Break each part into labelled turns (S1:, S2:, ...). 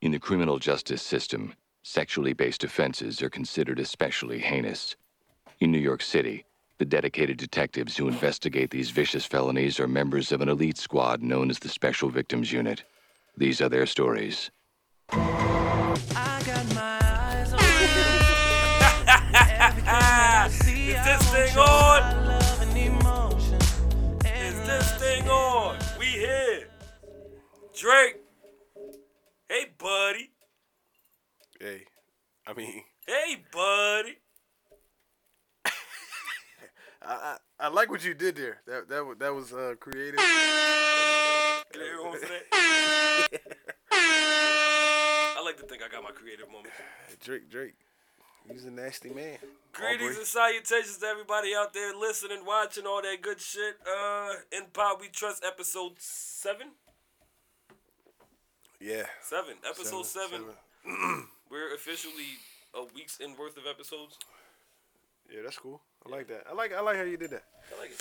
S1: In the criminal justice system, sexually based offenses are considered especially heinous. In New York City, the dedicated detectives who investigate these vicious felonies are members of an elite squad known as the Special Victims Unit. These are their stories.
S2: Is this thing on? Is this thing on? We here. Drake. Hey, buddy.
S3: Hey, I mean,
S2: Hey, buddy.
S3: I, I, I like what you did there. That that wa- that was uh, creative.
S2: Can everyone for that? I like to think I got my creative moment.
S3: Drake, Drake, he's a nasty man.
S2: Greetings
S3: Aubrey.
S2: and salutations to everybody out there listening, watching, all that good shit. Uh, in Pop We Trust, episode seven,
S3: Yeah.
S2: seven, episode seven. We're officially a week's in worth of episodes.
S3: Yeah, that's cool. I like that. I like I like how you did that.
S2: I like it.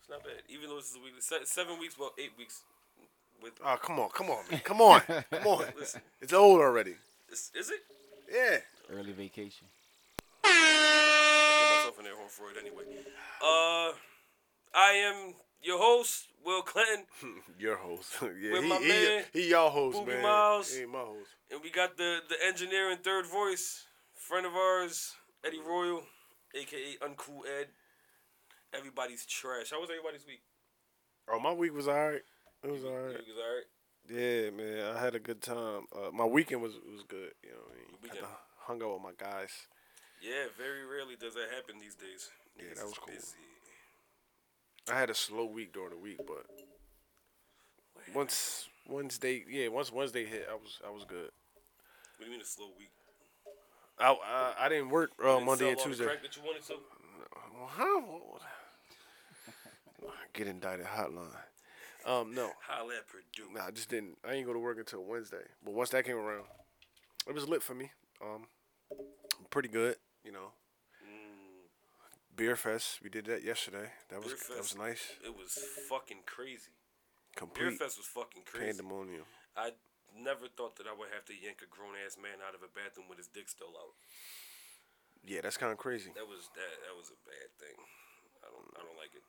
S2: It's not bad, even though this is a week, se- seven weeks, well, eight weeks. With
S3: Oh, come on, come on, man. come on, come on.
S2: listen,
S3: It's old already.
S2: is, is it?
S3: Yeah.
S4: Early vacation.
S2: get myself in there for it anyway. Uh, I am your host, Will Clinton,
S3: Your host. yeah,
S2: With
S3: he,
S2: my
S3: he,
S2: man,
S3: he y'all host,
S2: Booby
S3: man.
S2: Miles.
S3: He ain't my host.
S2: and we got the the engineer and third voice, friend of ours, Eddie Royal, aka Uncool Ed. Everybody's trash. How was everybody's week?
S3: Oh, my week was alright. It was alright.
S2: Your week was alright.
S3: Yeah, man, I had a good time. Uh, my weekend was was good. You know, what I mean? Got
S2: Weekend.
S3: to hung out with my guys.
S2: Yeah, very rarely does that happen these days.
S3: Yeah,
S2: Niggas
S3: that
S2: is
S3: was cool.
S2: busy.
S3: I had a slow week during the week, but once Wednesday, yeah, once Wednesday hit, I was I was good.
S2: What do you mean a slow week?
S3: I I, I didn't work uh,
S2: Didn't
S3: Monday
S2: sell
S3: and
S2: all the
S3: Tuesday.
S2: crack that you wanted to?
S3: Well, Huh? What- Get indicted hotline. Um, no,
S2: Holla at Purdue.
S3: nah, I just didn't. I didn't go to work until Wednesday. But once that came around, it was lit for me. Um, pretty good, you know. Beer fest, we did that yesterday. That was
S2: Mm. Beer
S3: that was
S2: fest.
S3: nice.
S2: It was fucking crazy. Beer
S3: Complete
S2: Fest was fucking crazy.
S3: pandemonium.
S2: I never thought that I would have to yank a grown ass man out of a bathroom with his dick still out.
S3: Yeah, that's kind of crazy.
S2: That was that. That was a bad thing. I don't. I don't like it.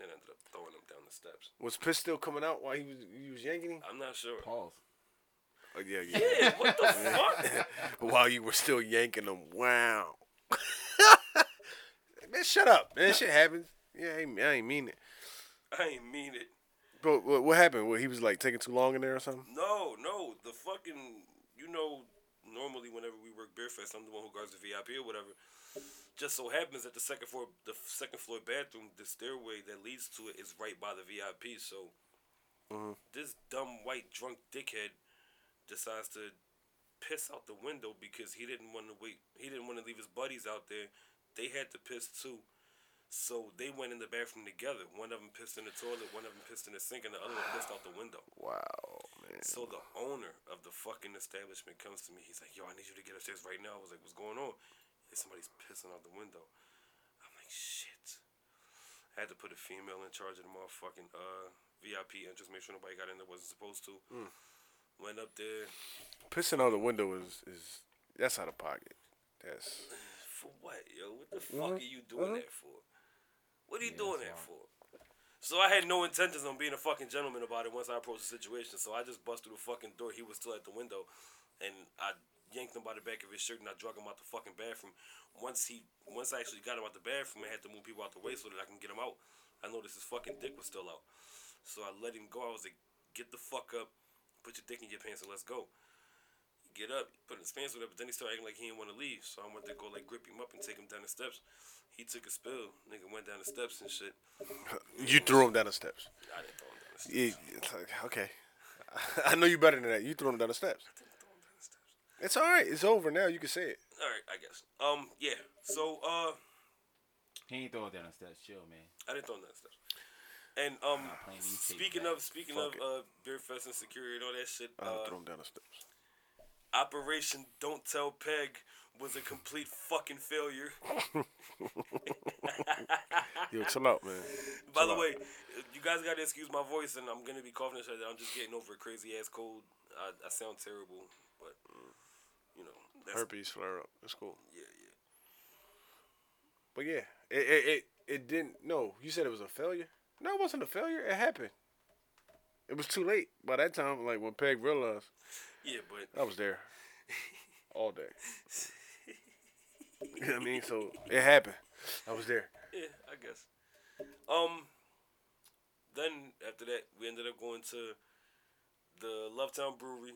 S2: Then I ended up throwing him down the steps.
S3: Was piss still coming out while he was he was yanking him?
S2: I'm not sure.
S4: Pause.
S3: Oh, yeah,
S2: Yeah. What the fuck?
S3: while you were still yanking him. Wow. man, shut up. Man, shit happens. Yeah, I ain't, I ain't mean it.
S2: I ain't mean it.
S3: But what, what happened? What, he was like taking too long in there or something?
S2: No, no. The fucking. You know. Normally, whenever we work Beer Fest, I'm the one who guards the VIP or whatever. Just so happens that the second floor, the second floor bathroom, the stairway that leads to it is right by the VIP. So
S3: Mhm.
S2: this dumb white drunk dickhead decides to piss out the window because he didn't want to wait. He didn't want to leave his buddies out there. They had to piss too. So they went in the bathroom together. One of them pissed in the toilet, one of them pissed in the sink, and the other one pissed out the window.
S3: Wow, man.
S2: So the owner of the fucking establishment comes to me. He's like, "Yo, I need you to get upstairs right now." I was like, "What's going on?" Yeah, somebody's pissing out the window. I'm like, "Shit." I had to put a female in charge of the motherfucking uh, VIP entrance, make sure nobody got in that wasn't supposed to. Went up there
S3: Pissing out the window is, is that's out of pocket. That's
S2: for what, yo? What the fuck are you doing that for? What are you doing that for? So I had no intentions on being a fucking gentleman about it once I approached the situation. So I just bust through the fucking door. He was still at the window, and I yanked him by the back of his shirt and I drug him out the fucking bathroom. Once he, once I actually got him out the bathroom, I had to move people out the way so that I can get him out. I noticed his fucking dick was still out, so I let him go. I was like, "Get the fuck up, put your dick in your pants, and let's go." Get up, put his pants with it, but then he started acting like he didn't want to leave. So I went to go like grip him up and take him down the steps. He took a spill, nigga went down the steps and shit.
S3: you threw him down the steps.
S2: I didn't throw him down the steps.
S3: Yeah, it's like, okay, I know you better than that. You threw him down the steps. It's all right. It's over now. You can say it.
S2: All right, I guess. Um, yeah. So uh,
S4: He ain't throwing down the steps. Chill, man.
S2: I didn't throw him down the steps. And um,
S4: not playing these tapes
S2: speaking
S4: back.
S2: of speaking
S3: Fuck it.
S2: of uh, beer fest and security and all that shit,
S3: I
S2: uh,
S3: threw him down the steps.
S2: Operation Don't Tell Peg was a complete fucking failure.
S3: Yo, chill out, man.
S2: By the
S3: Chill out.
S2: way, you guys gotta excuse my voice, and I'm gonna be coughing and shit. I'm just getting over a crazy ass cold. I, I sound terrible. but you know, that's,
S3: herpes flare up. That's cool.
S2: yeah, yeah.
S3: But yeah, it it, it it didn't. No, you said it was a failure. No, it wasn't a failure. It happened. It was too late by that time. Like when Peg realized,
S2: Yeah, but
S3: I was there all day. You know what I mean? So it happened. I was there.
S2: Yeah, I guess. Um. Then after that, we ended up going to the Lovetown Brewery,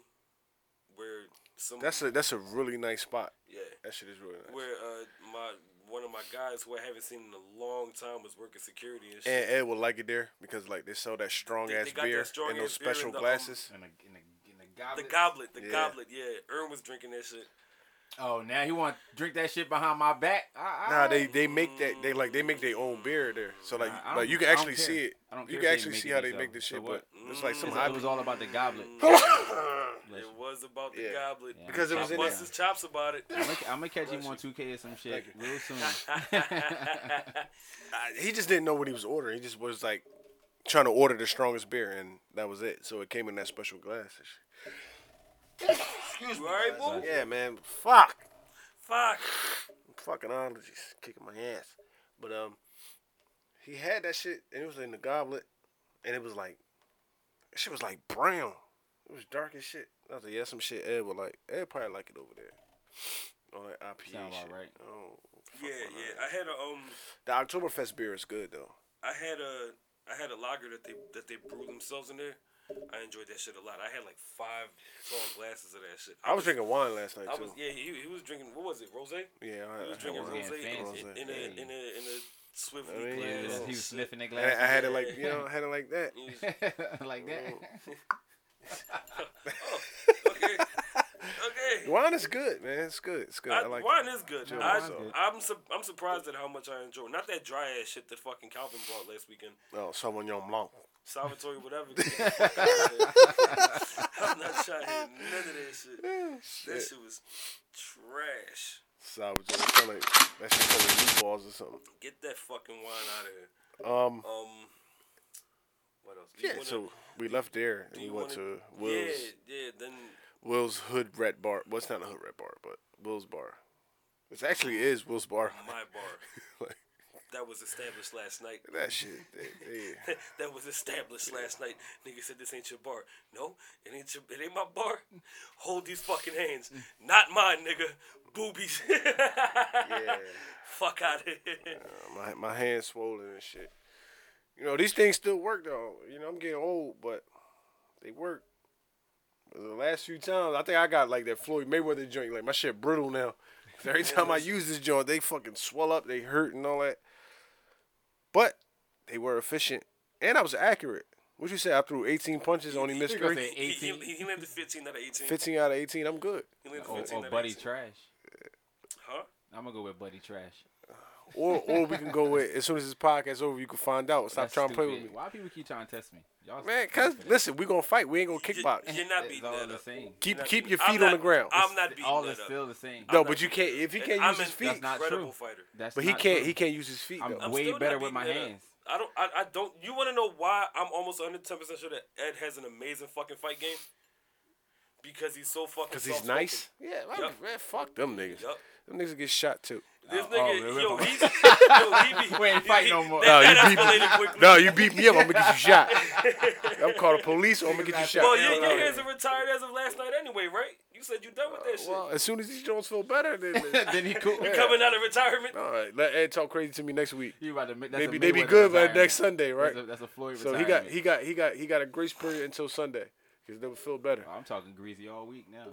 S2: where some
S3: That's a that's a really nice spot.
S2: yeah,
S3: That shit is really nice.
S2: where uh my one of my guys who I haven't seen in a long time was working security and shit.
S3: and Ed would like it there because like they sell that strong
S2: They-
S3: ass
S2: they got
S3: beer
S2: that strong
S3: in those
S2: ass beer in
S3: special
S2: the, um,
S3: glasses.
S4: In a, in a, in a goblet.
S2: the goblet, the
S3: Yeah.
S2: goblet, yeah. Ern was drinking that shit.
S4: oh, now he want to drink that shit behind my back. I, I,
S3: Nah, they they make that they like they make their own beer there. So like
S4: Oh. Nah, I
S3: like
S4: don't-
S3: you can
S4: I don't
S3: actually
S4: care.
S3: see it.
S4: I don't
S3: You
S4: care
S3: can
S4: if they
S3: actually
S4: make
S3: see
S4: it
S3: how they
S4: themself.
S3: make this
S4: So
S3: shit, but
S4: what? Mm.
S3: it's like some
S4: It
S3: high
S4: was all about the goblet.
S2: It was about the
S3: Yeah.
S2: goblet
S4: Yeah.
S3: Because it
S2: I
S3: was in
S2: bust
S3: there.
S2: his chops about it.
S4: I'm gonna catch him on 2K or some shit
S3: Thank
S4: real soon.
S3: I- he just didn't know what he was ordering. He just was like trying to order the strongest beer, and that was it. So it came in that special glass. and shit.
S2: you alright, boy?
S3: Yeah, man. Fuck.
S2: Fuck.
S3: Fucking allergies kicking my ass. But um, he had that shit, and it was in the goblet, and it was like, that shit was like brown. It was dark as shit. I was like, yeah, some shit. Ed would like. Ed probably like it over there. All that IPA
S4: Sound about
S3: shit.
S4: right.
S3: Oh, fuck
S2: Yeah,
S3: with
S2: yeah.
S3: that.
S2: I had a um
S3: The Oktoberfest beer is good though.
S2: I had a I had a lager that they that they brewed themselves in there. I enjoyed that shit a lot. I had like five tall glasses of that shit.
S3: I was drinking wine last night
S2: I
S3: too.
S2: was yeah. He, he was drinking. What was it? Rose. He
S3: yeah, I, I
S2: was
S3: had
S2: drinking
S3: wine.
S4: was
S2: rose
S4: getting fancy.
S2: in, in a
S4: Hey.
S2: in a in a swiftly
S3: I mean,
S2: glass.
S4: Yeah,
S3: Oh,
S4: he was
S2: shit.
S4: sniffing that
S3: I, had- I
S4: glass.
S3: had it like you know, I had it like that.
S2: He was-
S4: like that.
S2: okay. Okay.
S3: Wine is good, man. It's good. It's good. I,
S2: I-
S3: like
S2: wine
S3: it.
S2: is good.
S3: Yeah,
S2: I,
S3: wine's good.
S2: I'm su- I'm surprised at how much I enjoy. Not that dry ass shit that fucking Calvin brought last weekend.
S3: Oh, Sauvignon Blanc.
S2: Salvatore, whatever. Get the fuck outta here. I'm not trying to hear none of that shit. That shit was trash.
S3: Sauvignon. It sound like that shit sound like meatballs or something.
S2: Get that fucking wine out of here.
S3: Um,
S2: Um, what else? Do you
S3: yeah.
S2: wanna-
S3: So we left there and
S2: do
S3: we
S2: you
S3: went to
S2: wanna- yeah,
S3: Will's
S2: yeah. Then
S3: Will's Hood Red Bar. Well, it's not a Hood Red Bar, but Will's Bar. It actually is Will's Bar.
S2: my bar
S3: like,
S2: that was established last night.
S3: that shit. they- they-
S2: that was established last night. Nigga said this ain't your bar. No, it ain't your, it ain't my bar. Hold these fucking hands.
S3: Mm.
S2: Not mine, nigga. Boobies.
S3: yeah.
S2: Fuck out of here.
S3: My my hands swollen and shit. You know these things still work though. You know I'm getting old, but they work. The last few times I think I got like that Floyd Mayweather joint. Like my shit brittle now. 'Cause Every time I use this joint, they fucking swell up, they hurt and all that. But they were efficient and I was accurate. What you say? I threw 18 punches, only missed
S4: he gonna
S3: three.
S4: say-
S2: He, he,
S4: 18.
S2: he landed 15 out of 18.
S3: 15 out of 18, I'm good.
S2: He landed
S4: Or,
S2: 15 out
S4: or
S2: of
S4: Oh, Buddy
S2: 18.
S4: Trash.
S2: Huh?
S4: I'm gonna go with Buddy Trash.
S3: Or or we can go with as soon as this podcast over, you can find out. Stop
S4: That's
S3: trying to play with
S4: stupid.
S3: me,
S4: Why people keep trying to test me? Y'all
S3: man.
S4: stupid
S3: Cause
S4: for that.
S3: listen, we gonna fight. We ain't gonna kickbox.
S2: You, are not
S4: It's
S2: beating
S4: all
S2: that
S4: the
S2: up.
S4: same.
S3: Keep
S2: Not
S3: keep
S2: beating-
S3: your
S2: I'm
S3: feet on
S2: not-
S3: the ground.
S2: I'm not beating
S4: All
S2: that
S4: is
S2: up.
S4: still the same.
S3: no,
S2: I'm
S3: but
S2: not-
S3: you can't if he can't
S2: I'm
S3: use his
S2: an
S3: feet.
S4: That's not
S2: incredible
S4: true.
S2: fighter.
S4: That's
S3: But he
S4: not
S3: can't
S4: true.
S3: he can't use his feet
S4: I'm
S3: though.
S2: I'm
S4: way
S2: still not
S4: better with
S2: beating
S4: my
S2: that up.
S4: hands.
S2: I don't. I, I don't. You want to know why I'm almost 110 percent sure that Ed has an amazing fucking fight game? Because he's so fucking.
S3: Cause he's
S2: soft-spoken.
S3: nice. Yeah, man,
S2: Yup.
S3: man, fuck them niggas.
S2: Yup.
S3: Them niggas get shot too.
S2: This
S4: Oh,
S2: nigga,
S4: oh,
S2: yo,
S4: remember.
S2: he's, yo, he be.
S4: We ain't
S2: he-
S4: fighting
S2: he-
S4: no more.
S3: No,
S2: That, that
S3: you beat-
S2: escalated quickly.
S3: No, you beat me up, I'm gonna get you shot. I'm call the police or I'm gonna get you shot.
S2: Well, your, your
S3: Hell no.
S2: hands are retired as of last night anyway, right? You said you done with
S4: Uh,
S2: that shit.
S3: Well, as soon as these Jones feel better, then
S4: then he cool.
S2: Coming out of retirement.
S4: Oh,
S3: all right. Let Ed talk crazy to me next week.
S4: You about to make that's a
S3: Maybe they be
S4: Mayweather
S3: good by
S4: retirement.
S3: next Sunday, right?
S4: That's a, that's a Floyd
S3: So he got he got he got he got a grace period until Sunday. Cause they'll feel better.
S4: I'm talking greasy all week now.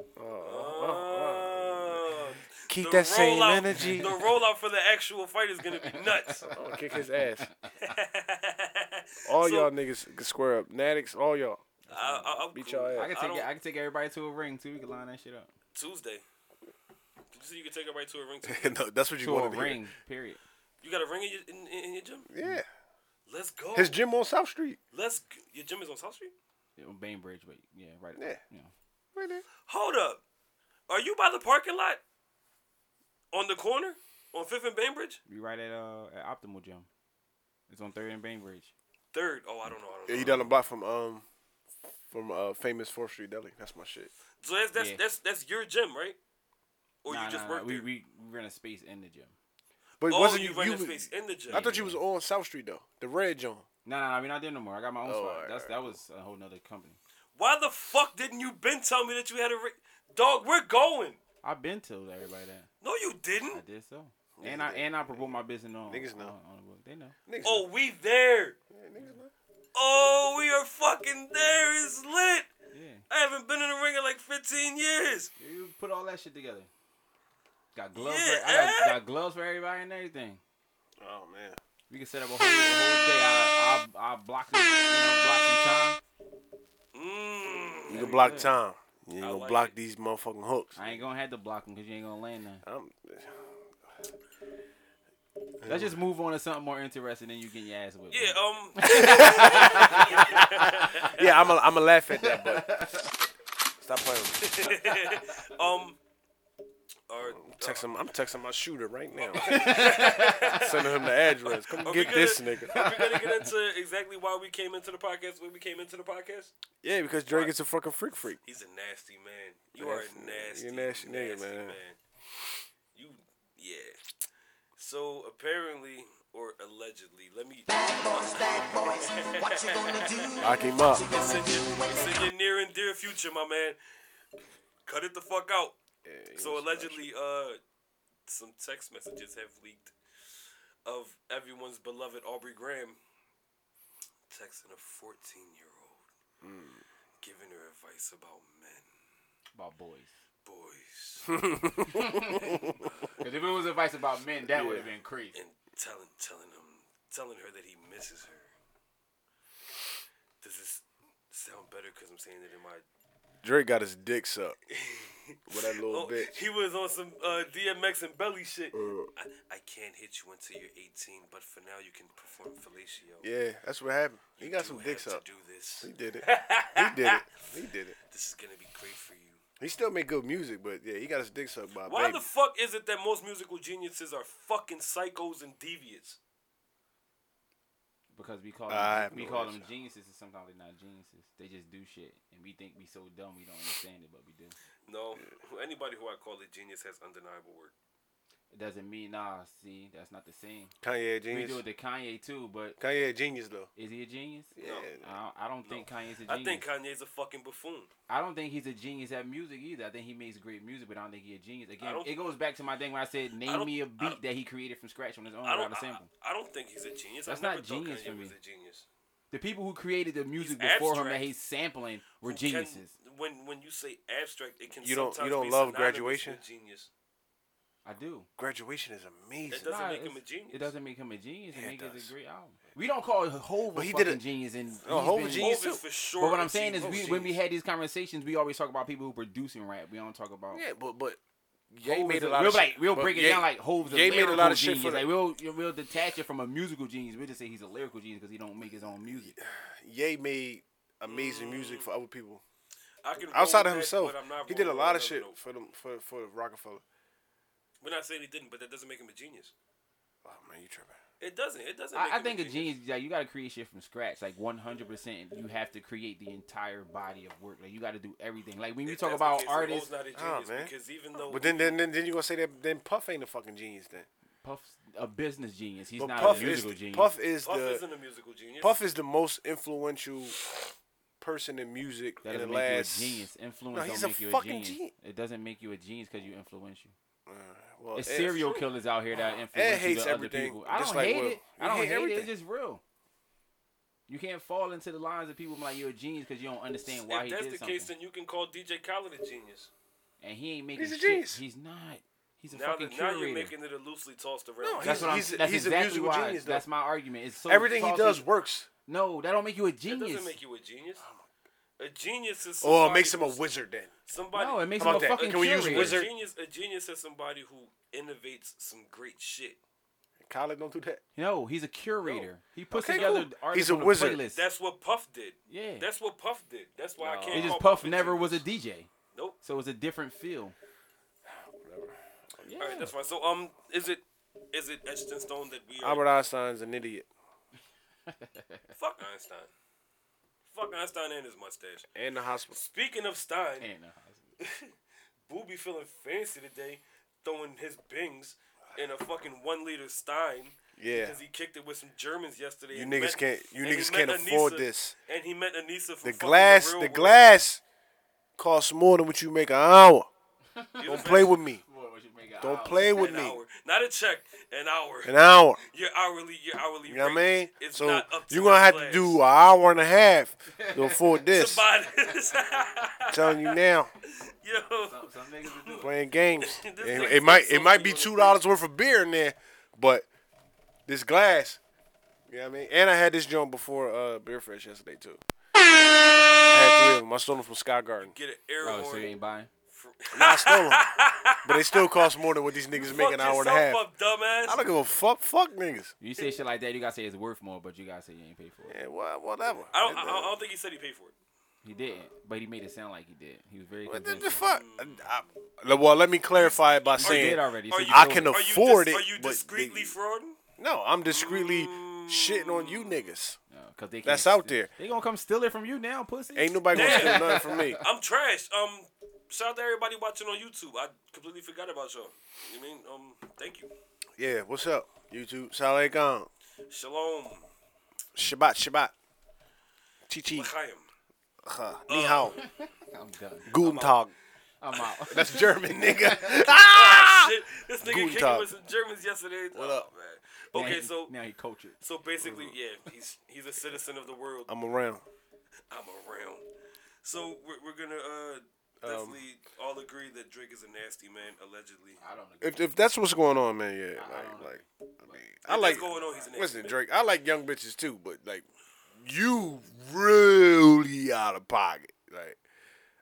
S2: Oh.
S3: Keep
S2: The rollout- The rollout for the actual fight is gonna be nuts.
S3: I'm gonna kick his ass. All
S2: So-
S3: y'all niggas can square up. Natics, all y'all.
S2: I, I, I'm
S3: Beat
S2: cool.
S3: y'all ass.
S4: I can
S2: I
S4: take
S2: don't-
S4: I can take everybody to a ring too. We can line that shit up
S2: Tuesday. Did you say you could take it right to a ring? Tuesday?
S3: no, that's what you
S4: to a
S3: want to
S4: ring. Period.
S2: You got a ring in your, in, in, in your gym?
S3: Yeah.
S2: Let's go.
S3: His gym on South Street.
S2: Let's. g- Your gym is on South Street.
S4: Yeah, on Bainbridge, but yeah, right.
S3: Yeah.
S4: You know.
S3: Right there.
S2: Hold up. Are you by the parking lot? On the corner, on Fifth and Bainbridge,
S4: We right at uh at Optimal Gym. It's on Third and Bainbridge.
S2: third. Oh, I don't know. I don't know.
S3: Yeah, he down the block from um from uh, famous Fourth Street Deli. That's my shit.
S2: So that's that's
S4: Yeah.
S2: that's, that's your gym, right? Or
S4: Nah,
S2: Oh, you just
S4: nah, nah,
S2: work
S4: we,
S2: there?
S4: we we rent a space in the gym.
S3: But
S2: oh,
S3: wasn't
S2: you,
S3: you?
S2: rent
S3: you
S2: a
S3: was-
S2: space in the gym.
S3: I thought you was on South Street though, the red John.
S4: Nah, nah, nah, we're not there no more. I got my own
S3: Oh,
S4: spot.
S3: alright,
S4: That's that was a whole nother company.
S2: Why the fuck didn't you been tell me that you had a re- dog? We're going.
S4: I've been told everybody that
S2: No, you
S4: I
S2: didn't.
S4: did so, and I and I promote my business on
S3: Niggas
S4: on,
S3: know.
S4: on the book. They know.
S3: Niggas,
S2: Oh, we there.
S3: yeah, niggas know.
S2: Oh, we are fucking there. It's lit.
S4: Yeah,
S2: I haven't been in the ring in like 15 years.
S4: you put all that shit together. Got gloves.
S2: Yeah,
S4: For, I got,
S2: eh?
S4: got gloves for everybody and everything.
S3: Oh man,
S4: We can set up a whole, a whole day. I I, I block it, you know, block some time.
S2: Mm.
S3: you
S4: That'd
S3: can
S4: be
S3: block
S4: good.
S3: time. You ain't
S2: I
S3: gonna
S2: like
S3: block
S2: it.
S3: these motherfucking hooks.
S4: I ain't gonna have to block them because you ain't gonna land none.
S3: I'm,
S4: Let's just move on to something more interesting than you getting your ass whipped.
S2: Yeah, um.
S3: yeah, I'm a, I'm a laugh at that, but stop playing. with me.
S2: um. Or,
S3: I'm texting, I'm texting my shooter right now. Sending him the address. Come
S2: Are we
S3: get this
S2: gonna-
S3: nigga.
S2: we're gonna get into exactly why we came into the podcast. When we came into the podcast,
S3: Yeah, because Drake is a fucking freak freak.
S2: he's a nasty man. You are
S3: Nasty.
S2: a nasty,
S3: You're a nasty nigga, man.
S2: You, yeah. So apparently, or allegedly, let me.
S3: Lock him up.
S2: It's in, your, it's in your near and dear future, my man. Cut it the fuck out. So allegedly, uh, some text messages have leaked of everyone's beloved Aubrey Graham texting a 14-year-old,
S3: Hmm.
S2: giving her advice about men,
S4: About boys.
S2: boys,
S4: Because if it was advice about men, that would have been crazy.
S2: and telling telling him telling her that he misses her. Does this sound better because I'm saying it in my
S3: Drake got his dick sucked with that little
S2: Oh,
S3: bitch.
S2: He was on some uh, DMX and belly shit.
S3: Uh.
S2: I, I can't hit you until you're 18, but for now you can perform fellatio.
S3: Yeah, that's what happened. He got
S2: You
S3: some
S2: have
S3: dicks
S2: to
S3: up.
S2: do this.
S3: He did it. He did it. He did it.
S2: This is gonna be great for you.
S3: He still make good music, but yeah, he got his dick sucked by a
S2: Why
S3: Uh, baby.
S2: the fuck is it that most musical geniuses are fucking psychos and deviants?
S4: Because we call
S3: I
S4: them,
S3: have
S4: we
S3: no
S4: call
S3: answer.
S4: them geniuses, and sometimes they're not geniuses. They just do shit, and we think we so dumb we don't understand it, but we do.
S2: No, anybody who I call a genius has undeniable work.
S4: It doesn't mean nah. See, that's not the same.
S3: Kanye a
S4: We
S3: genius.
S4: do it to Kanye too, but
S3: Kanye a genius though.
S4: is he a genius?
S3: Yeah.
S4: I don't, I don't think Kanye's a genius.
S2: I think Kanye's a fucking buffoon.
S4: I don't think he's a genius at music either. I think he makes great music, but I don't think he's a genius. Again,
S2: don't-
S4: it goes back to my thing when I said, name
S2: don't-
S4: me a
S2: I
S4: beat that he created from scratch on his own
S2: I don't.
S4: without a
S2: I,
S4: sample.
S2: I don't think he's a genius.
S4: That's
S2: I never
S4: not
S2: thought
S4: genius
S2: Kanye
S4: for me.
S2: was a genius.
S4: The people who created the music
S2: He's
S4: before him that
S2: abstract.
S4: he's sampling were
S2: Who can-
S4: geniuses.
S2: when when you say abstract, it can
S3: You don't- you
S2: sometimes
S3: don't
S2: be
S3: love
S2: synonymous
S3: graduation?
S2: with Genius.
S4: I do.
S3: Graduation is amazing.
S2: It doesn't make
S4: it's-
S2: him a genius.
S4: It doesn't make him a genius. It
S3: Yeah, it
S4: makes it
S3: does.
S4: a great album. We don't call Hov
S3: But
S4: a
S3: he did
S4: fucking
S3: it-
S4: genius, and
S3: No,
S4: he's
S3: Hov
S4: been-
S3: a genius
S2: Hov is
S3: too.
S2: for sure.
S4: But what
S2: a
S4: I'm saying is,
S2: genius.
S4: we, when we had these conversations, we always talk about people who producing rap. We don't talk about.
S3: Yeah, but but Ye
S4: Hov
S3: made
S4: is
S3: a lot
S4: we'll
S3: of
S4: be
S3: shit.
S4: like we'll
S3: but
S4: break it
S3: Ye-
S4: down like Hov's a
S3: Ye
S4: lyrical
S3: made a lot of shit
S4: genius.
S3: for the-
S4: like we'll we'll detach it from a musical genius. We'll just say he's a lyrical genius because he don't make his own music.
S3: Ye made amazing music for other people
S2: Mm. I can roll
S3: outside of
S2: with that,
S3: himself.
S2: but I'm not
S3: He did a
S2: rolling
S3: lot
S2: with
S3: of
S2: another
S3: shit
S2: note.
S3: for them for for Rockefeller.
S2: We're not saying he didn't, but that doesn't make him a genius.
S3: Oh man, you tripping?
S2: It doesn't. It doesn't. make
S4: I, I
S2: him
S4: think a
S2: a
S4: genius like you got to create shit from scratch. Like 100, percent you have to create the entire body of work. Like you got to do everything. Like when you
S2: If
S4: talk
S2: that's the
S4: about
S2: case, then Hov's
S4: artists,
S2: not a
S3: Ah,
S2: genius
S3: man.
S2: because even though
S3: But then then then, then you gonna say that then Puff ain't a fucking genius then.
S4: Puff's a business genius. He's
S3: But
S4: not
S3: Puff
S4: a
S3: is
S4: musical
S3: the-
S4: genius.
S3: Puff is
S2: Puff
S3: the
S2: isn't a musical genius.
S3: Puff is the most influential person in music
S4: that
S3: in the
S4: doesn't make
S3: last.
S4: you a genius. Influence
S3: No,
S4: don't
S3: he's a
S4: make you a
S3: fucking
S4: genius.
S3: genius.
S4: It doesn't make you a genius because you influential.
S3: uh, Well, eh,
S4: It's
S3: Ed-
S4: serial killers out here that influence you
S3: hates
S4: to other
S3: everything,
S4: people. I
S3: just
S4: don't
S3: like
S4: hate
S3: Will.
S4: it. I
S3: You
S4: don't
S3: hate
S4: hate it.
S3: everything.
S4: It's just real. You can't fall into the lines of people like you're a genius because you don't understand why
S2: if
S4: he
S2: that's
S4: did
S2: the
S4: something.
S2: case, then you can call DJ Khaled a genius.
S4: and he ain't making
S3: He's a
S4: shit.
S3: genius.
S4: He's not. He's a
S2: Now,
S4: fucking
S2: that, now
S4: curator.
S2: you're making it a loosely tossed around.
S3: No,
S4: that's
S3: he's-
S4: what I'm. that's
S3: he's a
S4: exactly
S3: musical
S4: why.
S3: genius, though.
S4: that's my argument. It's so
S3: Everything he
S4: saucy.
S3: does works.
S4: No, that don't make you a
S2: that
S4: genius.
S2: doesn't make you a genius. A genius is somebody
S3: Or Oh, it makes him a
S2: who's-
S3: wizard then.
S2: Somebody.
S4: no, it makes
S3: How
S4: him a
S3: about that?
S4: fucking
S3: Can we use
S4: curator.
S2: a
S3: wizard?
S2: genius. A genius is somebody who innovates some great shit.
S3: Khaled don't do that.
S4: No, he's a curator. He puts
S3: Okay,
S4: together
S3: cool.
S4: artists
S3: He's a
S4: on
S3: wizard.
S4: playlist.
S2: That's what Puff did.
S4: Yeah.
S2: That's what Puff did. That's why I can't.
S4: It's
S2: call
S4: just Puff
S2: a
S4: never
S2: genius.
S4: was a DJ,
S2: Nope.
S4: so it's a different feel.
S2: All right, that's fine. So, um, is it is it etched in stone that we are
S3: Albert Einstein's an idiot.
S2: fuck Einstein? Fuck Einstein and his mustache.
S3: And the hospital.
S2: Speaking of Stein,
S4: And the husband.
S2: Booby feeling fancy today, throwing his bings in a fucking one liter Stein.
S3: Yeah.
S2: Because he kicked it with some Germans yesterday.
S3: You
S2: and
S3: niggas
S2: met-
S3: can't. You
S2: and he
S3: niggas
S2: met
S3: can't afford
S2: Anissa-
S3: this.
S2: And he met Anissa from
S3: The
S2: fucking
S3: glass.
S2: real
S3: The
S2: world.
S3: glass costs more than what you make an hour.
S2: You
S3: Don't
S2: know
S3: play
S2: what
S3: with me.
S4: Boy, what you make of
S3: Don't
S4: Oz?
S3: play
S2: I'm
S3: with
S2: saying? An
S3: me.
S2: hour. Not a check, an hour.
S3: An hour.
S2: your hourly, your hourly.
S3: You know what I
S2: rate
S3: mean?
S2: is
S3: So
S2: not up to
S3: you're gonna have to
S2: inflation.
S3: do an hour and a half to afford this.
S2: Somebody-
S3: I'm telling you now,
S2: Yo,
S4: Some, some niggas would do
S3: playing games. It,
S2: This
S3: it
S2: nigga's
S3: might
S2: so
S3: it might be
S2: fucking
S3: two dollars worth of beer in there, but this glass. You know what I mean? And I had this joint before uh, Beer Fresh yesterday too. I had three of them. I stole them from Sky Garden.
S2: get an air
S4: Oh, so you
S2: horn.
S4: ain't buying?
S3: Nah, I stole them, but they still cost more than what these niggas make
S2: Fuck
S3: an hour and a half.
S2: yourself up, dumbass.
S3: I don't give a fuck. Fuck niggas.
S4: You say shit like that, you gotta say it's worth more, but you gotta say you ain't paid for it.
S3: Yeah, wha- whatever.
S2: I don't, I don't, I don't think he said he paid for it.
S4: He didn't, but he made it sound like he did. He was very
S3: What the,
S2: Mm-hmm.
S4: convincing.
S3: the fuck? I, I- well, let me clarify it by
S4: He did
S3: saying
S4: already. so
S2: Are
S4: you
S2: you-
S3: I
S4: know
S3: can
S4: it.
S2: Are you
S3: afford
S2: dis-
S3: it,
S2: Are you
S3: but
S2: discreetly
S3: they-
S2: frauding?
S3: no. I'm discreetly shitting on you niggas.
S4: No, 'cause they
S3: That's
S4: can't
S3: out
S4: steal-
S3: there.
S4: They gonna come steal it from you now, pussy.
S3: Ain't nobody gonna steal
S2: Damn.
S3: nothing from me.
S2: I'm trash. Um, shout out to everybody watching on YouTube. I completely forgot about y'all. You mean um, thank you.
S3: Yeah, what's up, YouTube? Salam alaikum.
S2: Shalom,
S3: Shabbat, Shabbat. Chi chi.
S2: l'chaim. Uh,
S3: ha. Ni hao.
S4: I'm done.
S3: Guten Tag.
S4: I'm out.
S3: That's German, nigga.
S2: Ah, shit. This
S3: Guten
S2: nigga
S3: Tag.
S2: kicking with some Germans yesterday. What
S3: up?
S2: man?
S4: Now
S2: Okay,
S4: he-
S2: so
S4: now he cultured.
S2: so basically, yeah, he's he's a citizen of the world.
S3: I'm around.
S2: I'm around. So we're, we're gonna uh definitely
S3: Um,
S2: all agree that Drake is a nasty man, allegedly.
S4: I don't agree.
S3: If, if that's what's going on, man, yeah. Like, like, I, mean, I
S2: If
S3: like.
S2: that's going on, he's a nasty
S3: Listen,
S2: man.
S3: Drake, I like young bitches too, but like, you really out of pocket. Like,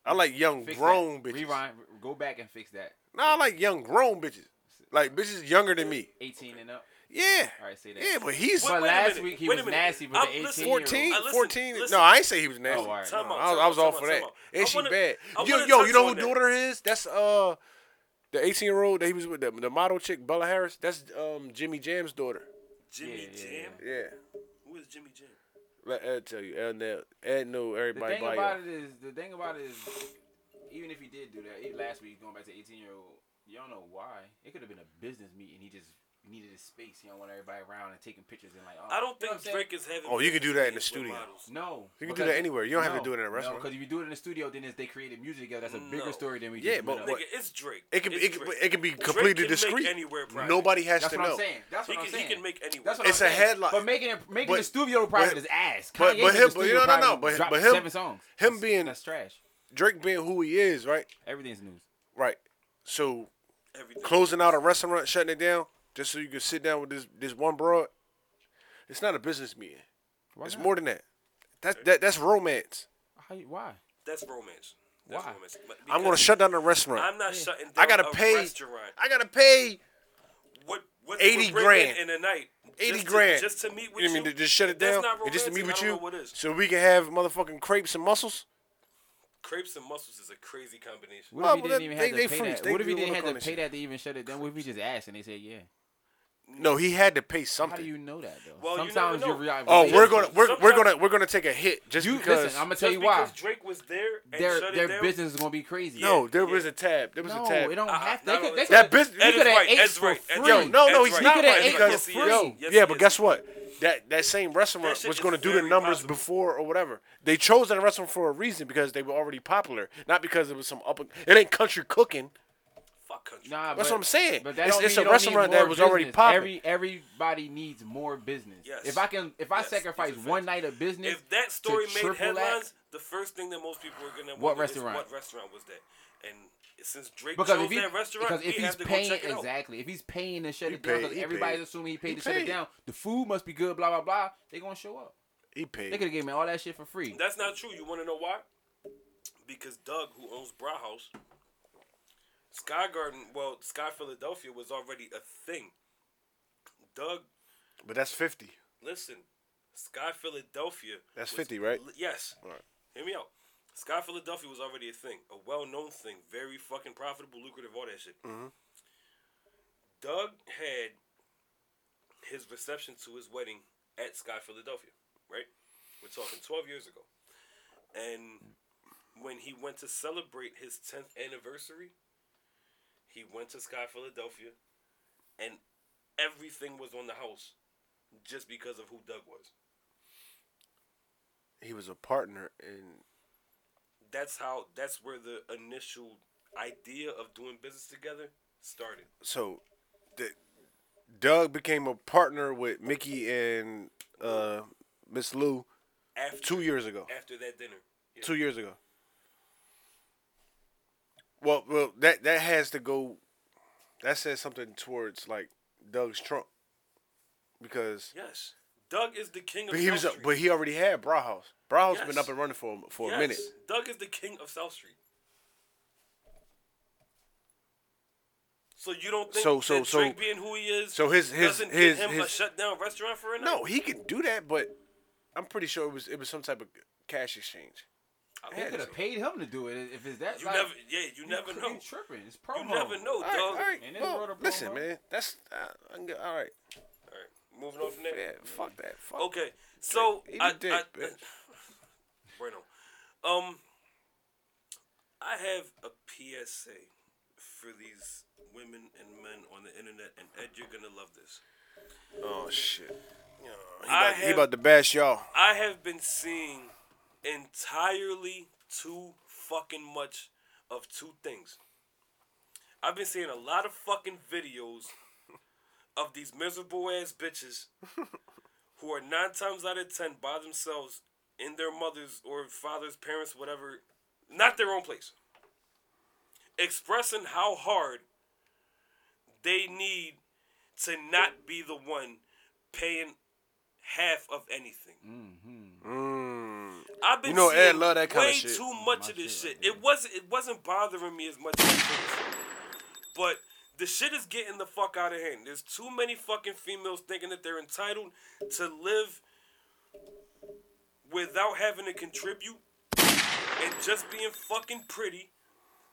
S3: I like young
S4: Fix
S3: grown
S4: that.
S3: bitches.
S4: Rewind. Go back and fix that.
S3: No, I like young grown bitches. Like bitches younger than me.
S4: 18 and up.
S3: Yeah.
S4: All right, say that.
S3: Yeah, but he's
S4: But
S2: Wait a
S4: last
S2: minute,
S4: week he
S2: wait a
S4: was
S2: minute.
S4: nasty with
S2: I'm-
S4: the 18
S2: listen,
S4: year old. Uh,
S3: 14,
S2: I listen,
S3: 14.
S2: listen.
S3: No, I ain't say he was nasty.
S4: Oh, all right.
S3: No,
S2: Time out,
S3: I was,
S2: time
S3: I was
S2: out,
S3: all
S2: time
S3: for
S2: out,
S3: that.
S2: time out.
S3: And
S2: I
S3: she
S2: wanna-
S3: bad.
S2: I
S3: Yo,
S2: wanna
S3: yo, you
S2: touch
S3: know who
S2: on that.
S3: daughter is? That's uh the 18 year old that he was with, the, the model chick, Bella Harris. That's um Jimmy Jam's daughter.
S2: Jimmy Jam.
S3: Yeah.
S2: Who is Jimmy Jam?
S3: Let Ed tell you. Ed, know- Ed know
S4: The
S3: everybody
S4: thing
S3: by
S4: about
S3: you.
S4: it is, the thing about it is, even if he did do that, it, last week going back to 18 year old, you don't know why. It could have been a business meeting. He just needed his space. He don't want everybody around and taking pictures and like. Oh,
S2: I don't
S4: you
S2: think
S4: know what I'm saying?
S2: Drake is having.
S3: Oh, you can do that in the
S2: with
S3: studio.
S2: models.
S4: No,
S3: You can do
S4: because-
S3: that anywhere. You don't have to
S4: no,
S3: do it in a
S4: No,
S3: restaurant.
S4: because if you do it in the studio, then it's, they created music together. That's a bigger
S2: No.
S4: story than we
S3: Yeah,
S4: just
S3: but
S4: made up.
S3: what-
S2: Nigga, it's Drake.
S3: It can,
S2: It's
S3: it, can,
S2: Drake.
S3: it can be
S2: Drake
S3: completely
S2: can make
S3: discreet.
S2: anywhere private.
S3: Nobody has
S4: That's
S3: to
S4: what
S3: know.
S4: I'm saying. That's
S2: He
S4: what I'm
S2: can,
S4: saying.
S2: he can make anywhere.
S4: That's what
S3: It's
S4: I'm
S3: a
S4: saying.
S3: headline.
S4: But making it making
S3: But-
S4: the studio private
S3: but-
S4: is ass.
S3: but- but
S4: Kanye made the
S3: him- but you
S4: studio
S3: don't know,
S4: private
S3: but-
S4: dropped
S3: but him-
S4: seven
S3: him
S4: songs. That's-
S3: being-
S4: that's trash.
S3: Drake being who he is, right?
S4: Everything's news.
S3: Right. So
S2: Everything.
S3: closing out a restaurant, shutting it down, just so you can sit down with this this one broad. It's not a business meeting.
S4: Why
S3: it's
S4: not?
S3: more than that. That, that that's romance.
S4: How you- why?
S2: That's romance. That's
S4: Why?
S2: romance.
S3: I'm gonna shut down the restaurant.
S2: I'm not shutting down
S3: I gotta
S2: a
S3: pay.
S2: restaurant.
S3: I gotta pay.
S2: What, what
S3: 80
S2: 80
S3: grand.
S2: grand in a night.
S3: 80
S2: just to-
S3: grand.
S2: just to meet
S3: You
S2: with you.
S3: know what I mean to just shut it
S2: That's
S3: down
S2: not
S3: and just to meet with
S2: romantic. I
S3: you,
S2: don't know what is.
S3: so we can have motherfucking crepes and mussels.
S2: Crepes and mussels is a crazy combination.
S4: What if
S3: well,
S4: he
S3: they-
S4: didn't even have
S3: they-
S4: to
S3: they
S4: pay
S3: freaks.
S4: that?
S3: They
S4: What if he
S3: do
S4: didn't
S3: look
S4: have
S3: on
S4: to
S3: that
S4: pay
S3: shit.
S4: that to even shut it down? What if he just asked and they said yeah?
S3: No, he had to pay
S4: How do
S3: something.
S4: you know that though?
S2: Well, you never
S4: Sometimes
S2: know.
S4: you realize.
S3: Oh, we're gonna we're, we're
S2: Sometimes-
S3: gonna we're gonna take a hit just
S4: You
S3: because.
S4: listen. I'm gonna
S2: Just
S4: tell you why.
S2: because Drake was there and
S4: Their
S2: shut it
S4: their
S2: down.
S4: business is gonna be crazy.
S3: no, there
S2: yeah.
S3: was a tab. There was
S4: No,
S3: a tab.
S4: it don't
S2: Uh-uh,
S4: have
S2: no,
S4: to. They could, they
S2: it's-
S4: could,
S3: That business-
S4: they
S3: Ed
S4: could
S2: is
S4: have
S2: right,
S4: ate
S2: Ed's
S4: for
S2: right, Ed-
S4: free.
S3: Yo, no, no,
S2: That's
S3: he's
S2: right.
S3: not
S4: Look at
S3: right
S4: that
S2: egg
S3: because
S2: yes, he is.
S3: yo,
S2: Yes,
S3: yeah,
S2: he
S3: but
S2: is.
S3: guess what? That that same
S2: That
S3: restaurant
S2: shit
S3: was
S2: is
S3: going to do the
S2: very
S3: numbers
S2: possible.
S3: before or whatever. They chose that restaurant for a reason because they were already popular, not because it was some up. It ain't country cooking.
S2: Fuck country.
S4: Nah,
S3: That's
S4: but-
S3: what I'm saying.
S4: But that
S3: It's,
S4: don't
S3: it's
S4: mean
S3: a
S4: you don't
S3: restaurant
S4: need more
S3: that was already
S4: business.
S3: popular.
S4: Every everybody needs more business.
S2: Yes.
S4: If I can, if I
S2: Yes,
S4: sacrifice
S2: these are
S4: one
S2: facts.
S4: night of business,
S2: If that story
S4: to
S2: made
S4: triple that-
S2: headlines, the first thing that most people are gonna
S4: What
S2: wonder is
S4: restaurant?
S2: what restaurant was that? And since Drake
S4: because
S2: chose
S4: if he,
S2: that restaurant,
S4: because if
S2: we
S4: he's
S2: have to
S4: paying
S2: go check it out.
S4: exactly, if he's paying to shut
S3: He
S4: it down,
S3: paid,
S4: because
S3: he
S4: everybody's
S3: paid.
S4: assuming he paid
S3: He
S4: to shut
S3: paid.
S4: it down. The food must be good. Blah blah blah. They gonna show up.
S3: he
S4: They
S3: paid.
S4: could have gave me all that shit for free.
S2: That's not true. You want to know why? Because Doug, who owns Bra House, Sky Garden, well, Sky Philadelphia was already a thing. Doug,
S3: But that's fifty.
S2: listen, Sky Philadelphia.
S3: That's
S2: was-
S3: 50, right?
S2: Yes.
S3: Alright.
S2: Hear me out. Sky Philadelphia was already a thing, a well-known thing, very fucking profitable, lucrative, all that shit.
S3: Mm-hmm.
S2: Doug had his reception to his wedding at Sky Philadelphia, right? We're talking 12 years ago. And when he went to celebrate his 10th anniversary, he went to Sky Philadelphia and everything was on the house just because of who Doug was.
S3: He was a partner, and
S2: That's how that's where the initial idea of doing business together started.
S3: so the, Doug became a partner with Mickey and uh, Miss Lou
S2: After
S3: two years ago.
S2: after that dinner. Yeah.
S3: Two years ago. Well, well, that that has to go. That says something towards like Doug's Trump, because
S2: Yes. Doug is the king of
S3: but he
S2: South
S3: was, a-
S2: Street.
S3: but he already had Brahouse. Brahouse
S2: Yes.
S3: been up and running for a- for a minute.
S2: Doug is the king of South Street. So you don't think
S3: So- so-
S2: that
S3: so-
S2: Drake being who he is
S3: so his- his-
S2: doesn't
S3: his-
S2: get him a
S3: his-
S2: shutdown restaurant for it?
S3: No, he could do that, but I'm pretty sure it was it was some type of cash exchange.
S4: They could have paid him to do it if it's that.
S2: You
S4: like,
S2: never, yeah, you, never
S4: could-
S2: know.
S4: You tripping? It's promo.
S2: You never
S3: All
S2: know, Doug.
S3: right, all right.
S4: And it's
S3: well,
S4: brought up
S3: listen,
S4: promo.
S3: man, that's uh, I'm good, all right.
S2: All right, moving on from there.
S3: Yeah, fuck that. Fuck.
S2: Okay, so
S3: Eat a
S2: I, I,
S3: dick, bitch.
S2: Bueno. um, I have a PSA for these women and men on the internet, and Ed, you're gonna love this.
S3: Oh shit. Oh, he,
S2: I
S3: about, he
S2: have-
S3: about to bash y'all.
S2: I have been seeing entirely too fucking much of two things. I've been seeing a lot of fucking videos of these miserable ass bitches who are nine times out of ten by themselves in their mother's or father's parents, whatever, not their own place, expressing how hard they need to not be the one paying half of anything. I've
S3: Mm-hmm.
S2: been
S3: You know
S2: seeing
S3: Ed love that kinda
S2: way
S3: shit.
S2: too much of this shit. It wasn't it wasn't bothering me as much as it is. But the shit is getting the fuck out of hand. There's too many fucking females thinking that they're entitled to live without having to contribute and just being fucking pretty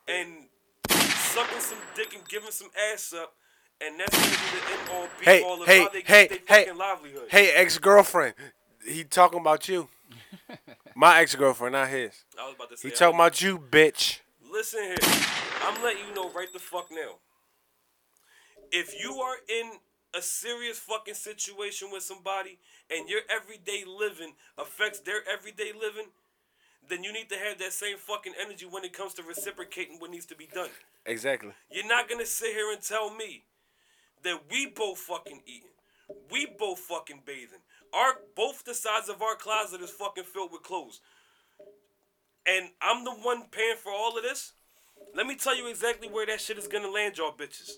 S2: and sucking some dick and giving some ass up. And that's gonna be the end all be
S3: Hey,
S2: all of
S3: hey,
S2: how they
S3: hey,
S2: get their
S3: hey,
S2: fucking livelihood.
S3: Hey, ex girlfriend, he talking about you. My ex girlfriend, not his.
S2: I was about to say
S3: He
S2: I
S3: talking about you, bitch.
S2: Listen here. I'm letting you know right the fuck now. If you are in a serious fucking situation with somebody and your everyday living affects their everyday living, then you need to have that same fucking energy when it comes to reciprocating what needs to be done.
S3: Exactly.
S2: You're not gonna sit here and tell me that we both fucking eating, we both fucking bathing, our both the sides of our closet is fucking filled with clothes, and I'm the one paying for all of this. Let me tell you exactly where that shit is gonna land, y'all bitches.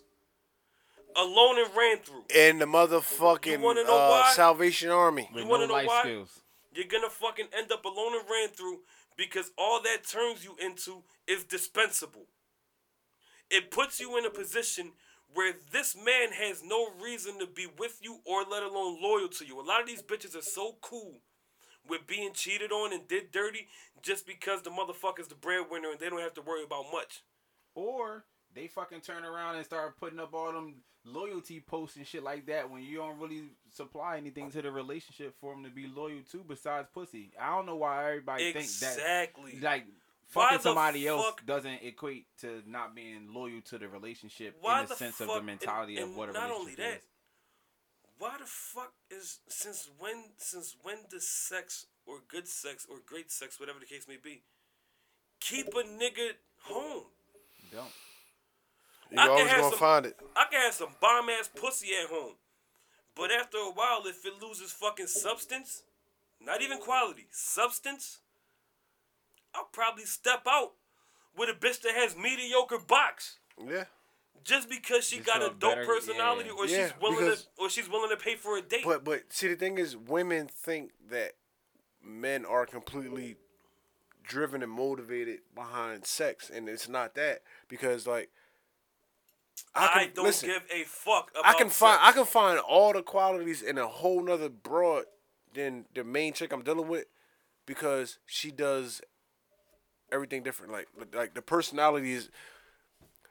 S2: Alone and ran through.
S3: And the
S2: You
S3: motherfucking
S2: wanna know why?
S3: uh, Salvation Army.
S4: With
S2: wanna
S4: no
S2: know
S4: life
S2: why?
S4: skills.
S2: You're gonna fucking end up alone and ran through because all that turns you into is dispensable. It puts you in a position where this man has no reason to be with you or let alone loyal to you. A lot of these bitches are so cool with being cheated on and did dirty just because the motherfucker's the breadwinner and they don't have to worry about much.
S4: Or they fucking turn around and start putting up all them loyalty posts and shit like that when you don't really supply anything to the relationship for them to be loyal to besides pussy. I don't know why everybody
S2: exactly.
S4: think that like
S2: Why
S4: fucking
S2: the
S4: somebody else
S2: fuck-
S4: doesn't equate to not being loyal to the relationship
S2: Why
S4: in the,
S2: the
S4: sense of
S2: fuck-
S4: the
S2: and-
S4: mentality
S2: and
S4: of what a
S2: not
S4: relationship
S2: only that,
S4: is.
S2: why the fuck is since when since when does sex or good sex or great sex whatever the case may be keep a nigga home
S4: Don't.
S3: You
S2: I can
S3: always
S2: have
S3: gonna
S2: some-
S3: find it.
S2: i can have some bomb ass pussy at home but after a while if it loses fucking substance not even quality substance i'll probably step out with a bitch that has mediocre box
S3: Yeah.
S2: just because she
S4: Just
S2: got a
S4: for a
S2: dope
S4: better-
S2: personality
S4: yeah.
S2: or she's
S3: Yeah,
S2: willing
S3: because-
S2: to or she's willing to pay for a date
S3: But but see the thing is women think that men are completely driven and motivated behind sex and it's not that because like
S2: I, don't give a fuck about
S3: I can find
S2: sex.
S3: I can find all the qualities in a whole nother broad than the main chick I'm dealing with because she does everything different. Like like the personality is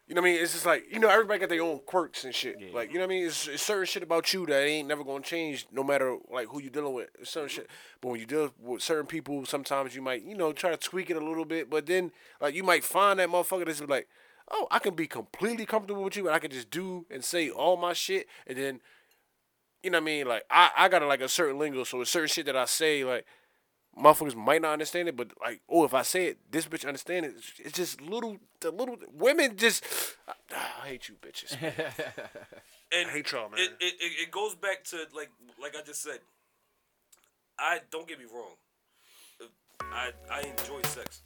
S3: You know what I mean? It's just like you know everybody got their own quirks and shit.
S4: Yeah.
S3: Like you know what I mean? It's, it's certain shit about you that ain't never gonna change no matter like who you dealing with. It's certain shit, but when you deal with certain people, sometimes you might you know try to tweak it a little bit, but then like you might find that motherfucker that's like, oh, I can be completely comfortable with you, and I can just do and say all my shit, and then you know what I mean? Like I I got like a certain lingo, so it's certain shit that I say like motherfuckers might not understand it, but like, oh, if I say it, this bitch understand it. It's- It's just little, the little women just. I, I hate you, bitches.
S2: And
S3: I hate y'all, man.
S2: it, it, it it goes back to like like I just said. I don't get me wrong. I I enjoy sex,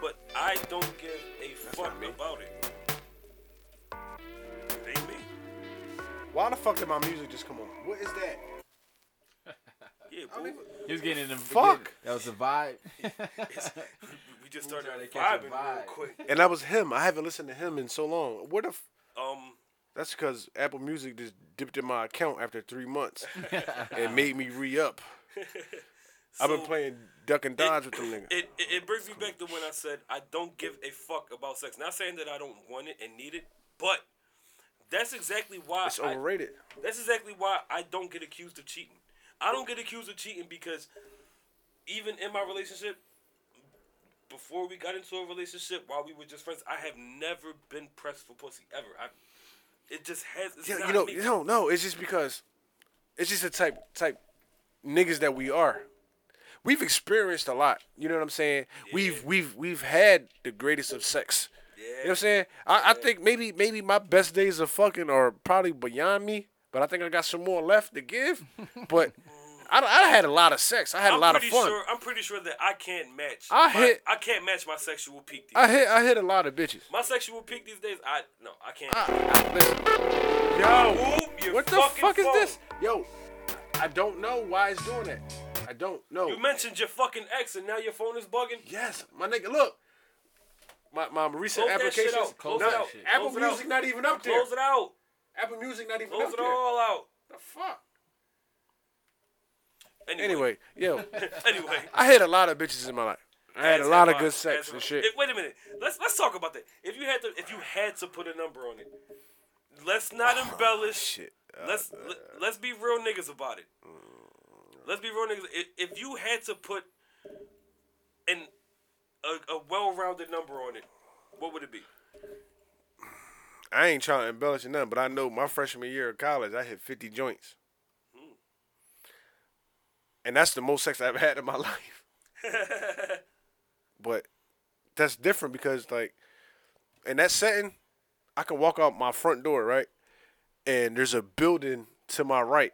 S2: but I don't give a fuck
S3: not me.
S2: about it. It ain't me.
S3: Why the fuck did my music just come on? What is that?
S2: Yeah,
S3: I
S2: boo.
S3: mean,
S4: He was getting in the
S3: Fuck.
S4: That was the vibe.
S2: we just started
S4: trying to catch
S2: vibing
S4: a
S2: real
S4: vibe.
S2: quick.
S3: and that was him. I haven't listened to him in so long. What if?
S2: Um,
S3: That's because Apple Music just dipped in my account after three months and made me re up. I've been
S2: so
S3: playing duck and dodge with them nigga.
S2: It, it it brings me back to when I said I don't give a fuck about sex. Not saying that I don't want it and need it, but that's exactly why
S3: It's
S2: I,
S3: overrated.
S2: That's exactly why I don't get accused of cheating. I don't get accused of cheating because even in my relationship, before we got into a relationship, while we were just friends, I have never been pressed for pussy ever. I, it just has. It's
S3: Yeah,
S2: not
S3: you know,
S2: me.
S3: you don't know. It's just because it's just the type type niggas that we are. We've experienced a lot. You know what I'm saying? We've we've we've had the greatest of sex. You know what I'm saying? I, I think maybe maybe my best days of fucking are probably beyond me, but I think I got some more left to give. But I, I had a lot of sex. I had
S2: I'm
S3: a lot of
S2: pretty
S3: fun.
S2: sure. I'm pretty sure that I can't match.
S3: I
S2: my-
S3: hit-
S2: I can't match my sexual peak. These
S3: I hit I hit a lot of bitches.
S2: My sexual peak these days. I no. I can't.
S3: I- I- listen. Yo.
S2: Move your
S3: Ah. What the
S2: fucking
S3: fuck is
S2: phone.
S3: this? Yo, I don't know why it's doing that. I don't know.
S2: You mentioned your fucking ex, and now your phone is bugging.
S3: yes, my nigga, look. My, my recent
S2: Close that shit
S3: applications.
S2: out. Close
S3: not-
S2: it out.
S3: Apple
S2: Close it
S3: Music
S2: out.
S3: not even up there.
S2: Close it out.
S3: Apple Music not even
S2: Close
S3: up
S2: it
S3: there.
S2: all out.
S3: The fuck.
S2: Anyway,
S3: Anyway, yo,
S2: anyway.
S3: I had a lot of bitches in my life. I had a lot of good sex and shit.
S2: If- wait a minute. Let's let's talk about that. If you had to, if you had to put a number on it, let's not embellish.
S3: Oh, shit. Uh, mm.
S2: Let's let, let's be real niggas about it. Let's be real niggas. I- If you had to put an a, a well-rounded number on it, what would it be?
S3: I ain't trying to embellish or nothing, but I know my freshman year of college, I hit 50 joints. And that's the most sex I've had in my life. but that's different because, like, in that setting, I can walk out my front door, right? And there's a building to my right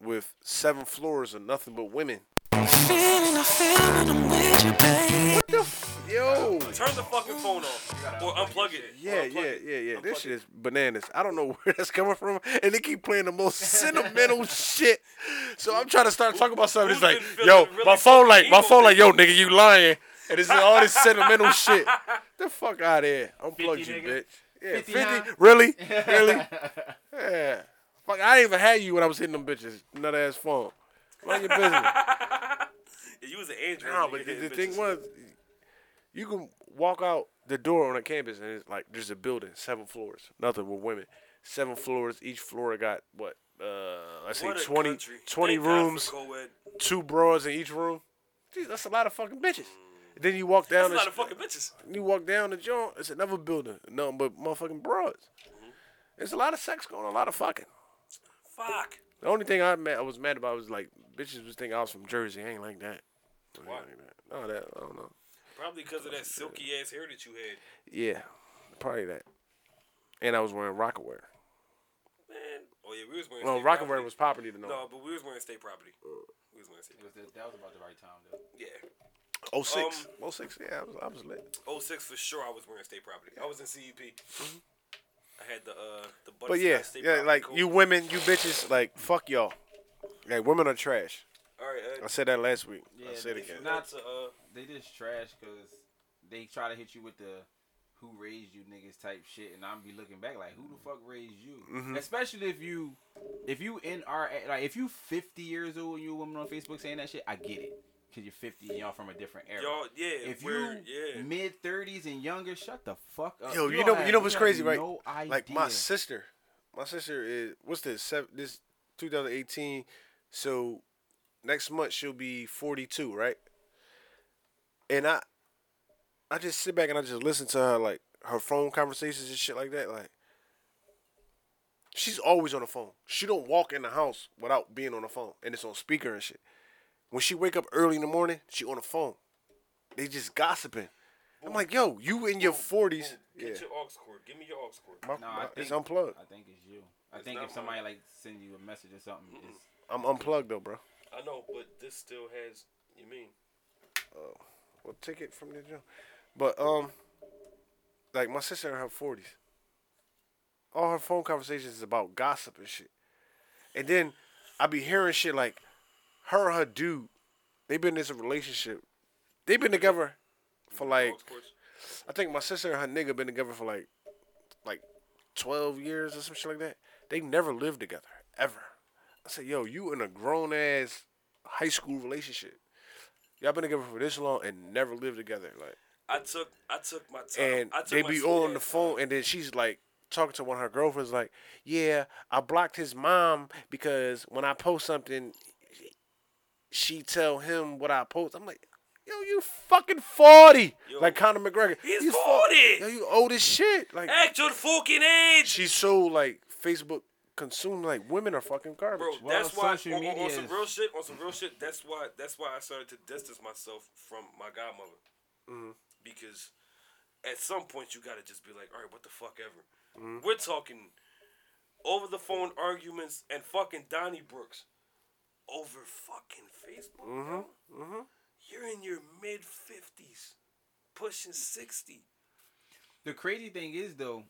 S3: with seven floors and nothing but women. What the f- Yo.
S2: Turn the fucking phone off or unplug it.
S3: Yeah,
S2: Or unplug
S3: yeah,
S2: it.
S3: yeah, yeah.
S2: Unplug
S3: This shit
S2: it.
S3: is bananas. I don't know where that's coming from, and they keep playing the most sentimental shit. So I'm trying to start talking about something. It's
S2: who's
S3: like,
S2: been
S3: yo,
S2: feeling really
S3: my phone, like,
S2: fucking
S3: my
S2: evil
S3: phone, like, yo, nigga, you lying, and it's all this sentimental shit. The fuck out of here. Unplugged
S4: 50,
S3: you,
S4: nigga.
S3: bitch. Yeah,
S4: 50,
S3: 50,
S4: huh?
S3: really, really. Yeah, fuck, I ain't even had you when I was hitting them bitches. Nut ass phone. Mind your business.
S2: Yeah, You was an Andrew.
S3: No,
S2: when
S3: but
S2: you
S3: the,
S2: hit
S3: the thing
S2: bitches.
S3: was, you can walk out the door on a campus and it's like there's a building, seven floors, nothing with women, seven floors. Each floor got what? Uh, I say
S2: What a
S3: 20,
S2: country.
S3: 20
S2: Thank God for
S3: rooms,
S2: co-ed.
S3: two bras in each room. Jeez, that's a lot of fucking bitches. And then you walk down.
S2: Mm. That's a lot
S3: the
S2: of fucking bitches.
S3: sh- You walk down the joint. It's another building, nothing but motherfucking bras.
S2: Mm-hmm.
S3: There's a lot of sex going on, a lot of fucking.
S2: Fuck.
S3: The only thing I mad, I was mad about was like bitches was thinking I was from Jersey. I ain't like that. I ain't
S2: Why?
S3: like that. No, that I don't know.
S2: Probably because of that silky ass hair that you had.
S3: Yeah, probably that. And I was wearing Rockaware.
S2: Man. Oh yeah, we was wearing.
S3: Well,
S2: state
S3: Rockaware
S2: property.
S3: was property to know.
S2: No, but we was wearing state property. We was wearing state.
S4: It was the- that was about the right time though.
S2: Yeah.
S3: Oh six,
S2: um,
S3: oh six. Yeah, I was, I was lit.
S2: 06 for sure. I was wearing state property. I was in CEP. I had the uh the
S3: But yeah,
S2: butterscotch state
S3: yeah,
S2: property
S3: like
S2: coat.
S3: you women, you bitches, like fuck y'all. Like women are trash.
S2: All right.
S3: I
S2: Uh,
S3: said that last week. I
S4: Yeah,
S3: said it
S4: if you
S3: again.
S4: not-
S2: not to uh.
S4: They just trash because they try to hit you with the who raised you niggas type shit, and I'm be looking back like who the fuck raised you? Especially if you if you in our like if you 50 years old and you a woman on Facebook saying that shit, I get it. because you're 50 and y'all from a different era.
S2: Y'all, yeah.
S4: if you
S2: we're- yeah.
S4: mid 30s and younger, shut the fuck up.
S3: Yo, you
S4: don't
S3: know-
S4: have-
S3: you know what's
S4: have
S3: crazy, right?
S4: No idea.
S3: like my sister, my sister is what's this? Seven, this 2018. So next month she'll be 42, right? And I, I just sit back and I just listen to her like her phone conversations and shit like that. Like she's always on the phone. She don't walk in the house without being on the phone, and it's on speaker and shit. When she wake up early in the morning, she on the phone. They just gossiping. I'm like, yo, you in your 40s.
S2: Get
S3: Yeah.
S2: your aux cord. Give me your aux cord.
S3: My,
S4: No, I
S3: my-
S4: think-
S3: it's unplugged.
S4: I think it's you. I
S2: It's
S4: think
S2: not
S4: if somebody like send you a message or something, it's,
S3: I'm unplugged though, bro.
S2: I know, but this still has. You mean?
S3: Well, take it from the gym. But um, like my sister in her forties, all her phone conversations is about gossip and shit. And then I be hearing shit like her and her dude, they've been in this relationship. They've been together for like
S2: aux cords.
S3: I think my sister and her nigga been together for like like twelve years or some shit like that. They never lived together ever. I said, yo, you in a grown ass high school relationship. Y'all been together for this long and never lived together. Like
S2: I took I took my time.
S3: and
S2: I took
S3: they
S2: my
S3: be
S2: sweet
S3: on
S2: ass
S3: the
S2: time.
S3: phone, and then she's like talking to one of her girlfriends, like, "Yeah, I blocked his mom because when I post something, she tell him what I post." I'm like, "Yo, you fucking forty,
S2: Yo.
S3: like Conor McGregor.
S2: He's
S3: You fu-
S2: 40.
S3: Yo, you old as shit. Like,
S2: Act your fucking age,
S3: she's so like Facebook consumed. Like, women are fucking garbage.
S2: bro.
S4: Well,
S2: that's why
S4: social
S2: on, on- on
S4: media
S2: some
S4: is-
S2: real shit. On some real shit. That's why. That's why I started to distance myself from my godmother.
S4: Mm-hmm.
S2: Because at some point you gotta just be like, all right, what the fuck ever.
S4: Mm-hmm.
S2: We're talking over the phone arguments and fucking Donnie Brooks over fucking Facebook. bro.
S4: Mm-hmm.
S2: You're in your mid fifties, pushing sixty.
S4: the crazy thing is though,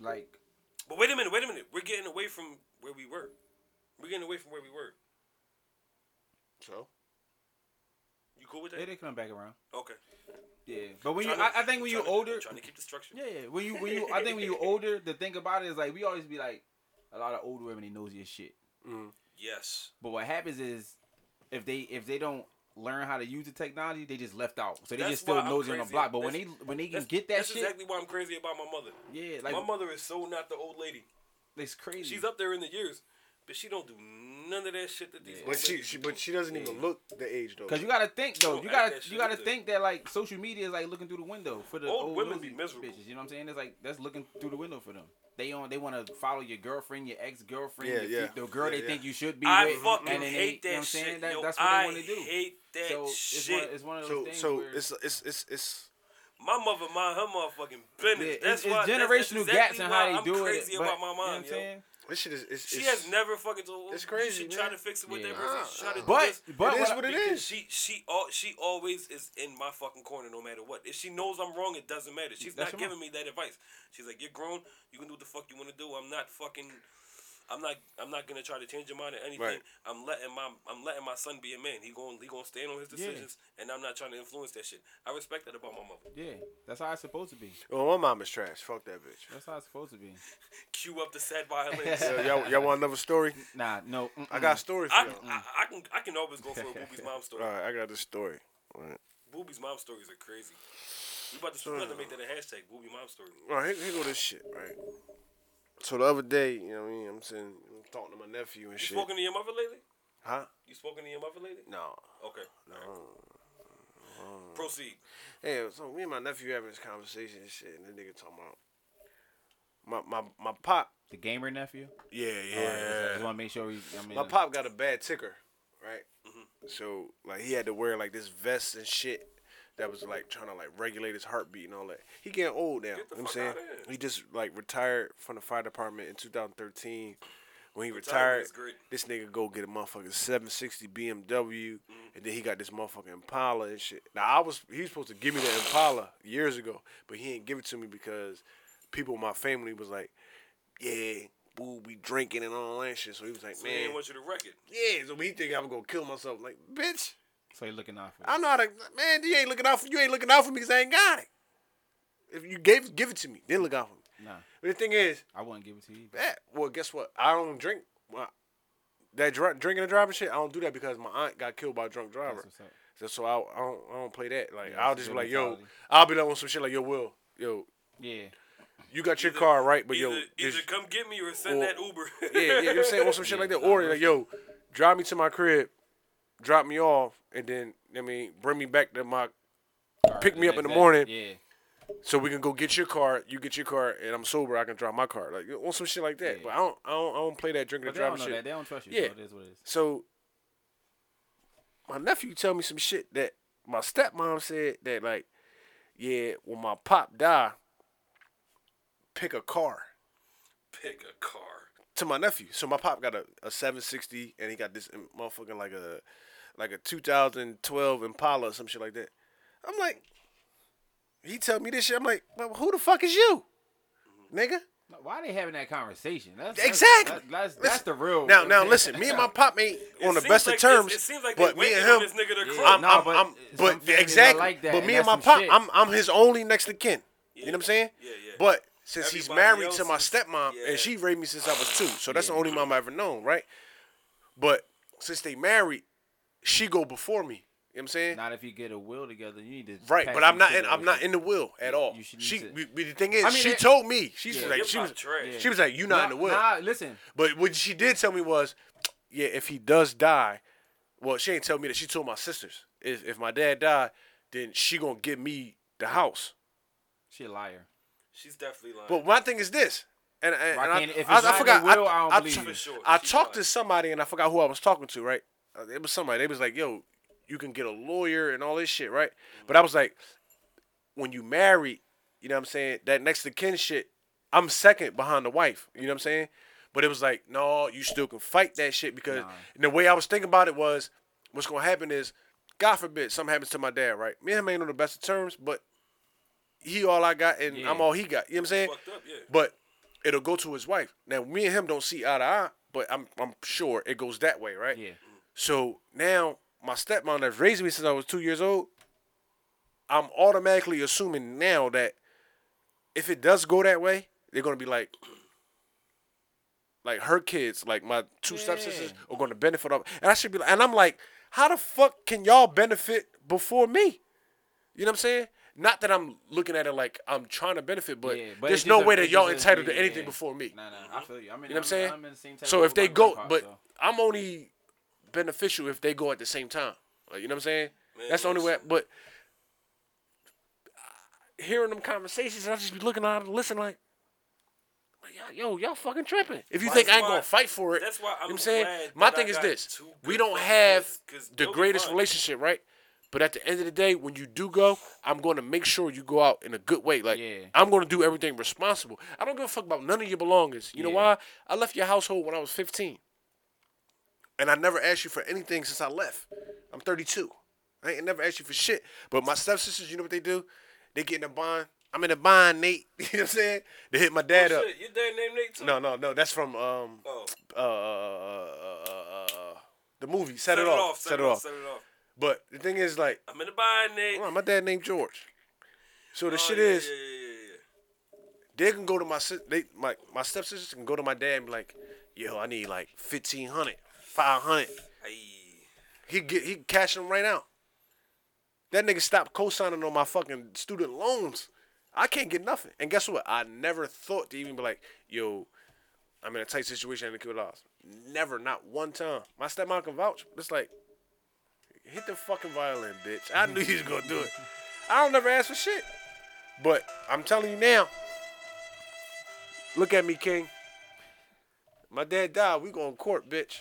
S4: like
S2: But wait a minute, wait a minute. We're getting away from where we were. We're getting away from where we were.
S3: So,
S2: You cool with that?
S4: it did come back around.
S2: Okay.
S4: Yeah, but when you,
S2: Tryna-
S4: I, I think when you
S2: tryna-
S4: older,
S2: trying to keep the structure.
S4: Yeah, yeah. When you when you I think when you older, the thing about it is like we always be like a lot of older women they nosy as shit.
S2: Yes.
S4: But what happens is if they if they don't learn how to use the technology, they just left out. So they
S2: That's
S4: just still
S2: why I'm
S4: nosy on the
S2: crazy.
S4: block. But when they
S2: That's-
S4: when they can
S2: That's-
S4: get that
S2: That's
S4: shit,
S2: exactly why I'm crazy about my mother.
S4: yeah, like
S2: my mother is so not the old lady.
S4: it's crazy.
S2: She's up there in the years, but she don't do none of that shit that these.
S4: Yeah.
S2: old
S3: but she,
S2: ladies
S3: she
S2: do.
S3: but she doesn't even look the age though.
S4: Cause you gotta think though,
S2: don't
S4: you
S2: act
S4: gotta
S2: that shit
S4: you gotta
S2: either.
S4: think that like social media is like looking through the window for the
S2: Old
S4: old,
S2: women be
S4: nosy
S2: miserable.
S4: Bitches, you know what I'm saying? It's like that's looking through the window for them. They on they want to follow your girlfriend, your ex girlfriend,
S3: Yeah,
S4: your
S3: yeah.
S4: fe- the girl
S3: Yeah,
S4: they
S3: yeah.
S4: think you should be
S2: I
S4: with.
S2: fucking
S4: and then they-
S2: hate
S4: you know
S2: that
S4: what I'm saying?
S2: shit.
S4: That-
S2: yo,
S4: that's what
S2: I
S4: they want to do.
S2: hate that
S4: so It's
S2: shit.
S4: one, it's one of those
S3: so
S4: things
S3: so
S4: where
S3: it's it's it's it's
S2: my mother mind her motherfucking business.
S4: Yeah,
S2: that's
S4: it's, it's
S2: why that's- that's
S4: generational
S2: exactly
S4: gaps in
S2: why
S4: how they
S2: I'm
S4: do it.
S2: crazy
S4: but,
S2: about my
S4: you know what I'm
S2: mom, yo.
S4: saying?
S3: this shit is it's,
S2: She
S3: it's
S2: has never fucking told. "Oh,
S3: It's
S2: You
S3: crazy,
S2: should try
S3: man.
S2: to fix it with
S4: Yeah.
S2: that person. You should try to do
S4: But
S2: this.
S4: but
S3: it
S4: what
S3: is
S4: I-
S3: what it
S2: Because
S3: is.
S2: She she all she always is in my fucking corner no matter what. If she knows I'm wrong, it doesn't matter. She's
S4: That's
S2: not
S4: your
S2: giving me that advice. She's like, You're grown, you can do what the fuck you wanna do. I'm not fucking I'm not I'm not gonna try to change your mind or anything.
S3: Right.
S2: I'm letting my I'm letting my son be a man. He going he gonna stand on his
S4: Yeah.
S2: decisions and I'm not trying to influence that shit. I respect that about my mother.
S4: Yeah, that's how it's supposed to be.
S3: Well, Oh, my mom is trash. Fuck that bitch.
S4: That's how it's supposed to be.
S2: Cue up the sad violins.
S3: Yo, y'all, y'all want another story?
S4: Nah, no.
S3: I
S4: mm-mm.
S3: got a story for
S2: Mm. I,
S3: y'all.
S2: I, I can I can always go for a Boobie's mom story.
S3: All right, I got this story. All right,
S2: Boobie's mom stories are crazy. You about to, you about to make that a hashtag, Boobie mom story.
S3: all right here, here go this shit. Right. So the other day, you know what I mean? I'm sitting, I'm talking to my nephew and
S2: You
S3: shit.
S2: spoken to your mother lately?
S3: Huh?
S2: You spoken to your mother lately?
S3: No.
S2: Okay. Proceed.
S3: Hey, so me and my nephew having this conversation and shit, and the nigga talking about my my my pop.
S4: the gamer nephew.
S3: Yeah,
S4: All right, so I just want to make sure we. I mean, uh,
S3: My pop got a bad ticker, right?
S2: Mm-hmm.
S3: So like he had to wear like this vest and shit that was like trying to like regulate his heartbeat and all that. He getting old now. You know
S2: Get the
S3: what I'm
S2: fuck
S3: saying?
S2: outta here.
S3: He just like retired from the fire department in 2013. When he retired,
S2: Retirement is great.
S3: this nigga go get a motherfucking 760 BMW,
S2: Mm-hmm.
S3: and then he got this motherfucking Impala and shit. Now I was he was supposed to give me the Impala years ago, but he ain't give it to me because people in my family was like, yeah, boo, be drinking and all that shit. So he was like,
S2: So they
S3: man,
S2: didn't want you to wreck it.
S3: yeah, so he think I'm gonna kill myself. Like, bitch,
S4: so you're looking out for.
S3: I know how to. Man, you ain't looking out for you ain't looking out for me because I ain't got it. If you gave give it to me, then look out for me.
S4: it. Nah,
S3: But the thing is,
S4: I wouldn't give it to you. Either.
S3: that well, guess what? I don't drink. Well, that dr- drinking and driving shit, I don't do that because my aunt got killed by a drunk driver.
S4: That's what's up.
S3: So, so I, I don't I don't play that. Like
S4: Yeah,
S3: I'll
S4: it's
S3: just
S4: a
S3: be
S4: good
S3: like, yo,
S4: mentality.
S3: I'll be like on some shit like, yo, Will, yo,
S4: Yeah.
S3: you got your
S2: Either-
S3: car right, but
S2: either,
S3: yo,
S2: either
S3: this-
S2: come get me or send
S3: or-
S2: that Uber.
S3: yeah, yeah, you know what I'm saying, or some shit like that, or like, yo, drive me to my crib, drop me off, and then I mean, bring me back to my Pick me up in the
S4: Exactly.
S3: morning.
S4: Yeah.
S3: so we can go get your car. You get your car, and I'm sober. I can drive my car, like on some shit like that.
S4: Yeah.
S3: But I don't, I don't, I don't play that drinking
S4: But
S3: and
S4: they don't
S3: driving
S4: know
S3: shit.
S4: that. They don't trust you.
S3: Yeah.
S4: So it is what it is.
S3: So my nephew tell me some shit that my stepmom said that like, yeah, when my pop die, pick a car
S2: Pick a car.
S3: to my nephew. So my pop got a, a 760 and he got this motherfucking like a like a 2012 Impala or some shit like that. I'm like, he tell me this shit. I'm like, well, who the fuck is you, nigga?
S4: No, Why are they having that conversation? That's,
S3: Exactly.
S4: That's, that's, that's, that's the real.
S3: Now, now listen. Me and my pop ain't
S2: It
S3: on the
S2: seems
S3: best
S2: like
S3: of
S2: this-
S3: terms.
S2: It seems like
S3: but
S2: they
S3: me
S2: waiting
S3: and
S2: on
S3: him,
S2: this nigga to
S4: Yeah.
S2: crook.
S3: I'm,
S4: No,
S3: I'm,
S4: but
S3: I'm,
S4: some
S3: but
S4: families are
S3: exactly.
S4: like that,
S3: but
S4: and
S3: me and my
S4: that's
S3: pop,
S4: some shit.
S3: I'm, I'm his only next of kin. You know what I'm saying?
S2: Yeah, yeah.
S3: But since he's
S2: Everybody
S3: married to
S2: else
S3: my
S2: is-
S3: stepmom,
S2: yeah.
S3: and she raised me since I was two, so that's the only mom I ever known, right? But since they married, she go before me. You know what I'm saying?
S4: Not if you get a will together, you need to.
S3: right,
S4: pack
S3: but
S4: some
S3: I'm not.
S4: shit
S3: In, I'm
S4: over.
S3: not in the will at all.
S4: you should need
S3: she,
S4: to-
S3: we, we- the thing is,
S4: I mean,
S3: she
S4: it-
S3: told me. She's
S4: Yeah.
S3: like,
S2: Your
S3: she
S2: pop
S3: was,
S2: trash.
S3: she was like, you not in the will.
S4: Nah, listen.
S3: But what she did tell me was, yeah, if he does die, well, she ain't tell me that. She told my sisters, if, if my dad died, then she gonna give me the house.
S4: She a liar.
S2: She's definitely lying.
S3: But my thing is this, and, and,
S4: Why
S3: and
S4: can't-
S3: I,
S4: if
S3: I,
S4: it's
S3: I
S4: not
S3: forgot.
S4: the will, I
S3: I,
S4: don't
S3: I,
S4: believe
S3: tr-
S4: you. For
S2: sure,
S3: I
S2: she's
S3: talked to
S2: lying.
S3: somebody and I forgot who I was talking to. Right, Uh, it was somebody. They was like, "Yo, you can get a lawyer and all this shit." Right,
S4: Mm-hmm.
S3: but I was like, when you married, you know what I'm saying? That next to kin shit, I'm second behind the wife. You know what I'm saying? But it was like, no, you still can fight that shit because
S4: Nah.
S3: and the way I was thinking about it was, what's gonna happen is, God forbid, something happens to my dad, right? Me and him ain't on the best of terms, but he all I got and
S4: Yeah.
S3: I'm all he got. You know what I'm saying?
S2: fucked up, yeah.
S3: But it'll go to his wife. Now me and him don't see eye to eye, but I'm I'm sure it goes that way, right?
S4: Yeah.
S3: So now my stepmom that's raised me since I was two years old, I'm automatically assuming now that if it does go that way, they're gonna be like like her kids, like my two stepsisters are gonna benefit off and I should be like and I'm like, how the fuck can y'all benefit before me? You know what I'm saying? Not that I'm looking at it like I'm trying to benefit, but,
S4: yeah, but
S3: there's
S4: it's
S3: no
S4: just a-
S3: way that
S4: it's
S3: y'all
S4: just a-
S3: entitled to
S4: yeah,
S3: anything
S4: yeah.
S3: before me.
S4: Nah, nah. I feel you. I mean,
S3: You know what I'm saying?
S4: I'm in the same type
S3: So
S4: of
S3: if they
S4: boat with my
S3: go,
S4: pop,
S3: but
S4: so.
S3: I'm only beneficial if they go at the same time. Like you know what I'm saying?
S2: Man,
S3: That's the only way.
S2: listen.
S3: But uh, hearing them conversations, I just be looking out and listening like, like, y'all- yo, y'all fucking tripping. If you
S2: That's
S3: think I ain't
S2: why-
S3: gonna fight for it,
S2: that's why
S3: you know
S2: I'm
S3: what I'm saying.
S2: glad
S3: My
S2: that I
S3: thing is
S2: got
S3: this:
S2: two good
S3: we don't
S2: friends,
S3: have
S2: 'cause
S3: the
S2: they'll be
S3: greatest
S2: fine.
S3: relationship, right? But at the end of the day, when you do go, I'm going to make sure you go out in a good way. Like
S4: Yeah.
S3: I'm going to do everything responsible. I don't give a fuck about none of your belongings. You know
S4: Yeah.
S3: why? I left your household when I was 15 and I never asked you for anything since I left. I'm 32. I ain't never asked you for shit. But my stepsisters, you know what they do? They get in a bond. I'm in a bond, Nate. You know what I'm saying? They hit my dad up.
S2: Shit, your dad named Nate too.
S3: No, no, no. That's from um
S2: Oh,
S3: uh, uh, uh, uh, uh the movie. Set,
S2: set
S3: it, off. Set, it off.
S2: Set it off.
S3: But the thing is, like,
S2: I'm in the bind, Nate.
S3: hold on, my dad named George. So the
S2: Oh,
S3: shit
S2: yeah,
S3: is,
S2: Yeah, yeah, yeah, yeah.
S3: they can go to my sis- they my my stepsisters can go to my dad and be like, yo, I need like 1500 500
S2: Ayy.
S3: He get he cash them right out. That nigga stopped co-signing on my fucking student loans. I can't get nothing. And guess what? I never thought to even be like, yo, I'm in a tight situation and the kid lost. Never, not one time. My stepmom can vouch. It's like, hit the fucking violin, bitch. I knew you was gonna do it. I don't never ask for shit. But I'm telling you now. Look at me, King. My dad died. We going to court, bitch.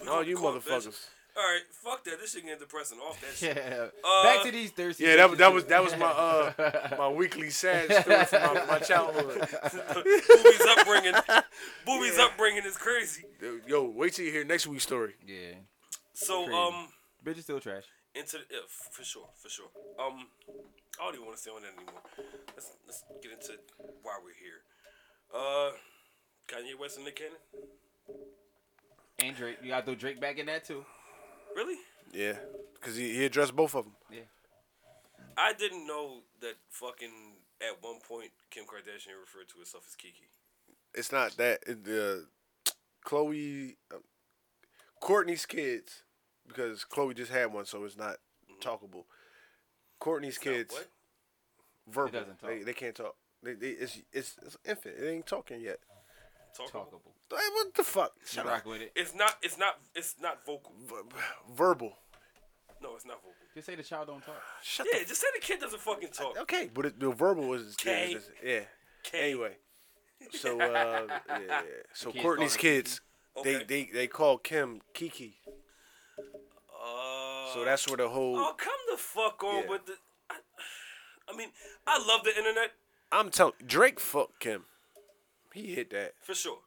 S3: And all
S2: going to
S3: you
S2: court, bitch.
S3: motherfuckers.
S2: All right, fuck that. This shit getting depressing. Off that shit.
S4: Yeah.
S2: Uh,
S4: Back to these thirsty.
S3: Yeah, that was that
S4: bitches.
S3: was that was my uh my weekly sad story from my, my childhood.
S2: Booby's upbringing. Booby's upbringing is crazy.
S3: Yo, wait till you hear next week's story.
S4: Yeah.
S2: So,
S4: Crazy.
S2: um,
S4: Bitch is still trash.
S2: into the, yeah, for sure, for sure. Um, I don't even want to stay on that anymore. Let's let's get into why we're here. Uh, Kanye West and Nick Cannon.
S4: And Drake, you gotta throw Drake back in that too.
S2: Really?
S3: Yeah, because he, he addressed both of them.
S4: Yeah.
S2: I didn't know that fucking at one point Kim Kardashian referred to herself as Kiki.
S3: It's not that it, uh, Chloe. Uh, Courtney's kids, because Chloe just had one, so it's not talkable. Courtney's
S2: Now,
S3: kids,
S2: What?
S3: verbal.
S4: doesn't talk.
S3: They, they can't talk. They, they, it's, it's it's infant. It ain't talking yet.
S2: Talk.
S4: Talkable.
S3: Hey, What the fuck? Shut
S4: Rock
S3: up.
S4: with it.
S2: It's not. It's not. It's not vocal.
S3: Ver- verbal.
S2: No, it's not vocal.
S4: Just say the child don't talk.
S3: Shut
S2: Yeah, just say the kid doesn't fucking talk.
S3: the. Okay, but it, the verbal is
S2: Okay.
S3: is- yeah.
S2: Okay.
S3: Anyway, so uh, yeah. So
S4: Kids
S3: Courtney's
S4: call her
S3: kids,
S2: Okay.
S3: they they they call Kim Kiki.
S2: Uh,
S3: So that's where the whole.
S2: Oh, come the fuck on
S3: Yeah.
S2: with the. I, I mean, I love the internet
S3: I'm telling Drake fucked Kim. He hit that.
S2: for sure,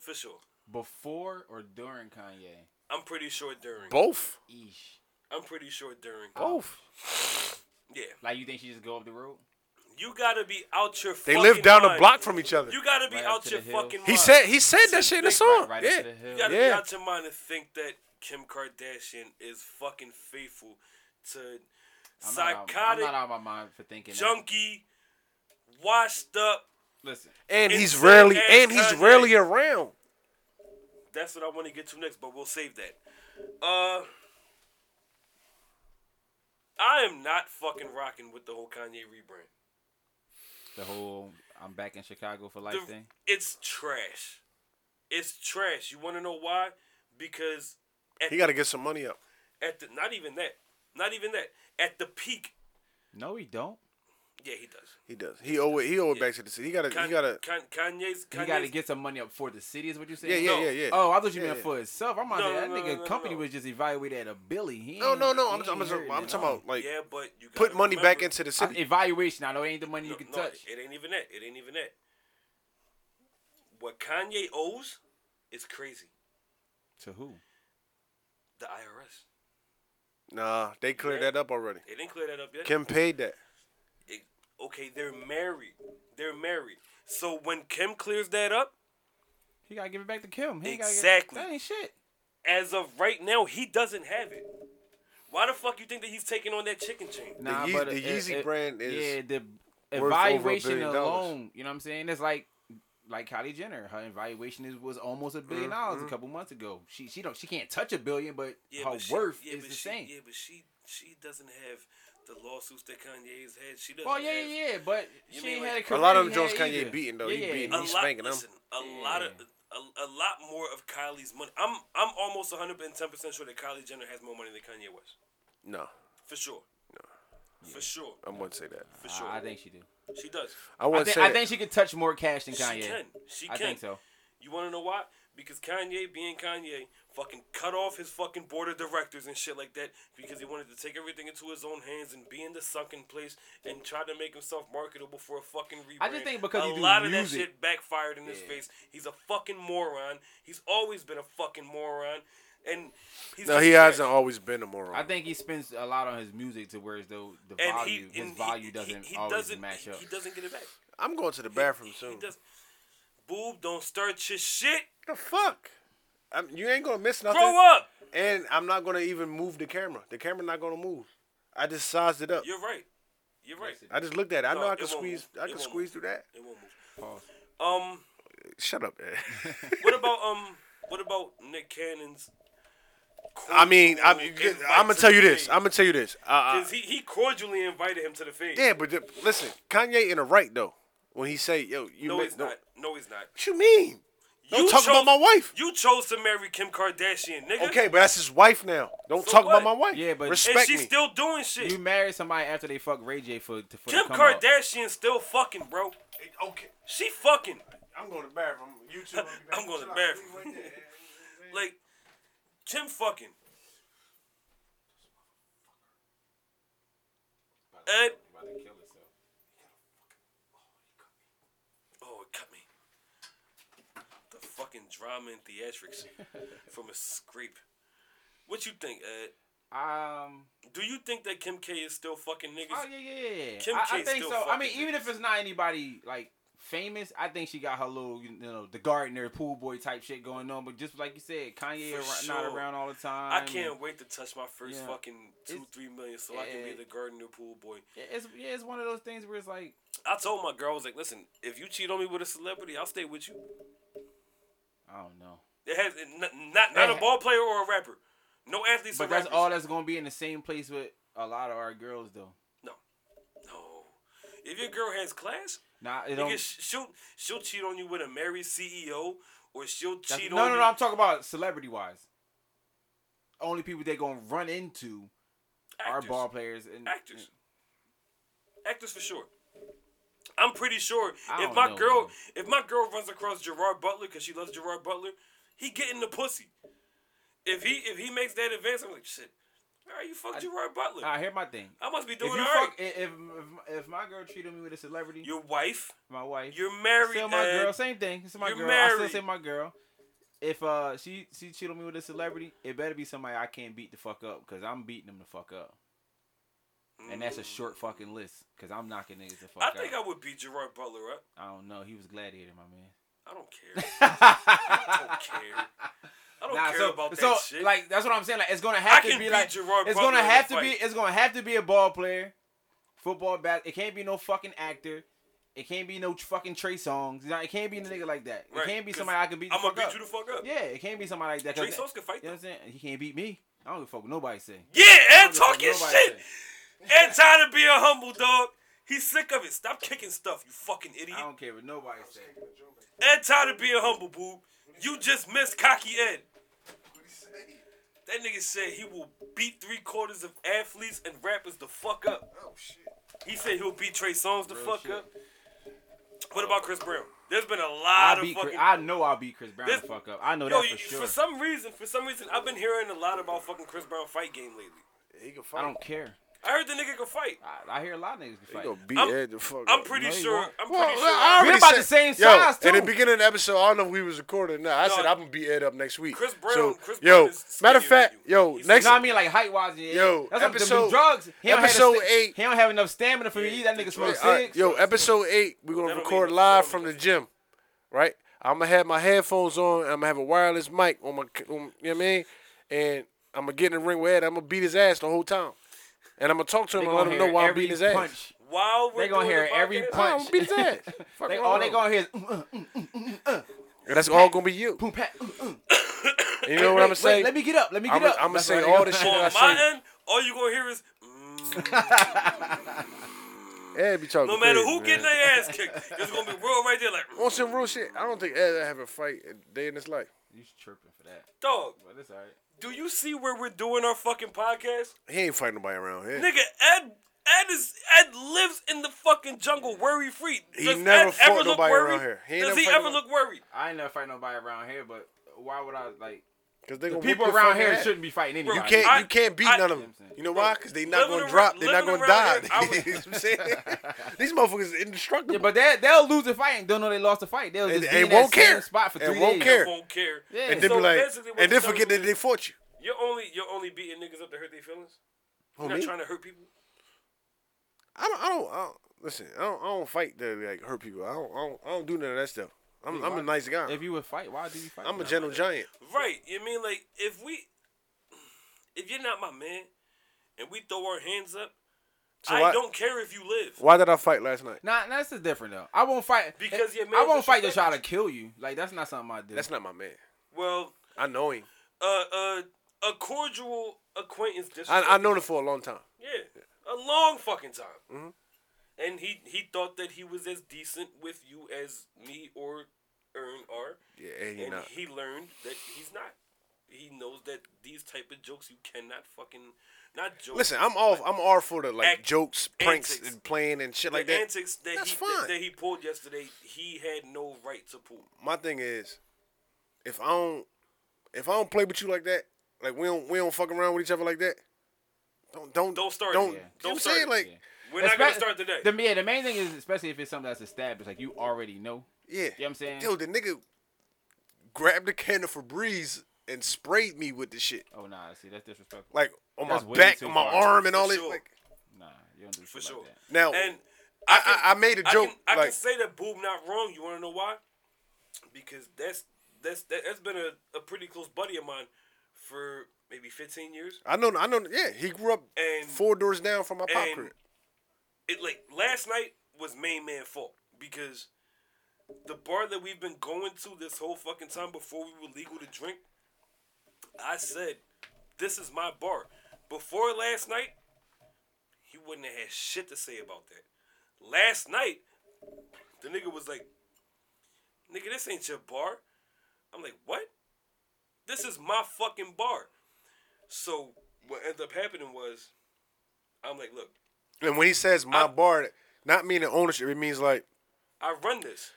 S2: for sure.
S4: Before or during Kanye?
S2: I'm pretty sure during.
S3: Both.
S4: Eesh.
S2: I'm pretty sure during.
S3: Both.
S2: Yeah,
S4: Like you think she just go up the road?
S2: you gotta be out your.
S3: They
S2: fucking
S3: live down
S2: mind.
S3: the block from each other.
S2: You gotta be
S4: Right up
S2: out
S4: to
S2: your
S4: the hill.
S2: fucking.
S3: He
S2: mind.
S3: said he said that shit in the song.
S4: Right, right
S3: yeah.
S4: up to the hill.
S2: You gotta be
S3: Yeah.
S2: out your mind to think that Kim Kardashian is fucking faithful to
S4: I'm not out- I'm
S2: psychotic,
S4: not out of my mind for thinking. that.
S2: junkie, washed up.
S4: Listen,
S3: And
S2: It's
S3: he's
S2: that
S3: rarely
S2: ass
S3: and he's
S2: Kanye.
S3: rarely around.
S2: That's what I want to get to next, but we'll save that. Uh, I am not fucking rocking with the whole Kanye rebrand.
S4: the whole I'm back in Chicago for life
S2: The,
S4: thing.
S2: it's trash. It's trash. You want to know why? Because at,
S3: He got to get some money up.
S2: at the not even that, not even that. At the peak,
S4: No, he don't.
S2: yeah, he does.
S3: He does. He owe it. He owe it back to the city. He got to.
S2: Kan-
S3: He got to.
S2: Kan- Kanye's. Kanye's
S4: He got to get some money up for the city, is what you saying?
S3: Yeah, yeah,
S2: No.
S3: yeah, yeah.
S4: Oh, I thought you
S3: Yeah,
S4: meant
S3: yeah.
S4: for itself. I'm out
S2: No,
S4: there. That
S2: no, no,
S4: nigga
S2: no, no,
S4: company
S2: no.
S4: was just evaluated at a billy. He
S3: No,
S4: ain't-
S3: no, no.
S4: he
S3: I'm,
S4: ain't
S3: I'm, I'm,
S4: hurting
S3: I'm
S4: at
S3: talking
S4: all.
S3: about like
S2: yeah, but you gotta
S3: put money back
S2: remember-
S3: into the
S4: Uh,
S3: city.
S4: evaluation. I know it ain't the money you
S2: No,
S4: can
S2: no,
S4: touch.
S2: It ain't even that. It ain't even that. What Kanye owes is crazy.
S4: To who?
S2: The IRS.
S3: Nah, they cleared
S2: Yeah.
S3: that up already.
S2: They didn't clear that up yet.
S3: Kim paid that.
S2: It- okay, they're married. They're married. So when Kim clears that up,
S4: He gotta give it back to Kim. He ain't gotta get-
S2: Exactly.
S4: that ain't shit.
S2: as of right now, he doesn't have it. Why the fuck you think that he's taking on that chicken chain?
S4: Nah,
S3: Ye-
S4: but
S3: the
S4: it-
S3: Yeezy
S4: it-
S3: brand is
S4: yeah. The
S3: over a
S4: evaluation
S3: billion dollars.
S4: alone, you know what I'm saying? It's like like Kylie Jenner. Her evaluation is was almost a 1000000000
S3: Mm-hmm.
S4: dollars a couple months ago. She she don't she can't touch a billion, but her
S2: but she-
S4: worth
S2: yeah,
S4: is
S2: but
S4: the
S2: she,
S4: same.
S2: Yeah, but she she doesn't have the lawsuits that Kanye's had. She doesn't.
S4: Well, yeah,
S2: have-
S4: yeah, yeah, but
S2: You
S4: she
S2: mean
S4: ain't
S2: like-
S4: had a
S3: A
S4: career.
S3: lot of
S4: he
S3: them joints
S4: had
S3: Kanye
S4: either.
S3: beating, though.
S4: Yeah,
S3: He
S4: yeah.
S3: beating.
S2: a
S3: He's
S2: lot,
S3: spanking 'em.
S2: listen, A lot of a, a lot more of Kylie's money. I'm I'm almost 110 percent sure that Kylie Jenner has more money than Kanye West.
S3: no,
S2: For sure. For sure.
S3: I wouldn't say that.
S2: For sure.
S4: I, I think she do.
S2: she does.
S3: I
S4: I
S3: wouldn't
S4: think,
S3: say
S4: I
S3: that.
S4: think she could touch more cash than Kanye.
S2: She can. She
S4: I
S2: can.
S4: think so.
S2: You want to know why? Because Kanye, being Kanye, fucking cut off his fucking board of directors and shit like that because he wanted to take everything into his own hands and be in the sunken place and try to make himself marketable for a fucking rebrand.
S4: I just think because
S2: a
S4: he do
S2: lot of that
S4: music-
S2: shit backfired in his face. He's a fucking moron. He's always been a fucking moron, and he's
S3: No,
S2: just
S3: he
S2: trash.
S3: hasn't always been a moron.
S4: I think he spends a lot on his music to where as though the
S2: And
S4: value
S2: he, and
S4: his value
S2: he,
S4: doesn't
S2: he, he
S4: always
S2: doesn't,
S4: match
S2: he,
S4: up.
S2: He doesn't get it back.
S3: I'm going to the bathroom
S2: He-
S3: soon.
S2: He does. Boob, don't start your shit.
S3: the fuck? I'm, you ain't gonna miss nothing.
S2: Grow up.
S3: And I'm not gonna even move the camera. The camera not gonna move. I just sized it up.
S2: You're right. You're right.
S3: I just looked at it. I
S2: No,
S3: know I
S2: it
S3: can
S2: won't
S3: squeeze.
S2: move.
S3: I
S2: It
S3: can
S2: won't
S3: squeeze
S2: move.
S3: through that.
S2: It won't move.
S4: Pause.
S2: Um,
S3: Shut up, man.
S2: what about um, what about Nick Cannon's?
S3: I mean, I'm,
S2: cordial invite
S3: I'm gonna
S2: to
S3: tell
S2: the
S3: you this.
S2: stage?
S3: I'm gonna tell you this. Uh, uh,
S2: Cause he he cordially invited him to the fade.
S3: yeah, but the, listen, Kanye in the right though when he say, "Yo, you
S2: no,
S3: ma-
S2: he's not. No, he's not.
S3: What you mean? Don't talk about my wife.
S2: You chose to marry Kim Kardashian, nigga.
S3: Okay, but that's his wife now. Don't
S2: So
S3: talk about
S2: what?
S3: my wife.
S4: Yeah, but- And
S2: and
S3: respect
S2: she's
S3: me.
S2: still doing shit.
S4: You marry somebody after they fuck Ray J for to for the
S2: Kim
S4: come out.
S2: Kardashian still fucking, bro.
S3: okay,
S2: She fucking.
S3: I'm going to the bathroom. You too.
S2: I'm going to the bathroom. like, Kim fucking. Ed. Oh, it cut me. The fucking drama and theatrics from a scrape. What you think, Ed?
S4: Um.
S2: Do you think that Kim K is still fucking niggas?
S4: Oh yeah, yeah, yeah, yeah.
S2: Kim
S4: I, I
S2: K's
S4: think
S2: still
S4: so. I mean,
S2: fucking
S4: even
S2: niggas.
S4: if it's not anybody like famous, I think she got her little, you know, the gardener, pool boy type shit going on. But just like you said, Kanye
S2: For
S4: ar-
S2: sure.
S4: not around all the time.
S2: I can't wait to touch my first
S4: Yeah.
S2: fucking two,
S4: It's-
S2: three million so I can be
S4: yeah.
S2: the gardener pool boy.
S4: It- It's yeah, it's one of those things where it's like,
S2: I told my girl, I was like, listen, if you cheat on me with a celebrity, I'll stay with you.
S4: I don't know.
S2: It has n- n- not not a ball player or a rapper. No athletes.
S4: But
S2: or
S4: that's
S2: rappers.
S4: all that's gonna be in the same place with a lot of our girls though.
S2: No. If your girl has class,
S4: Nah, it
S2: nigga,
S4: don't.
S2: sh- she'll she'll cheat on you with a married CEO, or she'll
S4: that's-
S2: cheat
S4: no,
S2: on
S4: no,
S2: you.
S4: no. I'm talking about celebrity wise. Only people they're gonna run into are
S2: Actors.
S4: ball players and
S2: actors. Actors for sure. I'm pretty sure
S4: I
S2: if
S4: don't
S2: my
S4: know,
S2: girl
S4: man.
S2: if my girl runs across Gerard Butler because she loves Gerard Butler, he getting the pussy. If he if he makes that advance, I'm like shit. All right, you fuck Gerard Butler.
S4: Nah, hear my thing.
S2: I must be
S4: If
S2: doing
S4: you
S2: all right.
S4: fuck, i- if, if if my girl treated me with a celebrity,
S2: your wife,
S4: my wife,
S2: you're married. uh,
S4: still my
S2: Ed.
S4: girl. Same thing. It's my
S2: You're
S4: girl. I
S2: married.
S4: still say my girl. If uh she she cheat on me with a celebrity, it better be somebody I can't beat the fuck up because I'm beating them the fuck up, and that's a short fucking list because I'm knocking niggas the fuck
S2: mm, I
S4: out.
S2: think I would beat Gerard Butler up.
S4: I don't know. He was gladiator, my man.
S2: I don't care.
S4: I
S2: don't care. I don't
S4: Nah,
S2: care
S4: so,
S2: about
S4: so
S2: that shit.
S4: like that's what I'm saying. Like it's gonna
S2: I
S4: have to
S2: can
S4: be
S2: beat
S4: like
S2: Gerard
S4: it's
S2: Butler
S4: gonna
S2: in a
S4: have to be
S2: fight.
S4: it's gonna have to be a ball player, football bat. It can't be no fucking actor. It can't be no tr- fucking Trey Songs. You know, It can't be a nigga like that.
S2: Right,
S4: it can't be
S2: 'cause
S4: somebody I can beat.
S2: I'm gonna
S4: going
S2: beat you the fuck up.
S4: yeah, it can't be somebody like that. 'cause
S2: Trey
S4: that-
S2: Songz can fight
S4: You know
S2: though.
S4: what I'm saying? He can't beat me. I don't give a fuck what nobody say.
S2: Yeah,
S4: I
S2: and
S4: don't give a fuck
S2: talking
S4: what nobody
S2: shit. And tired of being humble, dog. He's sick of it. Stop kicking stuff, you fucking
S4: say.
S2: idiot.
S4: I don't care what nobody say.
S2: Ed tired of being humble, boo. You just missed cocky Ed. That nigga said he will beat three quarters of athletes and rappers the fuck up.
S5: Oh shit.
S2: He said he'll beat Trey Songz the
S4: Real
S2: fuck
S4: shit.
S2: up. What about Chris Brown? There's been a lot
S4: I
S2: of
S4: beat.
S2: Ah, fucking.
S4: Chris, I know I'll beat Chris Brown
S2: This-
S4: the fuck up. I know
S2: Yo,
S4: that
S2: you-
S4: for sure.
S2: for some reason, for some reason, I've been hearing a lot about fucking Chris Brown fight game lately.
S3: He can fight.
S4: I don't care.
S2: I heard the nigga can fight.
S4: I, I hear a lot of niggas
S3: He
S4: can
S3: gonna
S4: fight.
S3: beat
S2: I'm-
S3: Ed the fuck.
S2: I'm
S3: up.
S2: pretty
S4: No, he
S2: sure.
S4: won't.
S2: I'm
S3: Well,
S2: pretty
S3: I
S2: sure.
S3: already
S4: We're about the
S3: said-
S4: same
S3: yo,
S4: size,
S3: In the
S4: too.
S3: beginning of the episode, I don't know if we was recording or not. I
S2: No,
S3: said I'm gonna beat Ed up next week.
S2: Chris Brown-
S3: So,
S2: Chris Brown
S3: yo,
S2: is
S3: matter of
S2: skinnier than
S3: fact,
S2: you.
S3: yo,
S2: He's
S3: next
S4: You know what I mean? Like height wise, yeah.
S3: Yo,
S4: that's what
S3: episode-
S4: them drugs. He don't have the
S3: episode
S4: sta-
S3: eight.
S4: He don't have enough stamina for me either. That nigga smokes
S3: All right,
S4: six.
S3: yo, episode eight, we're
S2: That
S3: gonna
S2: don't
S3: record
S2: mean-
S3: live
S2: that don't
S3: from the
S2: mean-
S3: gym, right? I'm gonna have my headphones on. I'm gonna have a wireless mic on my, c- on, you know what I mean? And I'm gonna get in the ring with Ed. I'm gonna beat his ass the whole time, and I'm gonna talk to him
S4: They
S3: and
S4: gonna
S3: let him
S4: hear
S3: know why I'm
S4: every
S3: beating his ass.
S4: punch.
S2: While we're
S4: They gonna
S2: doing
S4: hear
S2: the
S4: every
S2: podcast-
S3: Nah, I'm
S4: punch.
S3: gonna beat his ass. Fuck
S4: They,
S3: wrong
S4: all
S3: with
S4: they
S3: him?
S4: gonna hear is mm, mm, mm, mm, mm,
S3: And that's all gonna be you.
S4: boom, pat. mm, mm.
S3: And you know what I'm gonna
S4: Wait,
S3: say?
S4: Let me get up. Let me get
S3: I'ma-
S4: up.
S3: I'ma
S4: That's
S3: say
S4: what they
S3: all
S4: gonna-
S3: this shit
S2: on
S3: that I
S2: my
S3: say-
S2: end, all you gonna hear is. Mm.
S3: Ed be talking
S2: No matter
S3: crazy,
S2: who
S3: man.
S2: getting their ass kicked, it's gonna be real right there. Like,
S3: on some real shit. I don't think Ed have a fight a day in his life.
S4: You tripping for that?
S2: dog,
S4: But it's alright.
S2: do you see where we're doing our fucking podcast?
S3: He ain't fighting nobody around here.
S2: Nigga, Ed, Ed is Ed lives in the fucking jungle, worry free.
S3: He never fought nobody
S2: worried?
S3: around here. He ain't
S2: Does
S3: never
S2: he
S3: fought
S2: ever
S3: nobody.
S2: look worried?
S4: I ain't never fight nobody around here, but why would I like?
S3: Cause they
S4: The
S3: gonna whoop
S4: people
S3: your
S4: around
S3: fucking
S4: here
S3: ass.
S4: shouldn't be fighting anybody.
S3: You
S2: Bro,
S3: can't.
S2: I-
S3: you can't beat
S2: I-
S3: none of them. You know why? Cause they not
S2: living
S3: gonna
S2: around-
S3: drop. They're not
S2: living
S3: gonna die.
S2: around here, I was-
S3: You know what I'm saying? These motherfuckers
S4: Yeah,
S3: indestructible.
S4: but they they'll lose the fight and don't know they lost the fight. They'll
S3: And- and
S4: just be in that
S3: won't
S4: same
S3: care.
S4: spot for
S3: And
S4: three
S3: won't
S4: days.
S3: care.
S2: Won't care.
S4: Yeah.
S3: and then
S2: so
S3: be like,
S2: basically what
S3: and then
S2: you're telling
S3: forget
S2: me-
S3: that they fought you.
S2: You're only you're only beating niggas up to hurt their feelings. You're
S3: Who,
S2: not
S3: me?
S2: trying to hurt people.
S3: I don't. I don't. I don't listen. I don't. I don't fight to like hurt people. I don't. I don't, I don't do none of that stuff. I'm. I'm a nice guy.
S4: If you would fight, why do you fight?
S3: I'm a gentle giant.
S2: Right. You mean like if we if you're not my man and we throw our hands up,
S3: So
S2: I
S3: why-
S2: don't care if you live.
S3: Why did I fight last night?
S4: Nah, that's a different though. I won't fight
S2: Because your
S4: I
S2: man
S4: won't fight to
S2: disrespect
S4: try to kill you. Like that's not something I do.
S3: That's not my man.
S2: Well,
S3: I know him.
S2: uh, uh, a cordial acquaintance disrespect.
S3: I I known him for a long time.
S2: Yeah, a long fucking time.
S3: Mm-hmm.
S2: And he he thought that he was as decent with you as me or Earn are,
S3: Yeah, and he
S2: and
S3: not.
S2: he learned that he's not. He knows that these type of jokes you cannot fucking not joke.
S3: Listen, I'm all I'm all for the like
S2: Act-
S3: jokes, pranks,
S2: antics.
S3: and playing and shit like
S2: the
S3: that.
S2: antics that
S3: That's
S2: he
S3: fine.
S2: That, that he pulled yesterday, he had no right to pull.
S3: My thing is, if I don't if I don't play with you like that, like we don't we don't fuck around with each other like that. Don't don't
S2: Don't start it.
S3: Don't,
S2: Yeah.
S3: you know
S2: Don't
S3: what I'm
S2: start
S3: saying
S2: it.
S3: like
S2: We're not gonna
S4: Espe-
S2: start today.
S4: The, yeah, the main thing is especially if it's something that's established, like you already know.
S3: yeah.
S4: You know what I'm saying?
S3: Yo, the nigga grabbed a can of Febreze and sprayed me with the shit.
S4: Oh nah, see that's disrespectful.
S3: Like on
S4: That's
S3: my
S4: way
S3: back,
S4: too
S3: on my
S4: far.
S3: arm, and
S2: For
S3: all this.
S2: sure.
S3: Like,
S4: nah, you don't do shit
S2: for
S4: like
S2: sure.
S4: that.
S3: now,
S2: And
S3: I,
S2: can-
S3: I, I made a
S2: I
S3: joke.
S2: can, I
S3: like,
S2: can say that Boob not wrong. You want to know why? Because that's that's that, that's been a, a pretty close buddy of mine for maybe 15 years.
S3: I know, I know. Yeah, he grew up
S2: And-
S3: four doors down from my pop
S2: and-
S3: crib.
S2: It like last night was main man fault because the bar that we've been going to this whole fucking time before we were legal to drink, I said, this is my bar. Before last night, he wouldn't have had shit to say about that. Last night, the nigga was like, nigga, this ain't your bar. I'm like, what? This is my fucking bar. So what ended up happening was, I'm like, look,
S3: And when he says my
S2: I-
S3: bar, not meaning ownership, it means like
S2: I run this.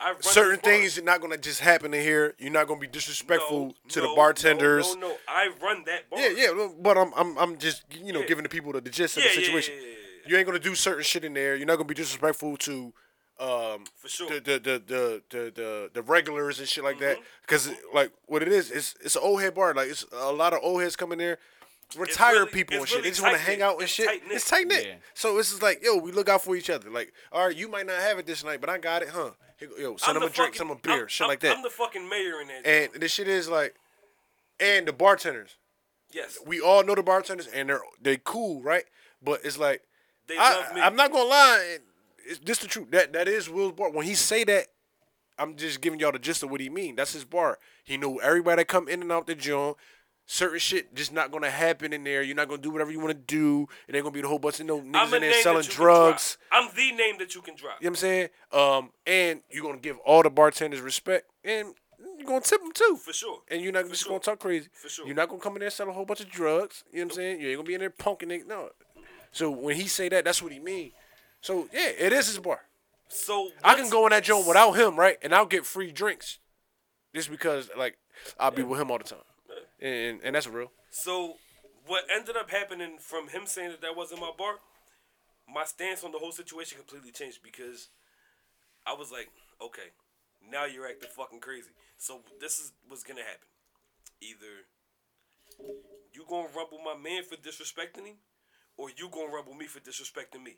S2: I run
S3: certain
S2: this bar.
S3: things are not gonna just happen in here. You're not gonna be disrespectful
S2: No,
S3: to
S2: no,
S3: the
S2: no,
S3: bartenders.
S2: No, no, I run that bar.
S3: Yeah, yeah, no, but I'm, I'm, I'm just you know
S2: Yeah.
S3: giving the people the, the gist of
S2: Yeah,
S3: the
S2: yeah, yeah,
S3: situation.
S2: yeah, yeah, yeah.
S3: You ain't gonna do certain shit in there. You're not gonna be disrespectful to um,
S2: For sure.
S3: the, the, the, the, the, the, the regulars and shit like that.
S2: Mm-hmm.
S3: Because like what it is, it's it's an old head bar. Like it's a lot of old heads coming there. Retired
S2: really-
S3: people
S2: it's
S3: and shit.
S2: really
S3: they just want to
S2: tight-knit.
S3: hang out and
S2: It's
S3: shit.
S2: tight-knit.
S3: It's tight knit.
S4: Yeah.
S3: So it's just like, yo, we look out for each other. Like, all right, you might not have it this night, but I got it, huh? Here go- Yo, send
S2: I'm
S3: them a drink,
S2: the fucking-
S3: send them a beer,
S2: I'm-
S3: shit
S2: I'm-
S3: like that.
S2: I'm the fucking mayor in that.
S3: and the shit is like, and the bartenders
S2: yes,
S3: we all know the bartenders and they're they cool, right? But it's like
S2: they
S3: I,
S2: love me.
S3: I'm not gonna lie, and it's, this the truth. That that is Will's bar. When he say that, I'm just giving y'all the gist of what he mean. That's his bar. He know everybody that come in and out the joint. Certain shit just not gonna happen in there. You're not gonna do whatever you wanna do. It ain't gonna be the whole bunch of no
S2: I'm
S3: niggas
S2: a
S3: in there
S2: name
S3: selling
S2: that you can
S3: drugs.
S2: drop. I'm the name that you can drop.
S3: You know what I'm saying? Um, and you're gonna give all the bartenders respect, and you're gonna tip them too.
S2: For sure.
S3: And you're not
S2: For
S3: just
S2: sure.
S3: gonna talk crazy.
S2: For sure.
S3: You're not gonna come in there and sell a whole bunch of drugs. You know what I'm saying? You ain't gonna be in there punking it. No. So when he say that, that's what he mean. So yeah, it is his bar.
S2: So
S3: I can
S2: once-
S3: go in that joint without him, right? And I'll get free drinks, just because like I'll be with him all the time, and and that's real.
S2: So what ended up happening from him saying that that wasn't my bar, my stance on the whole situation completely changed because I was like, okay, now you're acting fucking crazy. So this is what's gonna happen. Either you gonna rumble my man for disrespecting him, or you gonna rumble me for disrespecting me.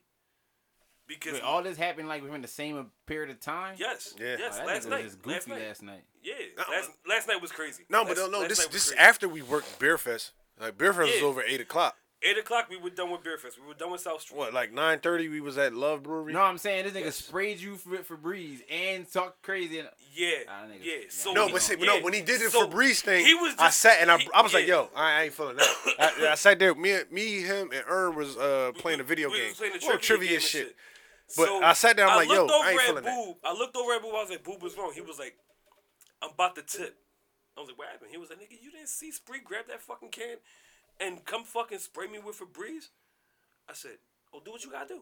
S2: Because
S4: Wait, all this happened like within the same uh, period of time.
S2: yes,
S3: Yeah.
S2: yes,
S4: Oh, that
S2: last
S4: nigga
S2: night,
S4: was goofy
S2: last night,
S4: last night.
S2: yeah, last, last night was crazy.
S3: No, but
S2: Last-
S3: no, no.
S2: last
S3: This
S2: night was
S3: this
S2: crazy.
S3: after we worked Beer Fest. Like Beer Fest was
S2: Yeah.
S3: over eight o'clock.
S2: eight o'clock. We were done with Beer Fest. We were done with South Street.
S3: What like nine thirty? We was at Love Brewery.
S4: No, I'm saying this nigga sprayed you for Febreze and talk crazy. And,
S2: Yeah,
S4: Nah, that nigga-
S2: yeah.
S4: nah.
S2: So
S3: No,
S2: he-
S3: but see,
S2: yeah.
S3: no, when he did the
S2: So
S3: Febreze thing,
S2: he was. Just,
S3: I sat and I,
S2: he-
S3: I was like,
S2: yeah.
S3: "Yo, I, I ain't feeling that." I, I sat there. Me, and- me, him, and Ern was uh, playing a video
S2: we
S3: game,
S2: was playing the
S3: Little
S2: trivia,
S3: trivia
S2: game
S3: and shit.
S2: And shit.
S3: But I sat down, I'm like, yo,
S2: looked
S3: I ain't
S2: over at
S3: feeling that.
S2: Boob. I looked over at Boob. I was like, Boob was wrong. He was like, I'm about to tip. I was like, what happened? He was like, nigga, you didn't see Spree grab that fucking can and come fucking spray me with Febreze? I said, oh, do what you gotta do.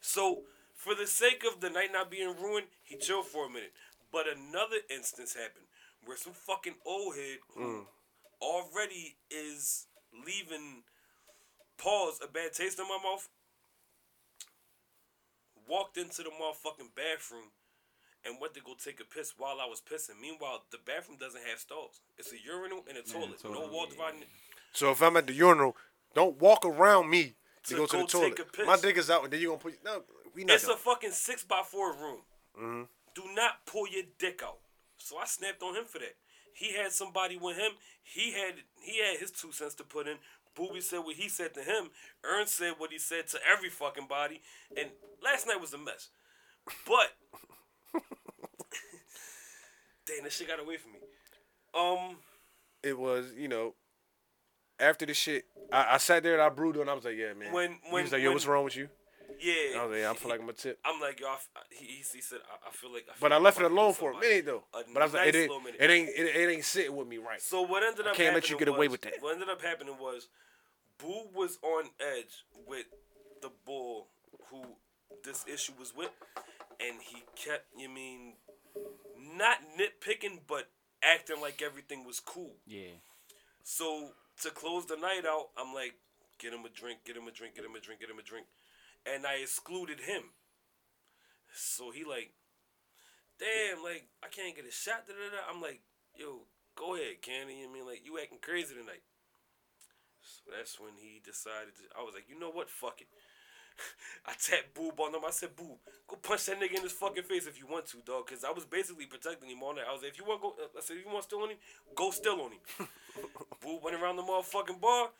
S2: So, for the sake of the night not being ruined, he chilled for a minute. But another instance happened where some fucking old head
S3: Mm.
S2: who already is leaving pause a bad taste in my mouth walked into the motherfucking bathroom and went to go take a piss while I was pissing. Meanwhile, the bathroom doesn't have stalls. It's a urinal and a toilet.
S4: toilet,
S2: no wall
S4: yeah.
S2: dividing. it.
S3: So if I'm at the urinal, don't walk around me to,
S2: To
S3: go to
S2: go
S3: the toilet.
S2: take a piss.
S3: My dick is out, and then you gonna put. No, we not.
S2: It's a
S3: doing-
S2: fucking six by four room.
S3: Mm-hmm.
S2: Do not pull your dick out. So I snapped on him for that. He had somebody with him. He had he had his two cents to put in. Booby said what he said to him. Ern said what he said to every fucking body. And last night was a mess. But damn, that shit got away from me. Um,
S3: it was, you know. After the shit, I, I sat there and I brewed and I was like, "Yeah, man."
S2: When-
S3: he
S2: when-
S3: was like, "Yo,
S2: when-
S3: what's wrong with you?"
S2: yeah.
S3: I was like, yeah, "I feel like I'm a tip."
S2: I'm like, yo, I f- he, he he said, I, I feel like. I feel
S3: But I
S2: like
S3: left it
S2: I'm
S3: alone
S2: fucking
S3: for a
S2: somebody.
S3: minute though.
S2: A
S3: But I was like,
S2: nice
S3: "It ain't,
S2: little minute.
S3: it ain't, it, it ain't sitting with me right."
S2: So what ended up
S3: can't let you
S2: happening
S3: get away
S2: was-
S3: with that.
S2: What ended up happening was Boo was on edge with the bull who this issue was with, and he kept, you mean, not nitpicking, but acting like everything was cool.
S4: yeah,
S2: So to close the night out, I'm like, get him a drink, get him a drink, get him a drink, get him a drink, and I excluded him. So he like, damn, like I can't get a shot. Da, da, da. I'm like, yo, go ahead, Candy. I mean, like you acting crazy tonight. So that's when he decided. To, I was like, you know what, fuck it. I tapped Boob on him. I said, Boob, go punch that nigga in his fucking face if you want to, dog. Because I was basically protecting him all night. I was like, if you want go, I said, if you want to steal on him, go steal on him. Boo went around the motherfucking bar.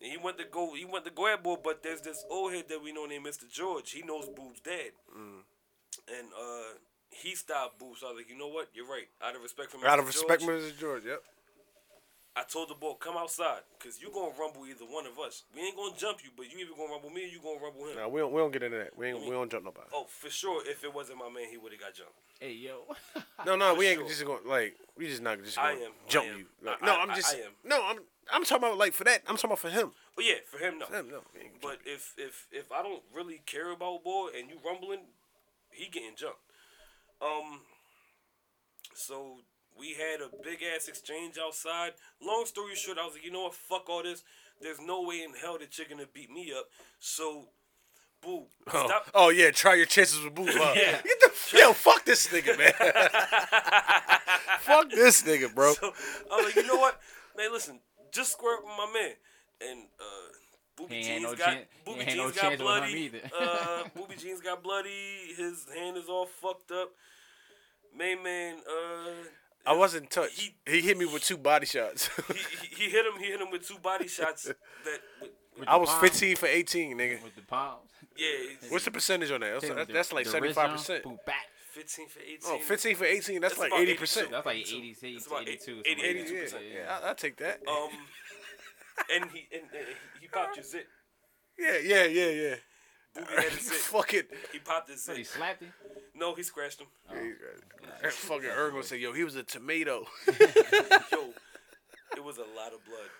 S2: And he went to go. He went to grab Boo, but there's
S3: Mm.
S2: this old head that we know named Mr. George. He knows Boo's dad, and uh, he stopped Boots. I was like, you know what? You're right. Out of respect for Mr.
S3: Out of respect,
S2: George,
S3: Mrs. George. Yep.
S2: I told the boy, come outside, cause you gonna rumble either one of us. We ain't gonna jump you, but you either gonna rumble me or you gonna rumble him.
S3: Nah, we don't. We don't get into that. We ain't. We don't jump nobody.
S2: Oh, for sure. If it wasn't my man, he would have got jumped.
S4: Hey yo,
S3: No, no,
S2: For
S3: we ain't
S2: sure.
S3: just going to like we just not just
S2: I
S3: going to
S2: am, I
S3: jump
S2: am.
S3: you. Like,
S2: I-
S3: no,
S2: I-
S3: I'm
S2: I-
S3: just
S2: I am.
S3: no, I'm I'm talking about like for that. I'm talking about for him.
S2: But yeah, for him, no.
S3: For him, no. we ain't
S2: But if if if I don't really care about boy and you rumbling, he getting jumped. Um. So we had a big ass exchange outside. Long story short, I was like, you know what? Fuck all this. There's no way in hell that you're gonna beat me up. So, boo,
S3: Oh,
S2: stop.
S3: oh, yeah, try your chances with Boo. Huh?
S2: Yeah.
S3: Get the yo, fuck this nigga, man. fuck this nigga, bro.
S2: So I'm like, you know what, man? Listen, just square up with my man. And uh, Booby
S4: He ain't
S2: Jeans
S4: no
S2: got
S4: chan-
S2: Booby
S4: he ain't
S2: Jeans
S4: no chance
S2: got
S4: with him
S2: bloody.
S4: either.
S2: uh, Booby Jeans got bloody. His hand is all fucked up. Main man, uh,
S3: I wasn't touched.
S2: He-
S3: He, hit me with two body shots.
S2: he, he, he hit him. He hit him with two body shots. That
S4: With
S3: I
S4: the
S3: was
S4: palm-
S3: 15 for 18, nigga.
S4: with the palms.
S2: yeah, it's
S3: What's the percentage on that? That's, that's, that's like
S4: The wrist
S3: 75
S4: down,
S3: percent.
S4: boom, back.
S2: 15 for 18.
S3: Oh, 15 for 18. That's
S2: That's
S3: like
S2: about
S3: 80 percent.
S2: 82.
S4: That's like
S2: 82.
S4: 86,
S2: It's about
S4: 82,
S2: eight-
S4: something like
S2: 82%.
S4: that.
S3: Yeah, yeah, I, will take that.
S2: Um, and he and, and he popped his zit.
S3: yeah, yeah, yeah, yeah.
S2: Booby had his zit.
S3: Fuck it. Oh,
S2: He popped his
S4: But he
S2: zit.
S4: slapped him.
S2: No, he scratched him.
S3: That fucking Ergo said, yo, he was a tomato.
S2: Yo, it was a lot of blood.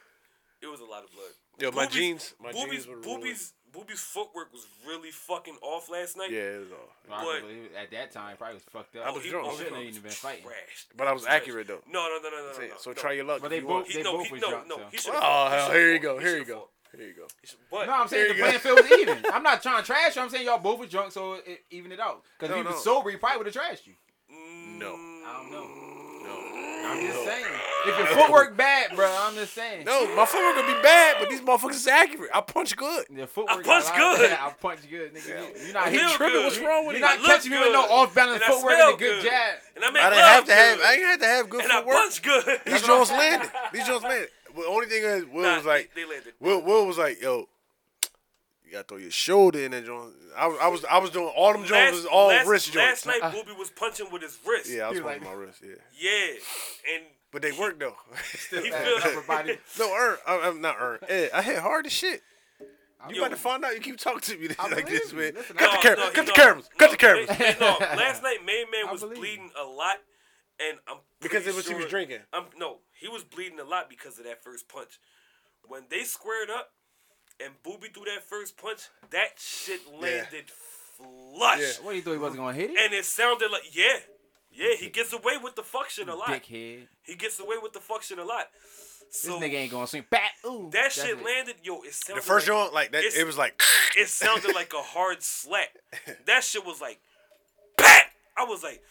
S2: It was a lot of blood.
S3: Yo, my
S2: Boobies-
S3: jeans, my
S2: Booby's,
S3: jeans were ruined.
S2: Booby's, Booby's footwork was really fucking off last night.
S3: Yeah, it was all.
S4: Well, I
S2: But-
S4: believe it. at that time, he probably was fucked up.
S3: I was
S2: he-
S3: drunk.
S2: oh,
S3: He
S4: shouldn't
S2: no,
S4: have
S2: he
S4: even been
S2: was
S4: fighting.
S2: trashed.
S3: But I was
S2: He trashed.
S3: accurate, though.
S2: No, no, no, no, no, no.
S3: So
S2: no.
S3: try your luck.
S4: But
S3: if
S4: they
S3: you want.
S4: both-
S2: He, no,
S4: both
S2: he,
S4: was
S2: no,
S4: drunk,
S2: no.
S4: so.
S2: He should've
S3: Oh
S2: fought. He
S3: hell,
S2: should've
S3: here you
S2: fought.
S3: go,
S2: He
S3: here you
S2: should've
S3: go,
S2: fought.
S3: here you go.
S2: He should- But
S4: No, I'm saying the
S3: There you
S4: playing field was even. I'm not trying to trash you. I'm saying y'all both were drunk, so it evened it out. Because
S3: No,
S4: if he
S3: no.
S4: was sober, he probably would have trashed you.
S3: No,
S4: I don't know.
S3: no,
S4: I'm just saying. If your footwork bad, bro, I'm just saying.
S3: no. My footwork gonna be bad, but these motherfuckers is accurate. I punch good.
S4: Your footwork
S2: I
S4: got
S2: punch
S4: a lot of-
S2: good.
S4: Yeah, I punch good, nigga. You- You're not
S2: I
S3: He
S2: feel
S4: hitting.
S3: tripping.
S2: good.
S3: What's wrong with
S2: And
S3: him?
S2: I
S4: You're not
S2: look
S4: catching him with no
S2: good. And
S4: off-balance
S2: I
S4: footwork and a
S2: smell
S4: good jab.
S2: And I, make
S3: I didn't
S2: love
S3: have to have.
S2: good.
S3: I didn't have to have good
S2: And I
S3: footwork.
S2: punch good.
S3: These Jones landed. These Jones landed. Well, only thing is, Will
S2: Nah,
S3: was like,
S2: they- they landed.
S3: Will, Will was like, yo. You gotta throw your shoulder in that joint. I was, I was, I was doing all them joints was all
S2: last,
S3: wrist joints.
S2: Last night, Booby was punching with his wrist.
S3: yeah, I was
S4: He like-
S3: punching my wrist. Yeah,
S2: Yeah, and
S3: but they worked though.
S2: he
S4: Hey,
S2: feel
S4: everybody.
S3: no, Ern, I, I'm not Ern. Ed, I hit hard as shit. You
S2: Yo.
S3: about to find out? You keep talking to me like
S4: believe
S3: this,
S4: you.
S3: man.
S4: Listen,
S3: cut
S4: I-
S3: the camera.
S2: he-
S3: cut the cameras. cut the cameras.
S2: man- man, no, last night Main Man
S4: I
S2: was
S4: believe you.
S2: bleeding a lot, and I'm
S3: Because
S2: pretty
S3: it was- he was
S2: sure-
S3: drinking.
S2: I'm no, he was bleeding a lot because of that first punch. When they squared up, and Booby threw that first punch, that shit landed flush,
S4: What do you thought he wasn't gonna hit it?
S2: and it sounded like yeah, yeah. He gets away with the fuck shit a lot.
S4: Dickhead.
S2: He gets away with the fuck shit a lot.
S4: This
S2: So
S4: nigga ain't gonna swing. Bat. Ooh.
S2: that
S4: that's
S2: shit
S4: it.
S2: landed, yo. It sounded
S3: The first
S2: like,
S3: joint, like that,
S2: it's-
S3: it was like.
S2: it sounded like a hard slap. That shit was like, pat. I was like,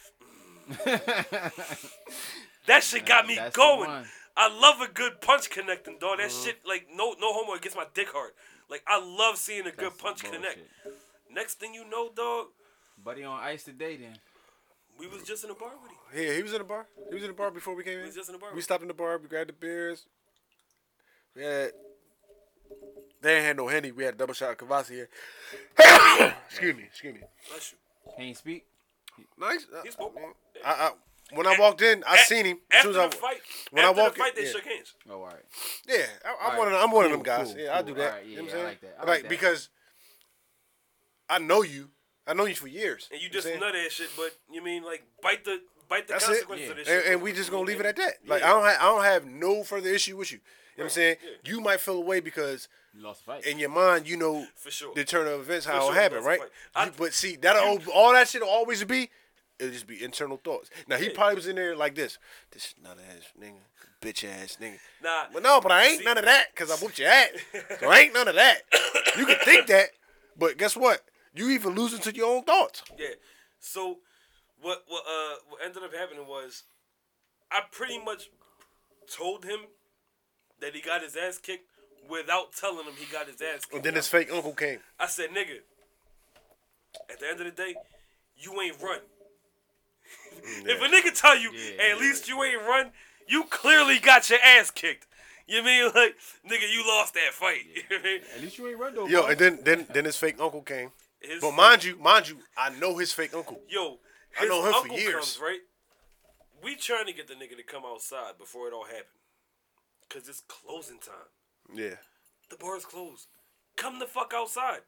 S2: that shit got me
S4: That's the
S2: going.
S4: one.
S2: I love a good punch connecting, dog.
S4: Uh-huh.
S2: That shit, like, no, no homo, it gets my dick hard. Like, I love seeing a
S4: That's
S2: good
S4: some
S2: punch connect.
S4: bullshit.
S2: Next thing you know, dog,
S4: Buddy on ice today then.
S2: we was just in a bar with him.
S3: Yeah, he was in the bar. He was in the bar before we came in.
S2: was just in the bar.
S3: We stopped in the bar. We grabbed the beers. We had. They ain't had no henny. We had a double shot of Kavasi here. excuse me. Excuse me.
S2: Bless you.
S4: Can't speak.
S3: Nice.
S2: He spoke.
S3: I, I, when I walked in, I
S2: At-
S3: seen him. As
S2: Eh, After
S3: soon as
S2: the
S3: I,
S2: fight,
S3: when I
S2: after
S3: walk
S2: the
S3: in-
S2: fight, they
S3: yeah.
S2: shook hands.
S4: Oh, all right.
S3: Yeah, I, I'm
S4: Alright,
S3: one of the, I'm one
S4: cool,
S3: of them guys.
S4: cool,
S3: yeah, I do
S4: cool.
S3: that.
S4: Alright,
S3: you know
S4: yeah,
S3: what I'm
S4: I
S3: saying?
S4: like that, I like
S3: like
S4: that.
S3: because I know you. I know you for years.
S2: And you
S3: know
S2: just
S3: what I'm
S2: know that shit, but you mean, like, bite the. Bite the
S3: That's it.
S2: consequences of
S4: Yeah.
S2: this
S3: saying?
S2: shit.
S3: And, and we just gonna leave it at that. Like
S2: Yeah.
S3: I don't have, I don't have no further issue with you. You know what I'm saying?
S2: yeah.
S3: You might feel away because
S4: You lost the fight.
S3: in your mind you know
S2: For sure.
S3: the turn of events how
S2: sure,
S3: it happened,
S2: that's
S3: right?
S2: right. I-
S3: You- but see that all, all that shit will always be it'll just be internal thoughts. Now he probably was in there like this. This nut ass nigga, bitch ass nigga.
S2: Nah.
S3: But no, but I ain't
S2: See-
S3: none of that because I whooped your ass. So I ain't none of that. You can think that, but guess what? You even losing to your own thoughts.
S2: Yeah. So what what uh what ended up happening was I pretty much told him that he got his ass kicked without telling him he got his ass
S3: And
S2: kicked.
S3: then this fake uncle came.
S2: I said, nigga, at the end of the day, you ain't run. if a nigga tell you
S4: Yeah.
S2: at least you ain't run, you clearly got your ass kicked. You mean like nigga, you lost that fight. You know what I mean?
S4: At least you ain't run though.
S3: Yo,
S4: bro.
S3: and then then then his fake uncle came.
S2: His-
S3: But mind you, mind you, I know his fake uncle.
S2: yo,
S3: I know her for years.
S2: Comes, right? We trying to get the nigga to come outside before it all happened. Cause it's closing time.
S3: Yeah.
S2: The bar's closed. Come the fuck outside.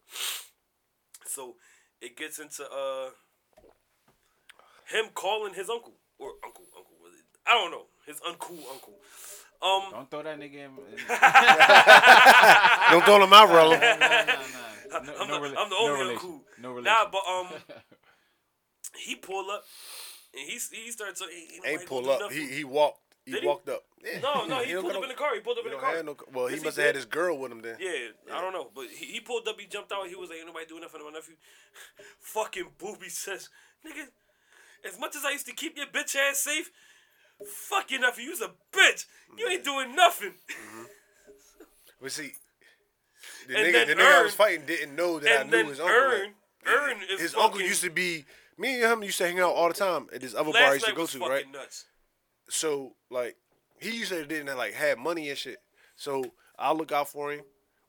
S2: So it gets into uh him calling his uncle. Or uncle, uncle was it? I don't know. His uncool uncle. Um
S4: Don't throw that nigga in. in-
S3: Don't throw them out, Rollo.
S4: Nah, nah, nah, nah. No,
S2: I'm
S4: no
S2: the-
S4: rela-
S2: I'm the
S4: no
S2: only
S4: relation.
S2: uncool.
S4: No relation.
S2: Nah, but um, he pull up and he he starts. He, he
S3: Ain't
S2: ain't
S3: pull
S2: gonna do
S3: up. He
S2: nothing.
S3: he walked. He
S2: Did he?
S3: walked up. Yeah.
S2: no, no, he
S3: don't
S2: pulled
S3: got no-
S2: up in the car. He pulled up
S3: he
S2: in the
S3: don't
S2: car.
S3: have no- well, he
S2: Yes, he
S3: must have had
S2: did.
S3: his girl with him then.
S2: Yeah, I don't know, but he, he pulled up. He jumped out. He was like, "Ain't nobody doing nothing to my nephew." Fucking booby says, "Nigga, as much as I used to keep your bitch ass safe, fuck your nephew. You's a bitch. You ain't doing nothing."
S3: But see, the
S2: And
S3: nigga,
S2: then
S3: the nigga I
S2: Earn-
S3: was fighting didn't know that I
S2: and
S3: knew
S2: then
S3: his uncle. like,
S2: Earn, Earn is
S3: his
S2: fucking,
S3: uncle used to be. Me and him used to hang out all the time at this other bar I
S2: last
S3: used to
S2: night
S3: go
S2: was
S3: to,
S2: fucking
S3: right?
S2: nuts.
S3: So like, he used to didn't like have money and shit. So I'll look out for him.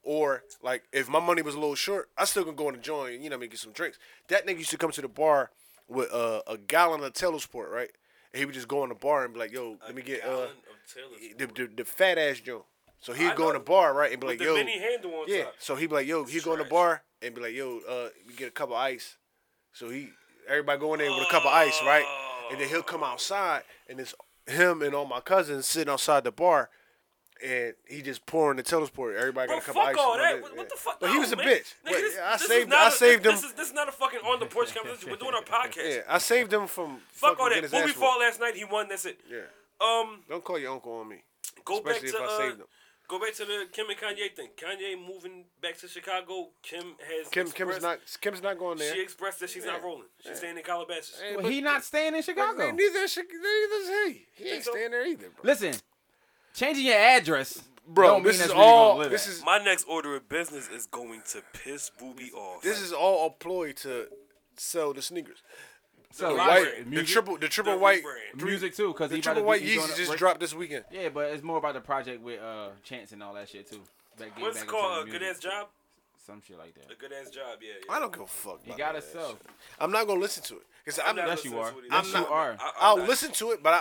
S3: Or like, if my money was a little short, I still can go in and join. You know, what I mean, get some drinks. That nigga used to come to the bar with uh, a gallon of Telesport, right? And he would just go in the bar and be like, "Yo, let me get uh,
S2: Gallon of Taylor's
S3: the, the, the fat ass joint." So he'd
S2: I
S3: go in
S2: know.
S3: the bar, right, and be
S2: with
S3: like,
S2: the
S3: "Yo,
S2: mini handle on
S3: yeah.
S2: top.
S3: So he'd be like, yo, he'd go in the
S2: Trash.
S3: bar and be like, yo, uh, we get a cup of ice. So he, everybody go in there with a cup of ice, right? And then he'll come
S2: Oh.
S3: outside and it's him and all my cousins sitting outside the bar and he just pouring the telesport. Everybody
S2: Bro,
S3: got a cup
S2: fuck
S3: of ice.
S2: all
S3: and
S2: that.
S3: it,
S2: What,
S3: yeah.
S2: what the fuck?
S3: But he
S2: No,
S3: was a
S2: man.
S3: bitch.
S2: Nigga,
S3: But
S2: this-
S3: yeah, I
S2: this is
S3: saved, I
S2: not a-
S3: saved him.
S2: This is, this is not a fucking on the porch conversation. We're doing our podcast.
S3: yeah, I saved him from
S2: Fuck
S3: fucking
S2: all that.
S3: getting his
S2: Booby
S3: ass
S2: fought
S3: whooped.
S2: last night. He won. That's it.
S3: Yeah,
S2: Um,
S3: don't call your uncle on me,
S2: go back
S3: especially
S2: to
S3: if I
S2: uh,
S3: saved him.
S2: go back to the Kim and Kanye thing. Kanye moving back to Chicago. Kim has
S3: Kim, Kim's
S2: expressed-
S3: not, Kim's not going there.
S2: She expressed that she's not
S3: Yeah.
S2: rolling. She's staying in Calabasas.
S3: Hey,
S4: Well,
S3: but-
S4: he not staying in Chicago.
S3: Neither is she, neither is he. He ain't
S2: so?
S3: staying there either, bro.
S4: Listen, changing your address.
S3: bro.
S4: don't mean
S3: this
S4: that's
S3: is
S4: where you gonna
S3: all.
S4: live
S3: This
S4: at.
S3: is
S2: My next order of business is going to piss Booby off.
S3: this is all a ploy to sell the sneakers.
S4: so
S3: The
S4: library,
S3: white, the
S4: music,
S3: triple, the triple
S2: The
S3: white,
S2: rebrand.
S4: music too, because
S3: the
S4: he
S3: triple
S4: about to
S3: white
S4: be- he doing
S3: Yeezys
S4: a-
S3: just
S4: we're-
S3: dropped this weekend.
S4: Yeah, but it's more about the project with uh Chance and all that shit too. Back, getting
S2: What's it
S4: back
S2: called? uh, A
S4: into the
S2: good ass
S4: music.
S2: job.
S4: Some shit like
S2: A
S4: that.
S2: good ass job. Yeah. yeah.
S3: I don't give a fuck.
S4: You
S3: about
S4: gotta
S3: that
S4: sell.
S3: shit. I'm not gonna listen to it because I'm.
S2: I'm not
S4: Yes, you
S2: listening
S4: are.
S2: to it either.
S4: Yes,
S3: I'm
S4: you
S3: not-
S2: I-
S4: are.
S2: I'm
S3: I'll
S2: not-
S3: Oh, listen to it, but I, I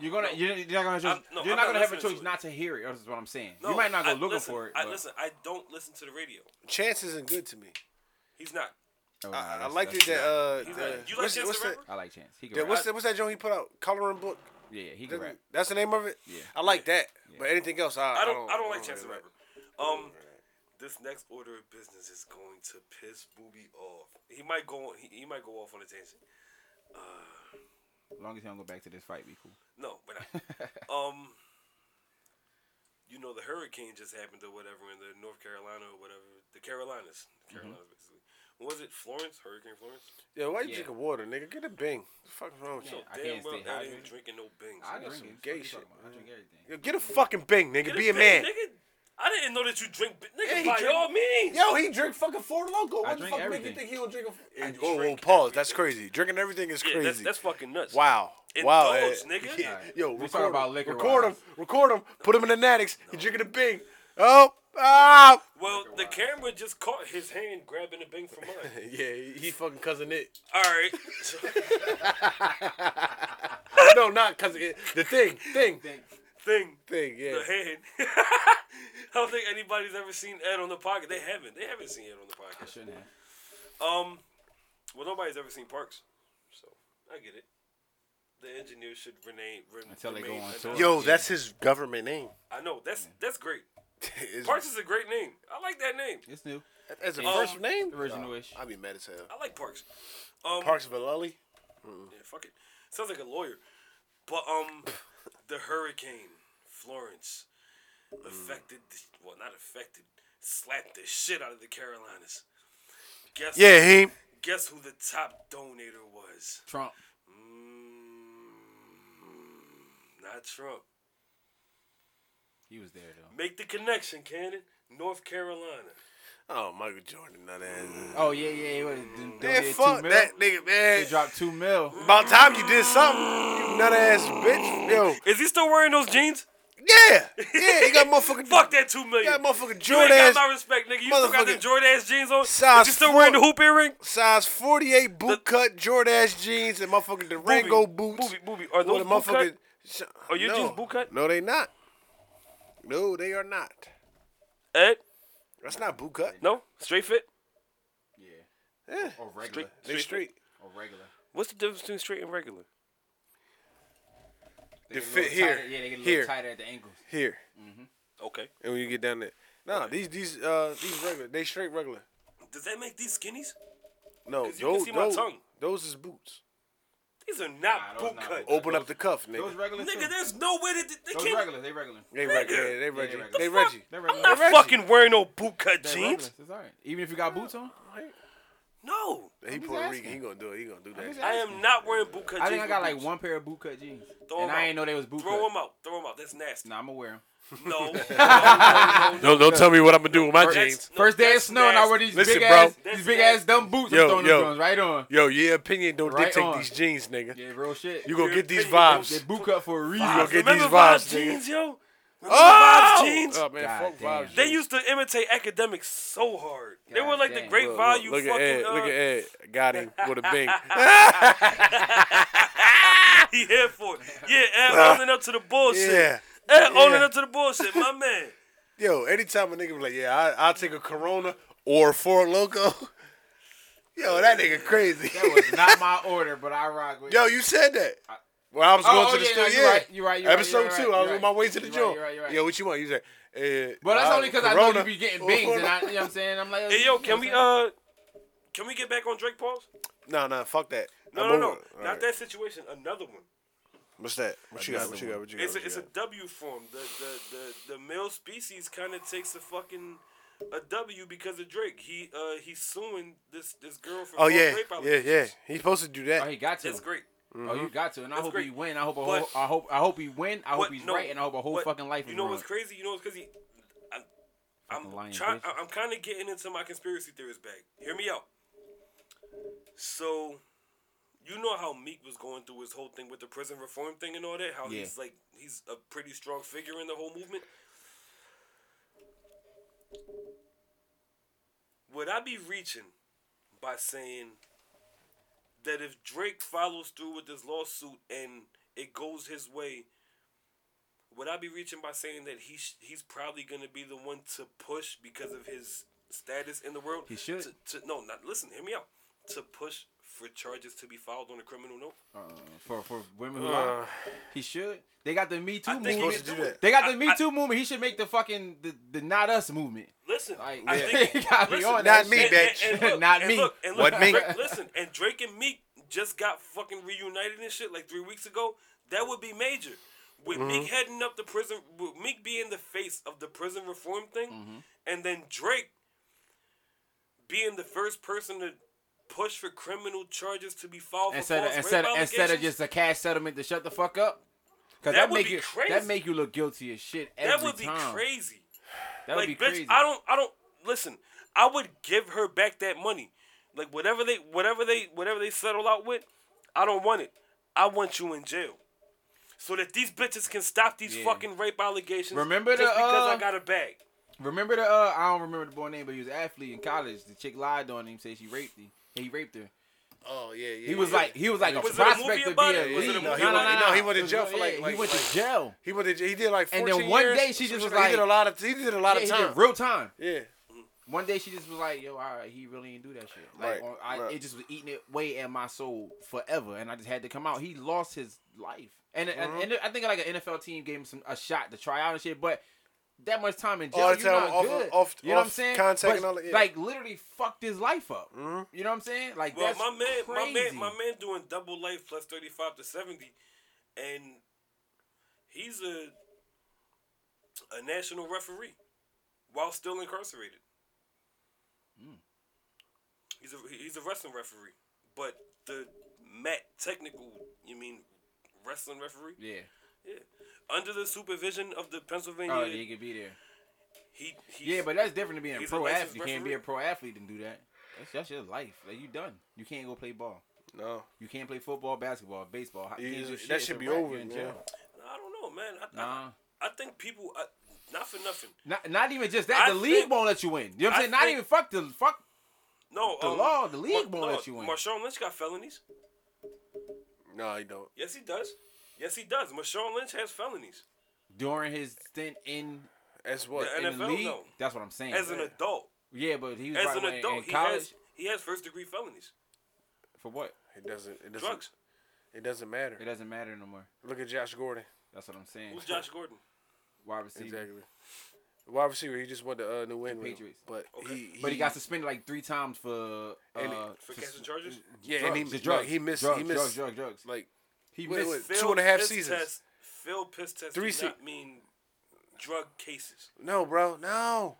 S4: You're gonna, you're, you're not gonna, just,
S2: I'm- no,
S4: you're
S2: I'm not
S4: not gonna have a
S2: listening
S4: choice
S2: to it.
S4: not to hear it. That's what I'm saying.
S2: No,
S4: you might not go
S2: I-
S4: looking
S2: listen,
S4: for it.
S2: I
S4: but-
S2: listen. I don't listen to the radio.
S3: chance isn't good to me.
S2: He's not.
S4: Oh, nah,
S3: I, I
S4: that's-
S3: like
S4: that's-
S3: that. Uh,
S2: He's
S3: the-
S2: not. You like
S3: what's,
S2: Chance
S3: what's
S2: the
S3: that?
S2: Rapper?
S4: I like Chance. He can
S3: that-
S4: rap.
S3: What's that? What's that joint he put out? Coloring book.
S4: yeah, he can rap.
S3: That's the name of it.
S4: Yeah.
S3: I like that, but anything else, I,
S2: I don't. I don't like
S3: really
S2: Chance the Rapper. Um, this next order of business is going to piss Booby off. He might go. On, he, he might go off on a tangent.
S4: As long as he don't go back to this fight, be cool.
S2: No, but not. um, you know the hurricane just happened or whatever in the North Carolina or whatever the Carolinas,
S3: Mm-hmm.
S2: Carolinas basically. Was it Florence? Hurricane Florence?
S3: Yeah, why you
S4: Yeah.
S3: drinking water, nigga? Get a Bing. What the fuck's wrong with
S4: Yeah,
S3: you?
S4: I
S2: Damn
S4: can't
S2: well,
S4: stay
S2: that ain't
S4: hydrated.
S2: drinking no Bing.
S4: I
S3: drink
S4: drink
S3: some
S4: it.
S3: it. gay What you shit, talking
S4: I drink everything.
S3: Yo, Get a fucking Bing, nigga.
S2: Get
S3: Be a man.
S2: Bing, Nigga. I didn't know that you drink. Bing. Nigga,
S3: Yeah, he
S2: by
S3: drink-
S2: all means.
S3: Yo, he drink fucking four local.
S4: I What the drink fuck make you everything. think
S3: he will drink a?
S2: I
S3: Whoa, whoa,
S2: drink
S3: oh, pause. That's crazy. Drinking everything is
S2: Yeah,
S3: crazy.
S2: that's, that's fucking nuts.
S3: wow.
S2: Indulge,
S3: wow,
S2: nigga.
S3: Yeah.
S4: Alright.
S3: Yo,
S4: We
S3: record
S4: talking
S3: him.
S4: about liquor
S3: Record him.
S4: wise.
S3: Record him. Put him in the Natics. He drinking a Bing. Oh, ah.
S2: Well, the camera just caught his hand grabbing the Bing from mine.
S3: Yeah, he fucking cousin it.
S2: All right.
S3: no, not cousin it. The thing, thing,
S2: Thing.
S3: thing.
S2: The
S3: Yeah.
S2: hand. I don't think anybody's ever seen Ed on the podcast. They haven't. They haven't seen Ed on the
S4: I
S2: podcast.
S4: shouldn't have.
S2: Um, well, nobody's ever seen Parks, so I get it. The engineer should rename rem-
S4: Until they go
S2: remain
S4: on
S2: anonymous.
S4: tour.
S3: Yo, that's his government name.
S2: I know that's that's great.
S3: It's-
S2: Parks is a great name. I like that name.
S4: It's new.
S3: As a
S4: Um,
S3: first name?
S4: original-ish.
S3: Nah, I'd be mad as hell.
S2: I like Parks. Um,
S3: Parks Vallely?
S2: Yeah, fuck it. Sounds like a lawyer. But um, the hurricane Florence
S4: Mm.
S2: affected. The, well, not affected. Slapped the shit out of the Carolinas. Guess
S3: Yeah, he.
S2: Guess who the top donator was?
S4: Trump.
S2: Mm, not Trump.
S4: He was there though.
S2: Make the connection, Cannon. North Carolina.
S3: Oh, Michael Jordan, none of that.
S4: Oh yeah, yeah. He was, donated
S3: Man,
S4: two
S3: fuck
S4: mil.
S3: that nigga,
S4: They
S3: man.
S4: dropped two mil.
S3: About time you did something, you nut ass bitch. Yo,
S2: Is he still wearing those jeans?
S3: Yeah, yeah, you got motherfucking
S2: Fuck that two
S3: You
S2: million.
S3: got motherfucking
S2: you ain't
S3: Jordan
S2: got my respect, nigga. You still got the
S3: Motherfucking
S2: Jordan ass jeans on. But
S3: size
S2: you still wearing the
S3: four-
S2: hoop earring.
S3: size forty eight boot cut Jordan jeans and motherfucking Durango
S2: Boobie,
S3: boots.
S2: boobie, boobie. Are
S3: with
S2: those
S3: a
S2: boot cut?
S3: motherfucking- Sh-
S2: Are your
S3: no.
S2: jeans boot cut?
S3: No, they not. No, they are not.
S2: Ed?
S3: That's not boot cut.
S2: No? Straight fit?
S4: Yeah.
S3: Yeah,
S4: Or regular.
S3: they straight.
S4: Or regular.
S2: What's the difference between straight and regular?
S3: They
S4: get a
S3: fit
S4: little
S3: here,
S4: tighter- Yeah, they get a little
S3: here,
S4: tighter at the ankles.
S3: here,
S2: Okay.
S3: and when you get down there, nah, these these uh these regular, they straight regular.
S2: Does that make these skinnies?
S3: No,
S2: 'Cause you can
S3: those
S2: see my
S3: those,
S2: tongue.
S3: those is boots.
S2: These are
S4: Nah,
S2: not
S4: those
S2: boot
S4: not
S2: cut.
S4: boot
S3: Open up the cuff, nigga.
S4: Those regular.
S2: Nigga,
S4: too.
S2: there's no way that th- they
S4: Those
S2: can't.
S4: regular. They regular.
S3: They Reggie.
S2: Nigga.
S3: Yeah, they Reggie.
S4: regular.
S3: They
S4: The
S2: fuck?
S3: Reggie.
S4: They're
S2: I'm
S4: regular.
S2: not
S3: Reggie.
S2: fucking wearing no boot cut
S4: They're
S2: jeans.
S4: regular. It's all right. Even if you got boots on.
S2: No.
S3: He
S4: I'm just
S3: Puerto
S4: asking.
S3: Rican. He gonna do it. He gonna do
S4: just
S3: that.
S2: I am not wearing boot cut jeans.
S4: I think I got
S2: with
S4: like
S2: boots.
S4: one pair of boot cut jeans,
S2: Throw 'em
S4: and
S2: out.
S4: I didn't know they was boot
S2: Throw
S4: cut.
S2: them out. Throw them out. That's nasty.
S4: Nah, I'm gonna wear them.
S2: No. no, no,
S5: Don't, don't tell me what I'm gonna do with my jeans.
S2: That's- no,
S4: First day of
S2: that's
S4: snow, and I wear
S2: nasty.
S4: these
S5: Listen,
S4: big
S5: bro.
S4: ass,
S2: That's
S4: these big
S2: nasty.
S4: ass dumb boots.
S5: Yo,
S4: I'm throwing
S5: yo.
S4: those joints right on.
S5: Yo, your opinion don't
S4: Right
S5: dictate
S4: on.
S5: these jeans, nigga.
S4: Yeah, real shit.
S5: You gonna
S2: Your
S5: get these
S2: opinion don't
S4: they
S5: vibes.
S4: boot cut for a reason.
S5: gonna get these
S2: Remember Vibes
S5: vibes, nigga.
S2: jeans, yo? Remember
S5: Oh!
S2: Vibes jeans?
S3: Oh man,
S4: God
S3: fuck
S4: damn.
S3: vibes.
S2: They used to imitate academics so hard. they were
S4: God
S2: like the
S4: damn.
S2: great
S4: Look,
S2: value
S5: Look at
S2: fucking.
S5: Ed.
S2: uh,
S5: Look at Ed. Got him with a bing.
S2: he here for it. Yeah, Ed owning up to the bullshit.
S3: Yeah.
S2: Ed owning
S3: Yeah.
S2: up to the bullshit, my man.
S3: Yo, anytime a nigga be like, yeah, I, I'll take a Corona or a Four Loco. Yo, that nigga crazy.
S4: That was not my order, but I rock with.
S3: Yo, you said that. Well, I was
S4: Oh,
S3: going
S4: oh,
S3: to the
S4: yeah,
S3: store.
S4: no, you
S3: yeah,
S4: right, you right, you right,
S3: Episode
S4: you right,
S3: two.
S4: you
S3: I was
S4: right.
S3: on my way to the
S4: You right,
S3: gym.
S4: you right, you right.
S3: Yo, what you want? You said. eh,
S4: but that's
S3: uh,
S4: only because I know you
S3: Corona Oh,
S4: be getting
S3: or
S4: bings, and I,
S3: Four
S4: you know what I'm saying? I'm like,
S2: Hey, yo, can we uh, can we get back on Drake Pauls?
S3: Loco. Nah, nah, fuck that.
S2: No,
S3: I'm
S2: no,
S3: over
S2: no,
S3: it. All
S2: not
S3: right.
S2: that situation. Another one.
S3: What's that? What you got? What you got? What you got?
S2: It's
S3: What
S2: a,
S3: you
S2: it's a
S3: got?
S2: W form. The the the, the male species kind of takes a fucking a W because of Drake. He uh he's suing this this girl for
S3: Oh
S2: all
S3: yeah,
S2: rape allegations.
S3: yeah, yeah. He's supposed to do
S4: Oh,
S3: that.
S4: he got to.
S2: That's great. Mm-hmm.
S4: Oh, you got to, and I
S2: That's
S4: hope
S2: great.
S4: he win. I hope, I
S2: But-
S4: hope, I hope, I hope he win. I hope
S2: What-
S4: he's
S2: no,
S4: right, and I hope a whole
S2: what-
S4: fucking life is
S2: You know
S4: wrong.
S2: what's crazy? You know what's crazy? I'm
S4: Fucking
S2: I'm,
S4: lying
S2: trying,
S4: bitch.
S2: I'm kind of getting into my conspiracy theorist bag. Hear me out. So, you know how Meek was going through his whole thing with the prison reform thing and all that. How
S4: Yeah.
S2: he's like he's a pretty strong figure in the whole movement. Would I be reaching by saying that if Drake follows through with this lawsuit and it goes his way, would I be reaching by saying that he sh- he's probably gonna be the one to push because of his status in the world?
S4: He should.
S2: To, to, no, not listen. Hear me out. To push for charges to be filed on a criminal note.
S4: Uh, for for women
S3: Uh.
S4: who lie, he should. They got the Me Too
S2: I think
S4: movement.
S2: he
S3: supposed to do that.
S4: They got the
S2: I-
S4: Me
S2: I-
S4: Too movement. He should make the fucking the, the not us movement.
S2: Listen,
S4: Like,
S2: I
S4: yeah.
S2: think
S4: You gotta be
S2: listen,
S4: on
S3: that Not me,
S2: and-
S3: shit. bitch.
S2: and- and look,
S4: Not
S2: and
S4: me.
S2: Look, and look,
S3: What me?
S2: Drake- listen, and Drake and Meek just got fucking reunited and shit like three weeks ago. That would be major. With
S4: Mm-hmm.
S2: Meek heading up the prison, with Meek being the face of the prison reform thing,
S4: Mm-hmm.
S2: and then Drake being the first person to push for criminal charges to be filed for
S4: instead of
S2: false
S4: instead
S2: rape
S4: of, instead of
S2: allegations,
S4: just a cash settlement to shut the fuck up.
S2: That
S4: Cause that,
S2: would
S4: make
S2: be
S4: you
S2: crazy.
S4: that make you look guilty as shit every
S2: that would be
S4: time.
S2: crazy.
S4: That would
S2: like,
S4: be
S2: bitch,
S4: crazy.
S2: I don't, I don't listen. I would give her back that money, like whatever they, whatever they, whatever they settle out with. I don't want it. I want you in jail, so that these bitches can stop these
S4: Yeah.
S2: fucking rape allegations.
S4: Remember
S2: just
S4: the,
S2: because I
S4: uh,
S2: got a bag.
S4: Remember the uh, I don't remember the boy name, but he was an athlete in college. The chick lied on him, say she raped him. He raped her.
S3: Oh yeah, yeah.
S4: He was
S3: yeah.
S4: like he was like
S2: Was
S4: a
S2: it a movie
S4: prospect to be
S2: about
S4: a
S2: it? Was it a
S4: lead.
S2: movie?
S4: No, no,
S3: He
S4: no,
S3: went- no, he
S4: no.
S3: went to
S4: E. It was-
S3: jail for,
S4: yeah,
S3: like- like-
S4: he went
S3: like-
S4: to jail.
S3: He went to, he did like 14
S4: And then one
S3: years,
S4: day she just
S3: something
S4: was
S3: he did a
S4: like-
S3: lot of he did a lot
S4: Yeah,
S3: of
S4: he
S3: time.
S4: did real time.
S3: yeah.
S4: One day she just was like, "Yo, all right, he really didn't do that shit."
S3: Right,
S4: Like, on- I,
S3: right.
S4: it just was eating it way at my soul forever, and I just had to come out. He lost his life, and
S3: Uh-huh.
S4: and, and I think like an NFL team gave him some a shot to try out and shit, but. That much time in jail,
S3: All the
S4: you're
S3: time
S4: not
S3: off-
S4: good.
S3: off-
S4: you know what I'm
S3: off
S4: saying?
S3: contact
S4: But,
S3: and all that, yeah. Mm-hmm.
S4: Like literally fucked his life up. You know what I'm saying? Like
S2: Well,
S4: that's
S2: my man, my
S4: crazy.
S2: man, my man doing double life plus thirty five to seventy, and he's a a national referee while still incarcerated.
S4: Hmm.
S2: He's a he's a wrestling referee, but the mat technical, you mean wrestling referee?
S4: Yeah.
S2: Yeah, under the supervision of the Pennsylvania.
S4: Oh, yeah, he could be there.
S2: He, he's,
S4: Yeah, but that's different than being a
S2: he's a
S4: pro
S2: licensed
S4: athlete. You can't be
S2: referee.
S4: a pro athlete and do that. That's, that's your life. Like you done. You can't go play ball.
S3: No.
S4: You can't play football, basketball, baseball. Ho-
S3: Yeah,
S4: you can't do
S3: that
S4: shit.
S3: should
S4: It's a
S3: be
S4: wrap.
S3: over,
S4: You're in
S3: man.
S4: jail.
S2: I don't know, man. I, I-
S4: Nah.
S2: I, I think people, I, not for nothing.
S4: Not, not even just that.
S2: I
S4: the league
S2: think-
S4: won't let you in. You know what
S2: I
S4: I'm saying? Not
S2: think-
S4: even fuck the fuck.
S2: No,
S4: The
S2: um,
S4: law, the league won't
S2: no,
S4: let you in.
S2: Marshawn Lynch got felonies.
S3: No, he don't.
S2: Yes, he does. Yes, he does. Marshawn Lynch has felonies
S4: During his stint in,
S3: That's what.
S2: The
S4: in the
S2: NFL
S4: league,
S2: though.
S4: that's what I'm saying.
S2: as an adult.
S4: yeah, but he was
S2: As
S4: right
S2: an
S4: when- in
S2: adult, he
S4: college
S2: has he has first degree felonies,
S4: for what?
S3: It doesn't. It doesn't.
S2: drugs.
S3: It doesn't matter.
S4: It doesn't matter no more.
S3: Look at Josh Gordon.
S4: That's what I'm saying.
S2: Who's Josh Gordon?
S4: Wide receiver.
S3: Exactly. Wide receiver. He just went to uh, New England.
S4: Patriots.
S3: But
S2: Okay.
S3: he, he.
S4: But he got suspended like three times for uh,
S3: And
S2: For catching charges?
S3: Yeah,
S4: drugs,
S3: and he,
S4: the
S3: no,
S4: drugs,
S3: he missed.
S4: drugs,
S3: he missed.
S4: drugs, drugs, drugs.
S3: Like
S4: he
S3: wait,
S4: missed.
S3: wait.
S2: Failed
S3: Two and a half
S2: piss
S3: seasons.
S2: Test, failed piss tests
S3: Three
S2: do
S3: se-
S2: not mean drug cases.
S3: no, bro, no.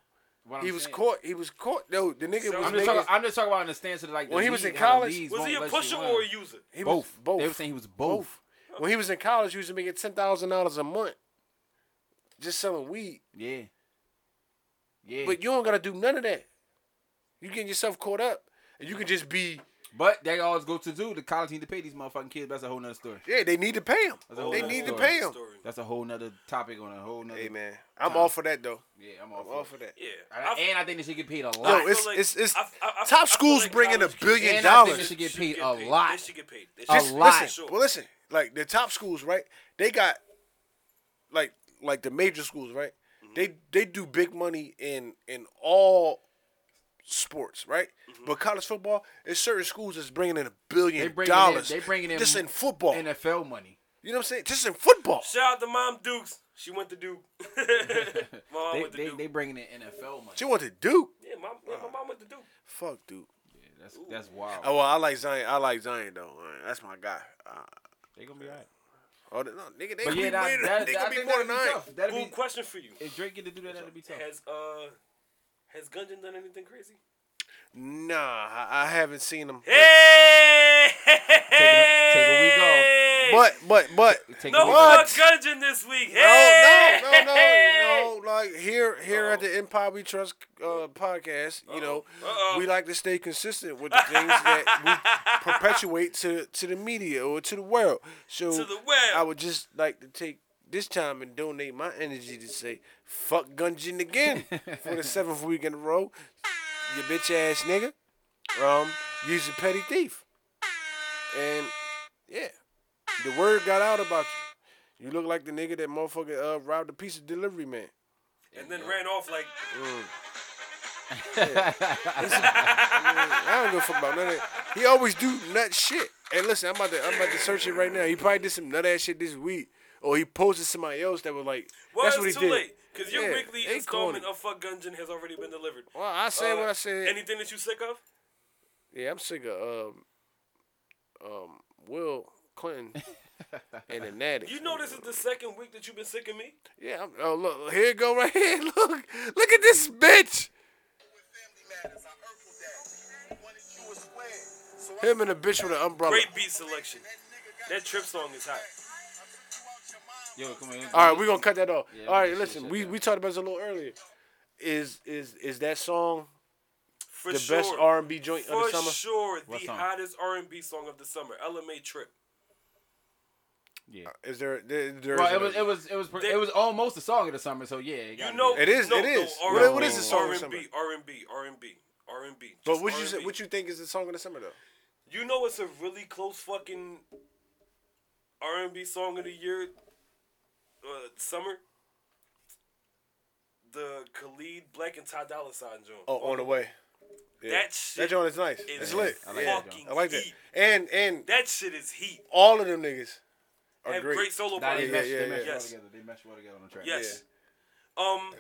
S4: what I'm
S3: He was
S4: saying.
S3: caught. He was caught. No, the nigga
S2: So-
S3: was.
S4: I'm just,
S3: niggas-
S4: talking, I'm just talking about in the stance of like the
S3: When he was
S4: league,
S3: in
S4: how the
S3: college,
S4: leagues
S2: Was he
S4: won't
S2: a
S4: let you
S2: pusher
S4: in.
S2: or a user?
S3: he was
S4: both?
S3: Both.
S4: They were saying he was both.
S3: both. When he was in college, he was making ten thousand dollars a month, just selling weed.
S4: Yeah. Yeah.
S3: But you don't gotta do none of that. You getting yourself caught up, and you can just be.
S4: But they always go to do the college need to pay these motherfucking kids. That's a whole nother story.
S3: Yeah, they need to pay him.
S4: a whole
S3: They
S4: nother
S3: need to
S4: story.
S3: pay him.
S2: Story.
S4: That's a whole nother topic on a whole nother.
S3: Hey man, I'm all for that though.
S4: Yeah, I'm
S3: I'm all
S4: off.
S3: for that.
S2: Yeah,
S4: I,
S2: I-
S4: and I think they should get paid a
S2: I
S3: No,
S4: lot.
S2: feel
S3: it's
S2: like-
S3: it's it's
S2: I f- I- I f- I
S3: top
S2: feel
S3: schools
S2: like
S3: bringing a
S2: college kids
S3: billion
S4: And I think they
S3: dollars.
S4: should get
S2: should
S4: paid
S2: get
S4: a
S2: paid. They
S4: lot.
S2: should get paid. They
S4: A
S2: should-
S4: lot.
S2: for
S3: Listen,
S2: sure.
S3: well, listen, like the top schools, right? They got like like the major schools, right?
S2: Mm-hmm.
S3: They they do big money in in all sports, right?
S2: Mm-hmm.
S3: But college football, it's certain schools that's bringing in a billion
S4: They bringing in-
S3: dollars.
S4: they bringing in
S3: just in football.
S4: NFL money.
S3: you know what I'm saying? Just in football.
S2: Shout out to Mom Dukes. She went to Duke. mom
S4: They
S2: went to
S4: they,
S2: Duke.
S4: they Uh, bringing in NFL money.
S3: You want to Duke?
S2: yeah, mom, yeah, my mom went to Duke.
S3: Fuck Duke.
S4: Yeah, that's that's wild.
S3: Oh well, I like Zion. I like Zion though. Uh, That's my guy. Uh,
S4: They gonna be alright.
S3: oh, no, nigga, they
S4: But
S3: could
S4: yeah,
S3: be,
S4: that,
S3: way-
S4: that,
S3: they
S4: that,
S3: could
S4: I
S3: be
S4: think
S3: more
S4: that'd
S3: than
S4: be
S3: nine.
S4: tough. That'd
S2: Boom,
S4: be
S2: question for you.
S4: if Drake get to do that, that'd be tough.
S2: Has uh has Gungeon done anything crazy?
S3: Nah, I, I haven't seen him.
S2: Hey!
S4: a-
S3: But but but
S4: Take
S2: No
S4: a week
S2: fuck
S3: What?
S2: Gungeon this week.
S3: no,
S2: Hey!
S3: no, no, no, no. Like here, here at the Empire We Trust uh, podcast, you know,
S2: Uh-oh.
S3: we like to stay consistent with the things that we perpetuate to to the media or to the world. So
S2: To the world.
S3: I would just like to take this time and donate my energy to say, "Fuck Gungeon again for the seventh week in a row." You bitch ass nigga. Um, use a petty thief. And yeah, the word got out about you. You look like the nigga that motherfucker uh, robbed a pizza delivery man.
S2: And then ran off like
S3: I don't give a fuck about none of that. He always do nut shit. And listen, I'm about to I'm about to search it right now. He probably did some nut ass shit this week, or he posted somebody else that was like,
S2: well,
S3: that's
S2: it's
S3: what he
S2: too
S3: did.
S2: late. Because your
S3: Yeah,
S2: weekly
S3: they
S2: installment
S3: corny.
S2: of Fuck Gungeon has already been delivered.
S3: Well, I said
S2: Uh,
S3: what I said.
S2: Anything that you sick of?
S3: yeah, I'm sick of um, um Will Clinton and an addict.
S2: You know this is the second week that you've been sick of me?
S3: Yeah, I'm, oh look, here it go right here. Look, look at this bitch. Him and the bitch with the umbrella.
S2: Great beat selection. That trip song is hot.
S4: Yo, come on.
S3: All right, we're gonna cut that off.
S4: Yeah,
S3: All right,
S4: shit,
S3: listen,
S4: shit,
S3: we,
S4: yeah.
S3: we talked about this a little earlier. Is is is that song
S2: For
S3: the
S2: sure.
S3: best R and B joint
S2: For
S3: of the summer?
S2: sure,
S4: What
S2: the
S4: song?
S2: hottest R&B song of the summer, LMA Trip.
S4: Yeah.
S3: Is there, there there's
S4: Well, it was it was it was
S2: They-
S4: it was almost the song of the summer. So yeah, it
S2: You
S4: gotta
S2: know,
S4: be-
S3: It is-
S2: No,
S3: it is.
S2: No,
S3: What-
S2: R&B,
S3: what is the song or
S2: R&B,
S3: something?
S2: R&B, R&B, R&B.
S3: But
S2: Just
S3: what you said,
S2: R&B.
S3: what you think is the song of the summer though?
S2: You know, it's a really close fucking R&B song of the year, uh, summer. The Khalid Black and Ty Dolla Sign joint.
S3: Oh, on the way. Yeah.
S2: That shit
S3: That joint is nice.
S2: is
S3: it's lit.
S4: I
S3: yeah,
S4: like that
S2: fucking
S3: I like that.
S2: heat.
S3: And and
S2: That shit is heat.
S3: all of them niggas are
S2: Have great,
S3: Oh, great.
S2: solo
S4: Nah, they
S2: projects.
S3: yeah, yeah, yeah.
S4: mesh, they mesh well
S2: Yes.
S4: together. They mesh well together on the track.
S2: Yes. Um,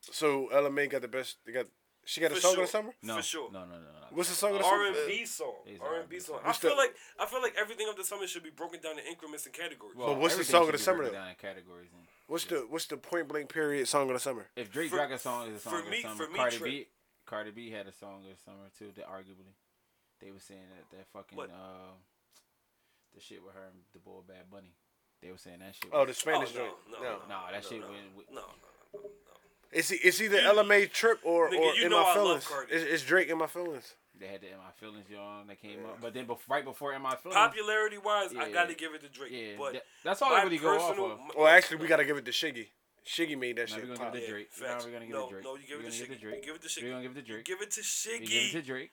S3: So LMA got the best. They got she got a
S2: For
S3: song
S2: sure.
S3: of the summer.
S4: No,
S2: for sure.
S4: No, no, no, no, no.
S3: What's the song of the
S2: R
S3: summer?
S2: and B song,
S4: It's
S2: R and
S4: R&B
S2: we
S4: song.
S2: song. I
S3: We still-
S2: feel like I feel like everything of the summer should be broken down in increments and categories.
S4: Well,
S3: what's the
S4: everything
S3: song of
S4: should
S3: the
S4: be
S3: summer,
S4: broken
S3: though?
S4: down in categories. and-
S3: What's the what's the point blank period song of the summer?
S4: If Drake
S2: For-
S4: Black a song is a song
S2: for
S4: of the
S2: me-
S4: summer,
S2: for me,
S4: Cardi
S2: Trey-
S4: B, Cardi B had a song of the summer too. That arguably, they were saying that that fucking
S2: What?
S4: uh, the shit with her and the boy Bad Bunny, they were saying that shit.
S3: Oh, the
S4: was,
S3: Spanish
S2: no,
S3: joint.
S2: no, no.
S4: nah, that shit
S2: no.
S4: went. With,
S2: No, no, no, no.
S3: It's
S6: e,
S3: it's either LMA trip or
S2: Nigga,
S3: or
S2: you
S3: in
S2: know
S3: my
S2: I love
S3: feelings.
S2: Cardi.
S3: It's, it's Drake in my feelings.
S4: They had the "In My Feelings" on that came up, but then bef- right before "In My Feelings,"
S2: Popularity wise, I
S4: Mm. Yeah.
S2: gotta give it to Drake.
S4: yeah,
S2: but
S4: that- that's all I
S2: my
S4: really go off
S2: personal-
S4: of.
S2: my-
S3: Well, actually, we gotta give it to Shiggy.
S6: Shiggy made that
S4: Now we're
S6: shit
S4: gonna
S6: pop.
S4: give it to
S2: Yeah,
S4: Drake. Now
S2: facts.
S4: we're gonna give it
S2: No,
S4: to Drake.
S2: no, you give
S4: We're
S2: it to
S4: gonna
S2: Shiggy. You give it to Shiggy.
S4: We're gonna give it to Drake.
S2: Give it to
S4: We give it to
S2: Shiggy.
S4: Drake.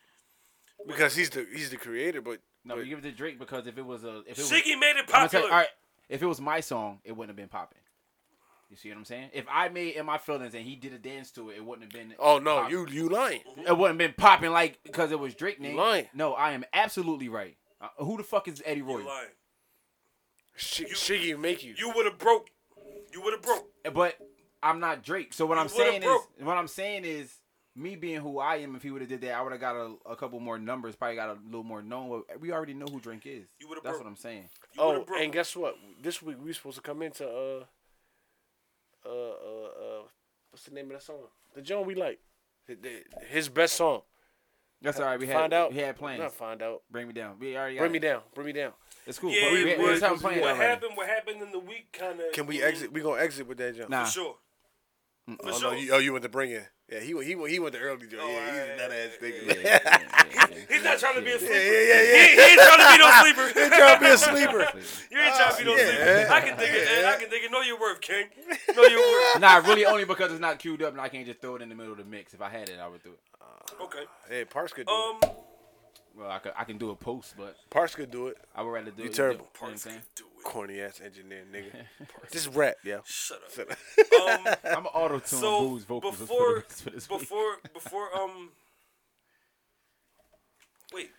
S6: because he's the he's the creator, but
S4: No,
S6: but
S4: we give it to Drake because if it was a if it was
S2: Shiggy made it
S4: I'm gonna tell
S2: popular.
S4: you, all right, if it was my song, it wouldn't have been popping. You see what I'm saying? If I made in my feelings and he did a dance to it, it wouldn't have been.
S6: oh no,
S4: popping.
S6: you you lying.
S4: It wouldn't have been popping like because it was Drake name.
S6: lying.
S4: No, I am absolutely right. Uh, who the fuck is Eddie Roy?
S2: You're lying.
S6: Sh- Shiggy make you.
S2: You would have broke. You would have broke.
S4: But I'm not Drake. So what
S2: You
S4: I'm
S2: would've
S4: saying
S2: broke.
S4: is, what I'm saying is, me being who I am, if he would have did that, I would have got a, a couple more numbers. Probably got a little more known. But we already know who Drake is.
S2: You would've
S4: That's
S2: broke.
S4: what I'm saying.
S2: You
S6: Oh,
S2: would've broke.
S6: and guess what? This week we supposed to come into uh uh uh uh what's the name of that song? The John we like. The- the- His best song.
S4: That's all right. We had
S6: find out.
S4: We had plans.
S6: Not find out.
S4: Bring me down. We already got
S6: Bring
S4: it.
S6: me down. Bring me down.
S4: It's cool.
S2: yeah,
S4: but we, we,
S2: it
S4: we
S2: was.
S4: haven't played it
S2: what
S4: already.
S2: happened? What happened in the week? Kind of.
S3: Can we exit? We gonna exit with that jump?
S4: Nah.
S2: For sure. For
S4: Mm.
S3: Oh,
S2: sure.
S3: no, you, oh, you went to bring in. Yeah, he went. He went. He went to early. Joint.
S2: Oh,
S3: yeah, he's
S2: yeah,
S3: a nut ass
S2: yeah,
S3: nigga.
S2: yeah, He's not trying to be a sleeper.
S3: yeah, yeah,
S2: He, he ain't trying to be no sleeper.
S3: He trying to be a sleeper.
S2: You ain't trying to be no sleeper. I can think it. man. I can think it. Know your worth, King. Know your worth.
S4: nah, really only because it's not queued up and I can't just throw it in the middle of the mix. If I had it, I would do it.
S2: Okay.
S3: Hey, Parks could do it.
S2: Um,
S4: Well, I could, I can do a post, but
S3: Parks could do it.
S4: I would rather do
S3: You
S4: it.
S3: terrible.
S4: You know what I'm
S2: Parks
S4: saying?
S2: can do it.
S3: Corny ass engineer, nigga. Just rap, yo.
S2: Shut up. Um,
S4: I'm an auto tune
S2: so
S4: Boo's vocals for the
S2: before
S4: rest of this week.
S2: before before um wait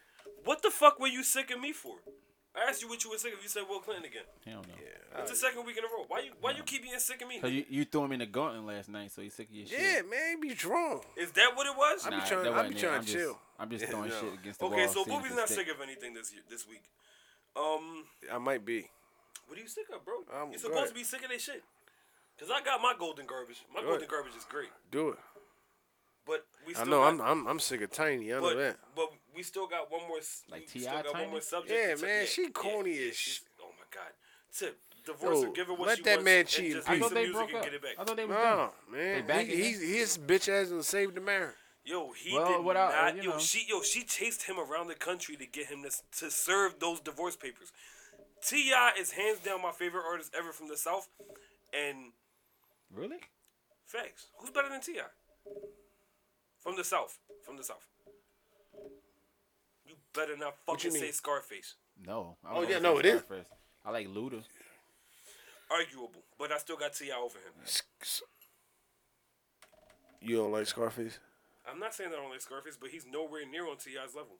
S2: what the fuck were you sick of me for i asked you what you were sick of you said will clinton again
S4: Hell no.
S2: it's the second week in a row why you why you keep being sick of me
S4: 'Cause you, you threw him in the garden last night, so he's sick of your shit.
S3: Yeah, man, he be drunk.
S2: is that what it was
S4: Nah,
S3: trying-
S4: that
S3: I
S4: wasn't
S3: be
S4: it.
S3: trying
S4: I'm
S3: to
S4: just-
S3: chill.
S4: I'm just throwing shit against the wall.
S2: okay so
S4: seeing if
S2: booby's
S4: it
S2: not
S4: stick.
S2: sick of anything this year this week um
S3: I might be.
S2: what are you sick of bro
S3: I'm
S2: you're
S3: good.
S2: supposed to be sick of that shit because i got my golden garbage my golden garbage is great
S3: Do it.
S2: but we
S3: I
S2: still
S3: know.
S2: got,
S3: I'm. I'm. I'm sick of Tiny. I know
S2: but,
S3: that.
S2: but we still got one more. s-
S4: Like
S2: we
S4: T.I.
S2: still got one
S4: Tiny?
S2: more subject.
S3: Yeah,
S2: to-
S3: man, she corny as
S2: she's-
S3: sh-
S2: Oh my god, Tip, divorce
S3: Yo,
S2: her, give her what
S3: let
S2: she
S3: that
S2: wants,
S3: man
S2: and
S3: cheat in
S2: Just
S4: I
S2: make
S3: peace.
S4: thought
S2: some
S4: they
S2: music
S4: broke
S2: and
S4: up.
S2: get it back.
S4: I thought they was done.
S3: No, man.
S4: They back
S3: He,
S4: again?
S3: he's his bitch ass done saved the marriage.
S2: Yo, he
S4: Well,
S2: did
S4: what
S2: not.
S4: I- you
S2: yo,
S4: know.
S2: she yo she chased him around the country to get him to s- to serve those divorce papers. Ti is hands down my favorite artist ever from the South, and
S4: Really?
S2: facts. Who's better than Ti? From the South, from the South. You better not fucking say Scarface.
S4: No. I'm
S3: Oh,
S4: gonna
S3: yeah,
S4: say
S3: no, it is.
S4: Scarface. I like Luda.
S2: Arguable, but I still got Ti over him.
S3: You don't like Scarface?
S2: I'm not saying that I don't like Scarface, but he's nowhere near on Ti's level.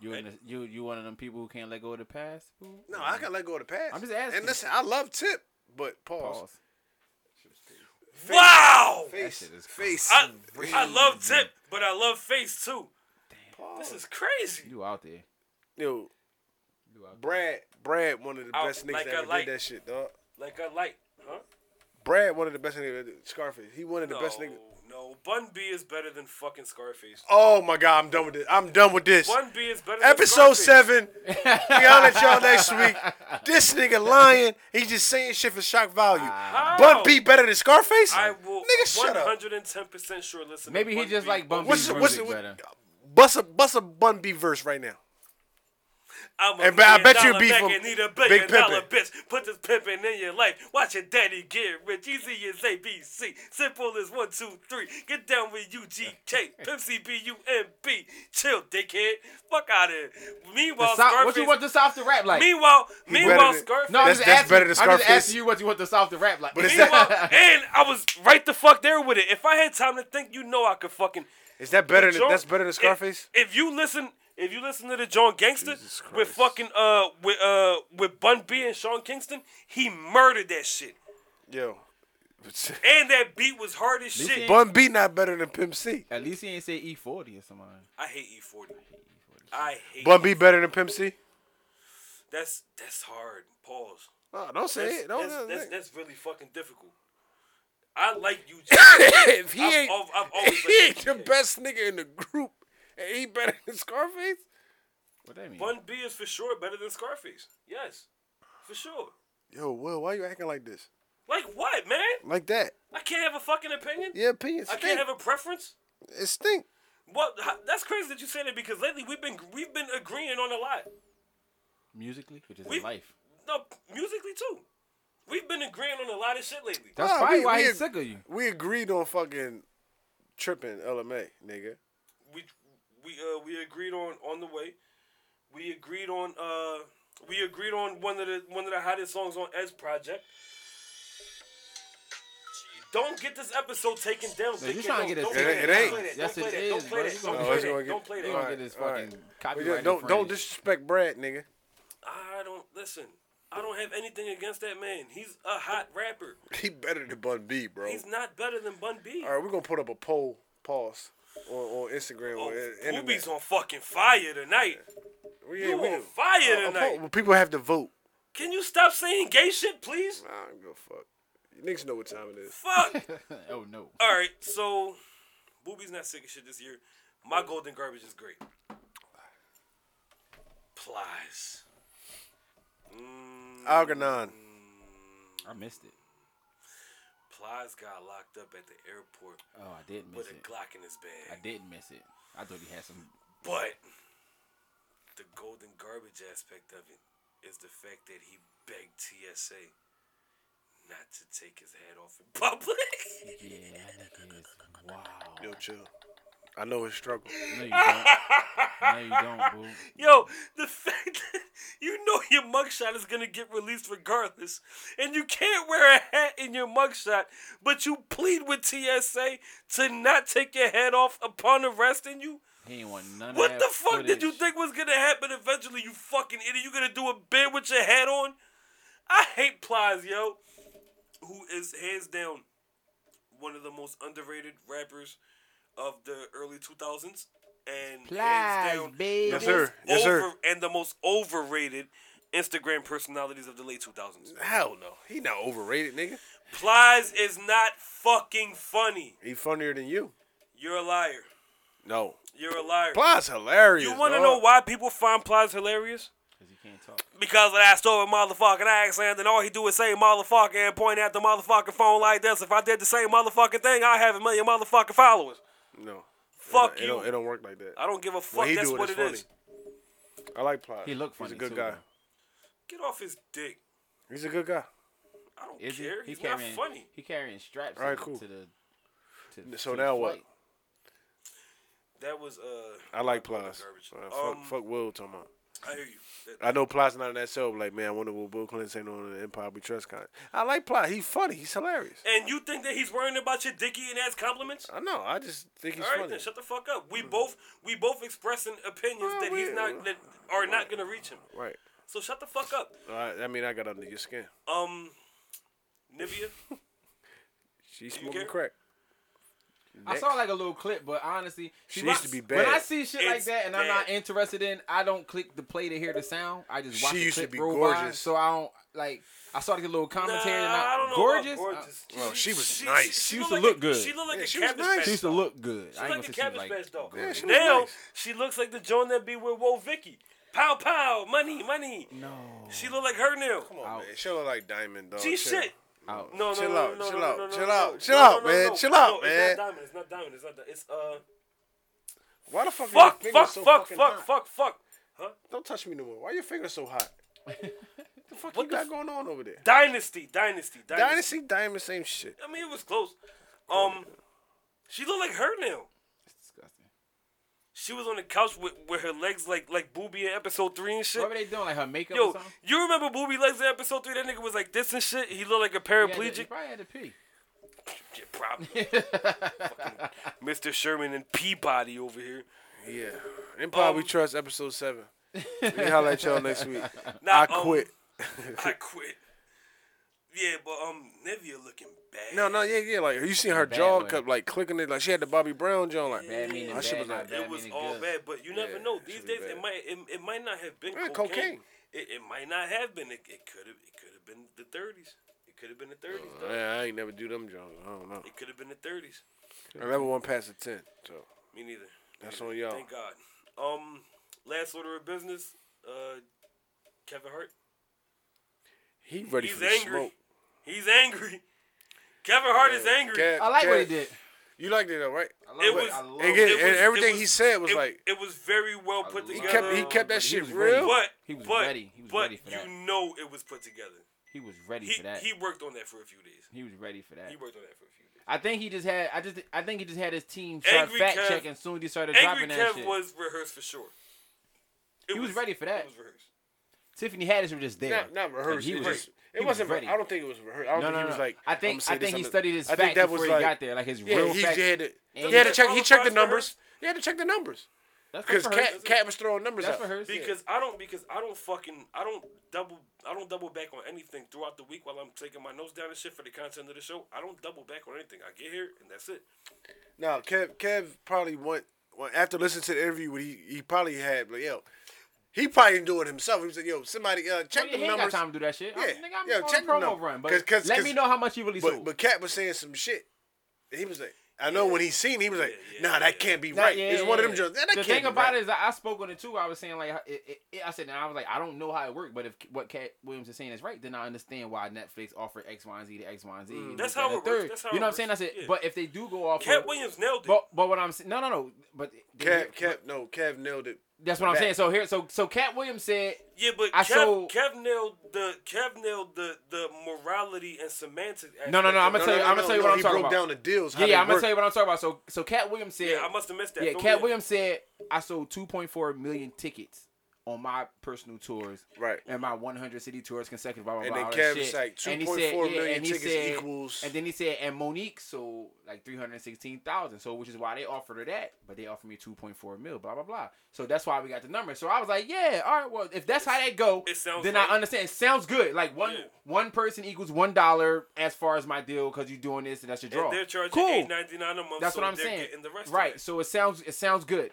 S4: You in the, you you one of them people who can't let go of the past? Boo?
S3: No, I can let go of the past.
S4: I'm just asking.
S3: And listen, I love Tip, but pause.
S4: Pause.
S2: Wow!
S3: Face,
S4: shit is
S3: face.
S2: I, I love Tip, but I love Face too. This is crazy.
S4: You out there?
S3: Yo,
S4: You out
S3: Brad, Brad, one of the
S2: Out
S3: best niggas
S2: like
S3: that
S2: a
S3: ever
S2: light.
S3: did that shit, dog.
S2: Like I like, huh?
S3: Brad, one of the best niggas. Scarface, he one of the
S2: No,
S3: best niggas.
S2: no. Bun B is better than fucking Scarface.
S3: Oh my god, I'm done with this. I'm done with this.
S2: Bun B is better.
S3: Episode
S2: than Scarface.
S3: seven. we out at y'all next week. This nigga lying. He just saying shit for shock value.
S2: How?
S3: Bun B better than Scarface?
S2: I will.
S3: Nigga, shut up.
S2: 110% sure. Listen. to
S4: Maybe he
S2: Bun
S4: just
S2: B.
S4: like Bun
S3: What's
S4: B's
S3: the- what's the-
S4: music better.
S3: Bust a bust a Bun B verse right now.
S2: I'm a
S3: And but I
S2: million
S3: bet you
S2: dollar
S3: be
S2: back
S3: from
S2: and need a
S3: Big
S2: billion dollar
S3: Pimpin'.
S2: bitch. Put this pimpin' in your life. Watch your daddy get rich. Easy as ABC. Simple as one, two, three. Get down with UGK. Pimp C B U M B. Chill, dickhead. Fuck out of here. Meanwhile,
S4: The South, what
S2: Scarface.
S4: you want the South to rap like?
S2: meanwhile, meanwhile,
S3: better than-
S2: Scarface.
S4: no, I'm
S3: That's-
S4: just
S3: that's
S4: asking,
S3: better than
S4: I'm just
S3: Scarface.
S4: asking you what you want the South to rap like.
S3: But it's-
S2: meanwhile, and I was right the fuck there with it. If I had time to think, you know I could fucking.
S3: Is that better than
S2: John-
S3: that's better than
S2: if-
S3: Scarface?
S2: If, you listen, if you listen to the John Gangster
S3: Jesus
S2: with
S3: Christ.
S2: fucking uh with uh with Bun B and Sean Kingston, he murdered that shit.
S3: Yo.
S2: And that beat was hard as shit.
S3: Bun B not better than Pimp C.
S4: At least he ain't say E40 or something.
S2: I hate E E40. I hate.
S3: Bun B better than Pimp C?
S2: That's that's hard. Pause.
S3: Oh, don't say
S2: That's,
S3: it. Don't,
S2: that's,
S3: don't-
S2: that's, that's really fucking difficult. I like UGK.
S3: if he
S2: I've
S3: ain't,
S2: al- I've always
S3: if he
S2: liked
S3: ain't the
S2: UGK.
S3: best nigga in the group, and he better than Scarface.
S4: What that mean?
S2: Bun B is for sure better than Scarface. Yes, for sure.
S3: Yo, Will, why you acting like this?
S2: Like what, man?
S3: Like that?
S2: I can't have a fucking opinion.
S3: Your opinion
S2: I
S3: stink.
S2: can't have a preference.
S3: it stink.
S2: Well, h- that's crazy that you said it because lately we've been we've been agreeing on a lot.
S4: Musically, which is
S2: We-
S4: life.
S2: up musically too. We've been agreeing on a lot of shit lately.
S4: That's
S3: Nah,
S4: probably
S3: we-
S4: why
S3: we
S4: he's
S3: ag-
S4: sick of you.
S3: We agreed on fucking tripping LMA, nigga.
S2: we we uh we agreed on on the way. We agreed on uh we agreed on one of the one of the hottest songs on Ed's project. Don't get this episode taken down.
S4: No,
S2: dickhead.
S4: you trying to
S2: Don't-
S4: get
S2: don't
S4: us-
S2: play
S3: It-
S2: that.
S3: it ain't.
S2: Don't play that.
S4: Yes,
S2: Don't
S4: it
S2: play that. Don't
S4: is,
S2: play
S4: bro.
S2: that.
S4: You gonna
S2: Don't
S3: get- No, it's
S2: play that. Don't play
S4: They
S2: that.
S4: gonna
S3: Alright,
S4: get this
S3: alright.
S4: fucking
S3: We
S4: copyright.
S3: just- don't don't disrespect Brad, nigga.
S2: I don't listen. I don't have anything against that man. He's a hot rapper.
S3: He better than Bun B, bro.
S2: He's not better than Bun B.
S3: All right, we're gonna put up a poll. Pause on, on Instagram.
S2: Oh,
S3: or in- internet.
S2: Ruby's on fucking fire tonight.
S3: We-
S2: You
S3: we- Uh,
S2: on fire
S3: a
S2: tonight.
S3: poll- people have to vote.
S2: Can you stop saying gay shit, please?
S3: I don't give a fuck. You niggas know what time it is.
S2: Fuck.
S4: oh no.
S2: All right, so Booby's not sick of shit this year. My golden garbage is great. Plies. Mm,
S3: Algernon.
S4: I missed it.
S2: Plies got locked up at the airport
S4: Oh, I did miss
S2: with a
S4: it.
S2: Glock in his
S4: I
S2: bag.
S4: didn't miss it. I thought he had some.
S2: But the golden garbage aspect of it is the fact that he begged TSA not to take his hat off in public.
S4: Yeah, that nigga is wow.
S3: Yo, chill. I know his struggle.
S4: No, you don't. No, you don't, boo.
S2: Yo, the fact that you know your mugshot is gonna get released regardless, and you can't wear a hat in your mugshot, but you plead with TSA to not take your hat off upon arresting you.
S4: He ain't want none
S2: What
S4: of that.
S2: the fuck did you
S4: footage.
S2: think was gonna happen eventually? You fucking idiot! You gonna do a bid with your hat on? I hate Plies, yo. Who is hands down one of the most underrated rappers of the early two thousands, and hands down
S4: baby.
S3: Yes,
S2: the most
S3: sir. Yes, sir.
S2: over- And the most overrated Instagram personalities of the late 2000s.
S3: Hell no. He not overrated, nigga.
S2: Plies is not fucking funny.
S3: He funnier than you.
S2: You're a liar.
S3: No.
S2: You're a liar.
S3: Plies hilarious.
S2: you want to
S3: dog.
S2: know why people find Plies hilarious?
S4: Cause he can't talk.
S2: Because of that stupid motherfucking accent, and all he do is say motherfucker and point at the motherfucking phone like this. If I did the same motherfucking thing, I'd have a million motherfucking followers.
S3: No.
S2: Fuck
S3: it
S2: you.
S3: Don't, it don't work like that.
S2: I don't give a fuck.
S3: When he
S2: That's
S3: do it,
S2: what
S3: it's
S2: it
S3: funny.
S2: is.
S3: I like Plies.
S4: He look funny
S3: He's a good
S4: too,
S3: guy.
S4: though.
S2: Get off his dick.
S3: He's a good guy.
S2: I don't
S4: Is he?
S2: care.
S4: He
S2: He's not
S4: carrying.
S2: funny.
S4: He carrying straps.
S3: All right,
S4: to
S3: cool.
S4: the- To the. To,
S3: So
S4: to
S3: now
S4: the
S3: what?
S4: flight.
S2: That was uh.
S3: I like Plies.
S2: Garbage.
S3: Uh,
S2: Um,
S3: fuck, fuck Will talking about.
S2: I hear you. That-
S3: I know Plies not in that cell. but Like, man, I wonder what Bill Clinton saying on the Empire We Trust con. I like Plies. He's funny. He's hilarious.
S2: And you think that he's worrying about your dicky and ass compliments?
S3: I know. I just think he's
S2: All right,
S3: funny.
S2: then shut the fuck up. We both we both expressing opinions
S3: Well,
S2: that he's
S3: we-
S2: not that are not gonna reach him.
S3: right.
S2: So shut the fuck up.
S3: Uh, I mean, I got under your skin.
S2: Um, Nivea,
S3: She's
S2: You
S3: smoking
S2: care?
S3: crack.
S4: I saw like a little clip, but honestly,
S3: She
S4: when
S3: used
S4: I-
S3: to be
S4: When I
S3: bad.
S4: see shit like
S2: It's
S4: that and I'm
S2: bad.
S4: not interested in, I don't click the play to hear the sound. I just watch
S3: She
S4: the
S3: used to
S4: clip
S3: be
S4: roll by.
S3: gorgeous.
S4: So I don't like. I saw like a little
S2: nah,
S4: commentary. and I,
S2: I don't know
S4: gorgeous.
S2: about gorgeous.
S3: Well, she was nice.
S4: She
S2: looked
S4: used to
S2: like
S4: look
S2: a-
S4: good.
S2: She looked like
S3: Yeah,
S2: a
S3: she was
S2: cabbage
S3: nice.
S2: patch
S4: She used to
S2: doll.
S4: look good.
S2: She
S4: I ain't
S2: looked
S4: gonna
S2: like a
S4: say she was,
S2: cabbage
S4: like
S2: patch doll.
S4: gorgeous.
S3: she was
S2: now
S3: nice.
S2: she looks like the Joan that be with Wo Vicky. Pow pow, money, money.
S4: No.
S2: She look like her now.
S3: Come on,
S4: Out.
S3: man. She look like Diamond, dog.
S2: She
S3: Chill.
S2: shit.
S4: Out.
S2: No, no,
S3: Chill
S2: no,
S3: out,
S2: no,
S3: chill
S2: no,
S3: out,
S2: no, no,
S3: chill
S2: no,
S3: out,
S2: no,
S3: chill
S2: no,
S3: out,
S2: no,
S3: man,
S2: no.
S3: chill out,
S2: No,
S3: man.
S2: It's not diamond. It's not diamond. It's not. Di- it's uh.
S3: Why the fuck? are
S2: Fuck,
S3: your
S2: fuck,
S3: fingers so
S2: fuck,
S3: fucking
S2: fuck,
S3: hot?
S2: fuck, fuck.
S3: Don't touch me no more. Why your fingers so hot? the fuck
S2: What
S3: you
S2: the
S3: got
S2: f-
S3: going on over there?
S2: Dynasty, dynasty, dynasty.
S3: Dynasty, Diamond, same shit.
S2: I mean, it was close. Um, she looked like her now.
S4: It's disgusting.
S2: She was on the couch with, with her legs like like booby in episode three and shit.
S4: What were they doing? Like her makeup or
S2: Yo,
S4: something?
S2: you remember booby legs in episode three? That nigga was like this and shit. He looked like a
S4: He had to- he
S2: paraplegic.
S4: probably had to pee.
S2: Yeah, probably. Fucking Mr. Sherman and Peabody over here.
S3: Yeah. Empire We
S2: Um,
S3: Trust, episode seven. we holla at y'all next week.
S2: Nah,
S3: I
S2: um,
S3: quit.
S2: I quit. Yeah, but um, Nivea looking bad.
S3: No, no, yeah, yeah. Like you seen her
S4: Bad
S3: jaw
S4: way.
S3: cup, like clicking it, like she had the Bobby Brown jaw, like
S4: Bad meaning
S3: That shit
S4: bad,
S3: was
S4: not
S3: like-
S4: bad
S2: it was
S4: meaning
S2: all
S4: good.
S2: bad, but you never
S3: Yeah,
S2: know.
S3: it
S2: These
S3: should be
S2: days, it
S3: bad.
S2: might it, it might not have been
S3: Yeah,
S2: cocaine.
S3: cocaine.
S2: It, it might not have been. It it could have it could have been the thirties. It could have been the thirties.
S3: Yeah, I ain't never do them jaws. I don't know.
S2: It could have been the thirties.
S3: I never went past a ten, so
S2: Me neither.
S3: that's on y'all.
S2: Thank God. Um, last order of business. Uh, Kevin Hart.
S3: He ready
S2: He's
S3: for the
S2: angry.
S3: smoke.
S2: He's angry. Kevin Hart is angry.
S3: Kev-
S4: I like what he
S3: Kev-
S4: did.
S3: You liked it though, right?
S4: I love
S2: It
S4: it.
S2: was-
S4: I love
S3: And,
S4: it.
S3: again,
S2: It
S3: and
S2: was-
S3: everything
S2: it
S3: he
S2: was-
S3: said was
S2: it,
S3: like,
S2: it was very well put
S4: I
S3: he
S2: together.
S4: love
S3: kept he
S4: it.
S3: kept that
S4: But he
S3: shit
S4: was ready.
S3: real.
S2: but
S4: He was
S2: but,
S4: ready. He was
S2: but
S4: ready for
S2: you
S4: that.
S2: know it was put together.
S4: He was ready
S2: He
S4: for that.
S2: he worked on that for a few days.
S4: He was ready for that.
S2: He worked on that for a few days.
S4: I think he just had. I just. I think he just had his team start
S2: Angry
S4: fact
S2: Kev-
S4: checking soon as he started
S2: Angry
S4: dropping that
S2: Kev
S4: shit.
S2: was rehearsed for sure. It
S4: He was ready for that.
S2: It was rehearsed.
S4: Tiffany Haddish was just there.
S3: not not
S4: Like,
S3: rehearsed.
S4: he
S3: it
S4: was
S3: was
S4: just-
S3: just- it
S4: he was
S3: wasn't.
S4: ready.
S3: I don't think it was rehearsed. I don't
S4: No,
S3: think
S4: no,
S3: he
S4: no.
S3: was like.
S4: I
S3: I'ma
S4: think.
S3: say
S4: I
S3: this,
S4: think he
S3: I'ma-
S4: studied his
S3: I
S4: facts
S3: think that
S4: before
S3: was
S4: he
S3: like-
S4: got there, like his
S3: Yeah,
S4: real
S3: he,
S4: facts.
S3: he had to.
S4: And
S3: He had to
S2: that's
S3: check. He
S2: all
S3: checked the
S2: facts
S3: numbers.
S2: rehearsed.
S3: He had to check the numbers
S4: That's
S3: because
S4: for her.
S3: Cat Cat was throwing numbers
S4: That's
S3: out.
S4: for her.
S2: Because I don't because I don't fucking I don't double I don't double back on anything throughout the week while I'm taking my notes down and shit for the content of the show. I don't double back on anything. I get here and that's it.
S3: No, Kev Kev probably went well, after listening to the interview. What he he probably had like yo, he probably didn't do it himself. He said yo, somebody uh, check
S4: He
S3: the
S4: ain't got
S3: numbers.
S4: time to do that shit. I'm,
S3: Yeah.
S4: nigga, I'm
S3: Yeah,
S4: on a
S3: check the
S4: promo
S3: number.
S4: run, but
S3: 'Cause- 'cause-
S4: let
S3: 'cause-
S4: me know how much he really
S3: But
S4: sold.
S3: but Cat was saying some shit. And he was like, I know when he seen, he was like,
S2: Yeah, yeah,
S3: Nah, that
S2: yeah.
S3: can't be
S4: Nah,
S3: right.
S4: yeah,
S3: it's one of them
S4: yeah.
S3: jokes. That, that
S4: the
S3: can't
S4: thing
S3: be
S4: about
S3: right.
S4: it is, I I spoke on it too. I was saying like, it, it, it- I said, and I was like, I don't know how it worked, but if what Cat Williams is saying is right, then I understand why Netflix offered X, Y, and Z to X, Y, and Z. and
S2: Mm. That's
S4: this, that,
S2: how
S4: and
S2: it
S4: the
S2: works.
S4: third.
S2: That's how
S4: you
S2: it
S4: know what I'm saying. I
S2: works.
S4: said,
S2: Yeah.
S4: but if they do go off,
S2: Cat
S4: of-
S2: Williams nailed it.
S4: but but what I'm saying, no, no, no, but
S3: Kev, Kev, no, Kev nailed it.
S4: that's what I'm
S3: back.
S4: saying. So here, so so Cat Williams said,
S2: yeah, but
S4: I
S2: Kev,
S4: saw-
S2: Kev nailed the Kev nailed the the morality and semantic.
S4: No, no,
S2: aspect
S4: no, I'ma
S2: of it.
S4: tell you- I'ma tell you what I'm
S3: he
S4: talking
S3: broke
S4: about.
S3: down the deals. how
S4: yeah,
S3: they
S4: yeah, I'm gonna
S3: work.
S4: tell you what I'm talking about. So so Cat Williams said,
S2: Yeah, I must have missed that.
S4: yeah,
S2: Don't
S4: Cat
S2: be-
S4: Williams said I sold 2.4 million tickets on my personal tours,
S3: Right.
S4: and my 100 city tours consecutive. Blah blah
S3: And
S4: blah.
S3: then
S4: all that
S3: Kev was
S4: shit.
S3: like,
S4: And he
S3: 2.4
S4: said,
S3: million
S4: and he
S3: tickets
S4: said-
S3: equals-
S4: And then he said, and Monique sold like 316,000, so which is why they offered her that, but they offered me 2.4 mil. Blah blah blah. So that's why we got the number. So I was like, yeah, all right, well if that's how that go,
S2: It sounds
S4: then
S2: right.
S4: I understand. It sounds good. Like one
S2: Yeah.
S4: one person equals one dollar as far as my deal because you're doing this and that's your draw.
S2: And they're charging
S4: cool.
S2: eight ninety nine a month.
S4: That's
S2: so
S4: what I'm
S2: they're
S4: saying.
S2: Getting the rest
S4: right.
S2: Of it.
S4: So it sounds it sounds good,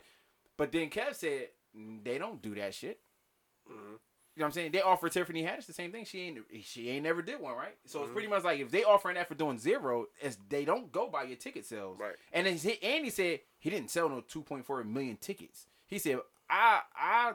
S4: but then Kev said "Mm, they don't do that shit.
S2: Mm-hmm.
S4: You know what I'm saying? They offer Tiffany Haddish the same thing. She ain't she ain't never did one, right? So
S2: Mm-hmm.
S4: it's pretty much like if they offering that for doing zero, it's, they don't go by your ticket sales.
S3: Right.
S4: And then he, and he said he didn't sell no 2.4 million tickets. He said I I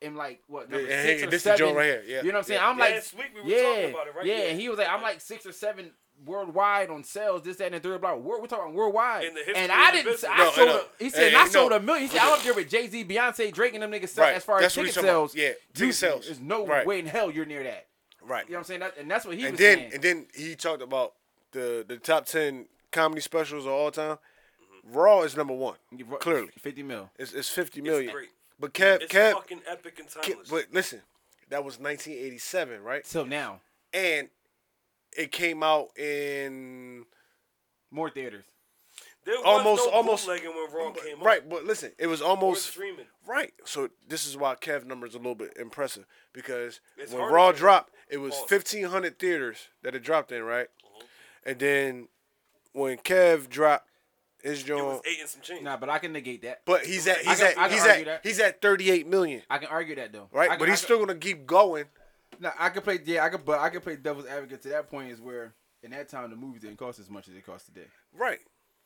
S4: am like what number
S3: Yeah,
S4: six
S3: hey,
S4: or
S3: this the
S4: seven.
S3: joke right here. Yeah,
S4: You know what I'm saying?
S3: yeah,
S4: I'm like
S2: Last week we were
S4: yeah,
S2: talking about it, right?
S4: Yeah,
S2: Yeah.
S4: and he was like I'm like six or seven worldwide on sales, this that and the third. Blah. We're, we're talking worldwide.
S2: In the history
S4: and
S2: of
S4: I
S2: the
S4: didn't.
S2: business.
S4: I
S3: No,
S4: sold.
S3: no.
S4: A, he said
S3: Hey,
S4: I
S3: no.
S4: sold a million. He said I'm up there with Jay Z, Beyonce, Drake, and them niggas sell
S3: Right.
S4: as far
S3: That's
S4: as
S3: what
S4: ticket
S3: he's talking about.
S4: sales.
S3: Yeah, ticket
S4: You-
S3: sales.
S4: There's no
S3: Right.
S4: way in hell you're near that.
S3: Right.
S4: You know what I'm saying? That, and that's what he
S3: and
S4: was
S3: then
S4: saying.
S3: and then he talked about the the top ten comedy specials of all time.
S4: Mm-hmm.
S3: Raw is number one. Clearly,
S4: fifty mil.
S3: it's it's fifty million.
S2: great.
S3: but Kev,
S2: It's
S3: Kev,
S2: fucking epic and
S3: Kev,
S2: timeless.
S3: but listen, that was 1987, right?
S4: So now
S3: And it came out in
S4: more theaters.
S2: there was
S3: almost-
S2: no
S3: almost-
S2: bootlegging when Raw came
S3: right.
S2: up.
S3: But listen, it was
S2: Or
S3: almost
S2: streaming.
S3: Right. So this is why Kev numbers a little bit impressive because
S2: It's
S3: when
S2: harder
S3: Raw
S2: to-
S3: dropped, it was
S2: Pause.
S3: fifteen hundred theaters that it dropped in, right? And then when Kev dropped his
S2: Mm-hmm. It was
S3: joint,
S2: eight and some change.
S4: Nah, but I can negate that.
S3: but he's at
S4: I
S3: he's
S4: can-
S3: at
S4: I can
S3: he's
S4: argue
S3: at
S4: that.
S3: he's at thirty eight million,
S4: I can argue that though.
S3: right?
S4: I can-
S3: but
S4: I
S3: he's
S4: can-
S3: still gonna keep going.
S4: Now I could play. Yeah, I could. But I could play devil's advocate to that point is where in that time the movies didn't cost as much as they cost today.
S3: Right.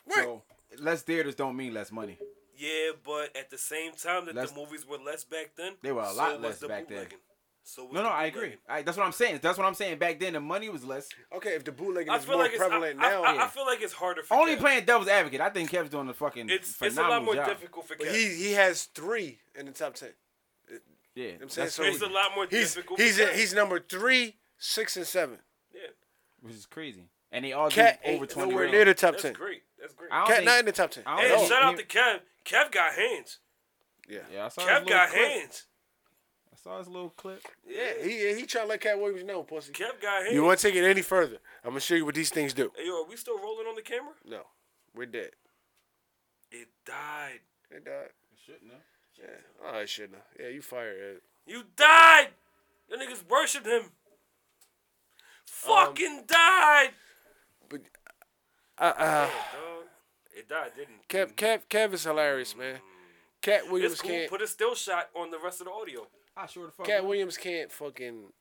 S3: Right.
S4: So less theaters don't mean less money.
S2: Yeah, but at the same time that
S4: Less-
S2: the movies were less back then,
S4: They were a
S2: so
S4: lot
S2: was
S4: less
S2: the
S4: back then.
S2: bootlegging. So was
S4: No,
S2: the
S4: no, I
S2: bootlegging.
S4: agree. I, that's what I'm saying. That's what I'm saying. Back then, the money was less.
S3: okay, if the bootlegging
S2: I
S3: is
S2: feel
S3: more
S2: like it's I,
S3: prevalent
S2: I-
S3: now,
S2: I, I
S4: yeah.
S2: feel like it's harder for
S4: Only
S2: Kev.
S4: playing devil's advocate. I think Kev's doing a fucking
S2: It's it's a
S4: phenomenal
S2: lot more
S4: job.
S2: difficult for
S3: but
S2: Kev.
S3: he he has three in the top ten.
S4: Yeah,
S3: I'm saying
S4: that's
S3: so
S2: it's
S4: crazy.
S2: a lot more
S3: He's
S2: difficult.
S3: he's
S2: for
S3: at,
S2: Kev.
S3: he's number three, six, and seven.
S2: yeah.
S4: which is crazy. And they all do
S3: Cat
S4: over
S3: ain't
S4: 20
S3: nowhere
S4: grand.
S3: near the top
S2: That's
S3: ten.
S2: great. That's great.
S4: I don't
S3: Cat
S4: think-
S3: not in the top ten.
S4: I don't
S2: And
S3: at all.
S4: know.
S2: shout out
S4: He-
S2: to Kev. Kev got hands.
S3: Yeah.
S4: Yeah, I saw his
S2: Kev
S4: little
S2: got
S4: clip.
S2: hands.
S4: I saw his little clip.
S3: Yeah, he he trying to let Cat Williams know, pussy.
S2: Kev got hands.
S3: You want to take it any further? I'm gonna show you what these things do.
S2: Hey, yo, are we still rolling on the camera?
S3: No, we're dead.
S2: It died.
S3: They died. Yeah. Oh, I shouldn't. have. Yeah, you fired it.
S2: You died. Your niggas worshipped him.
S3: Um,
S2: Fucking died.
S3: But uh, uh,
S2: Yeah, dog. It died, didn't it?
S3: Kev Kev Kev is hilarious, man. Cat Williams
S2: It's cool.
S3: can't.
S2: Put a still shot on the rest of the audio.
S4: I sure the fuck.
S3: Cat
S4: will.
S3: Williams can't fucking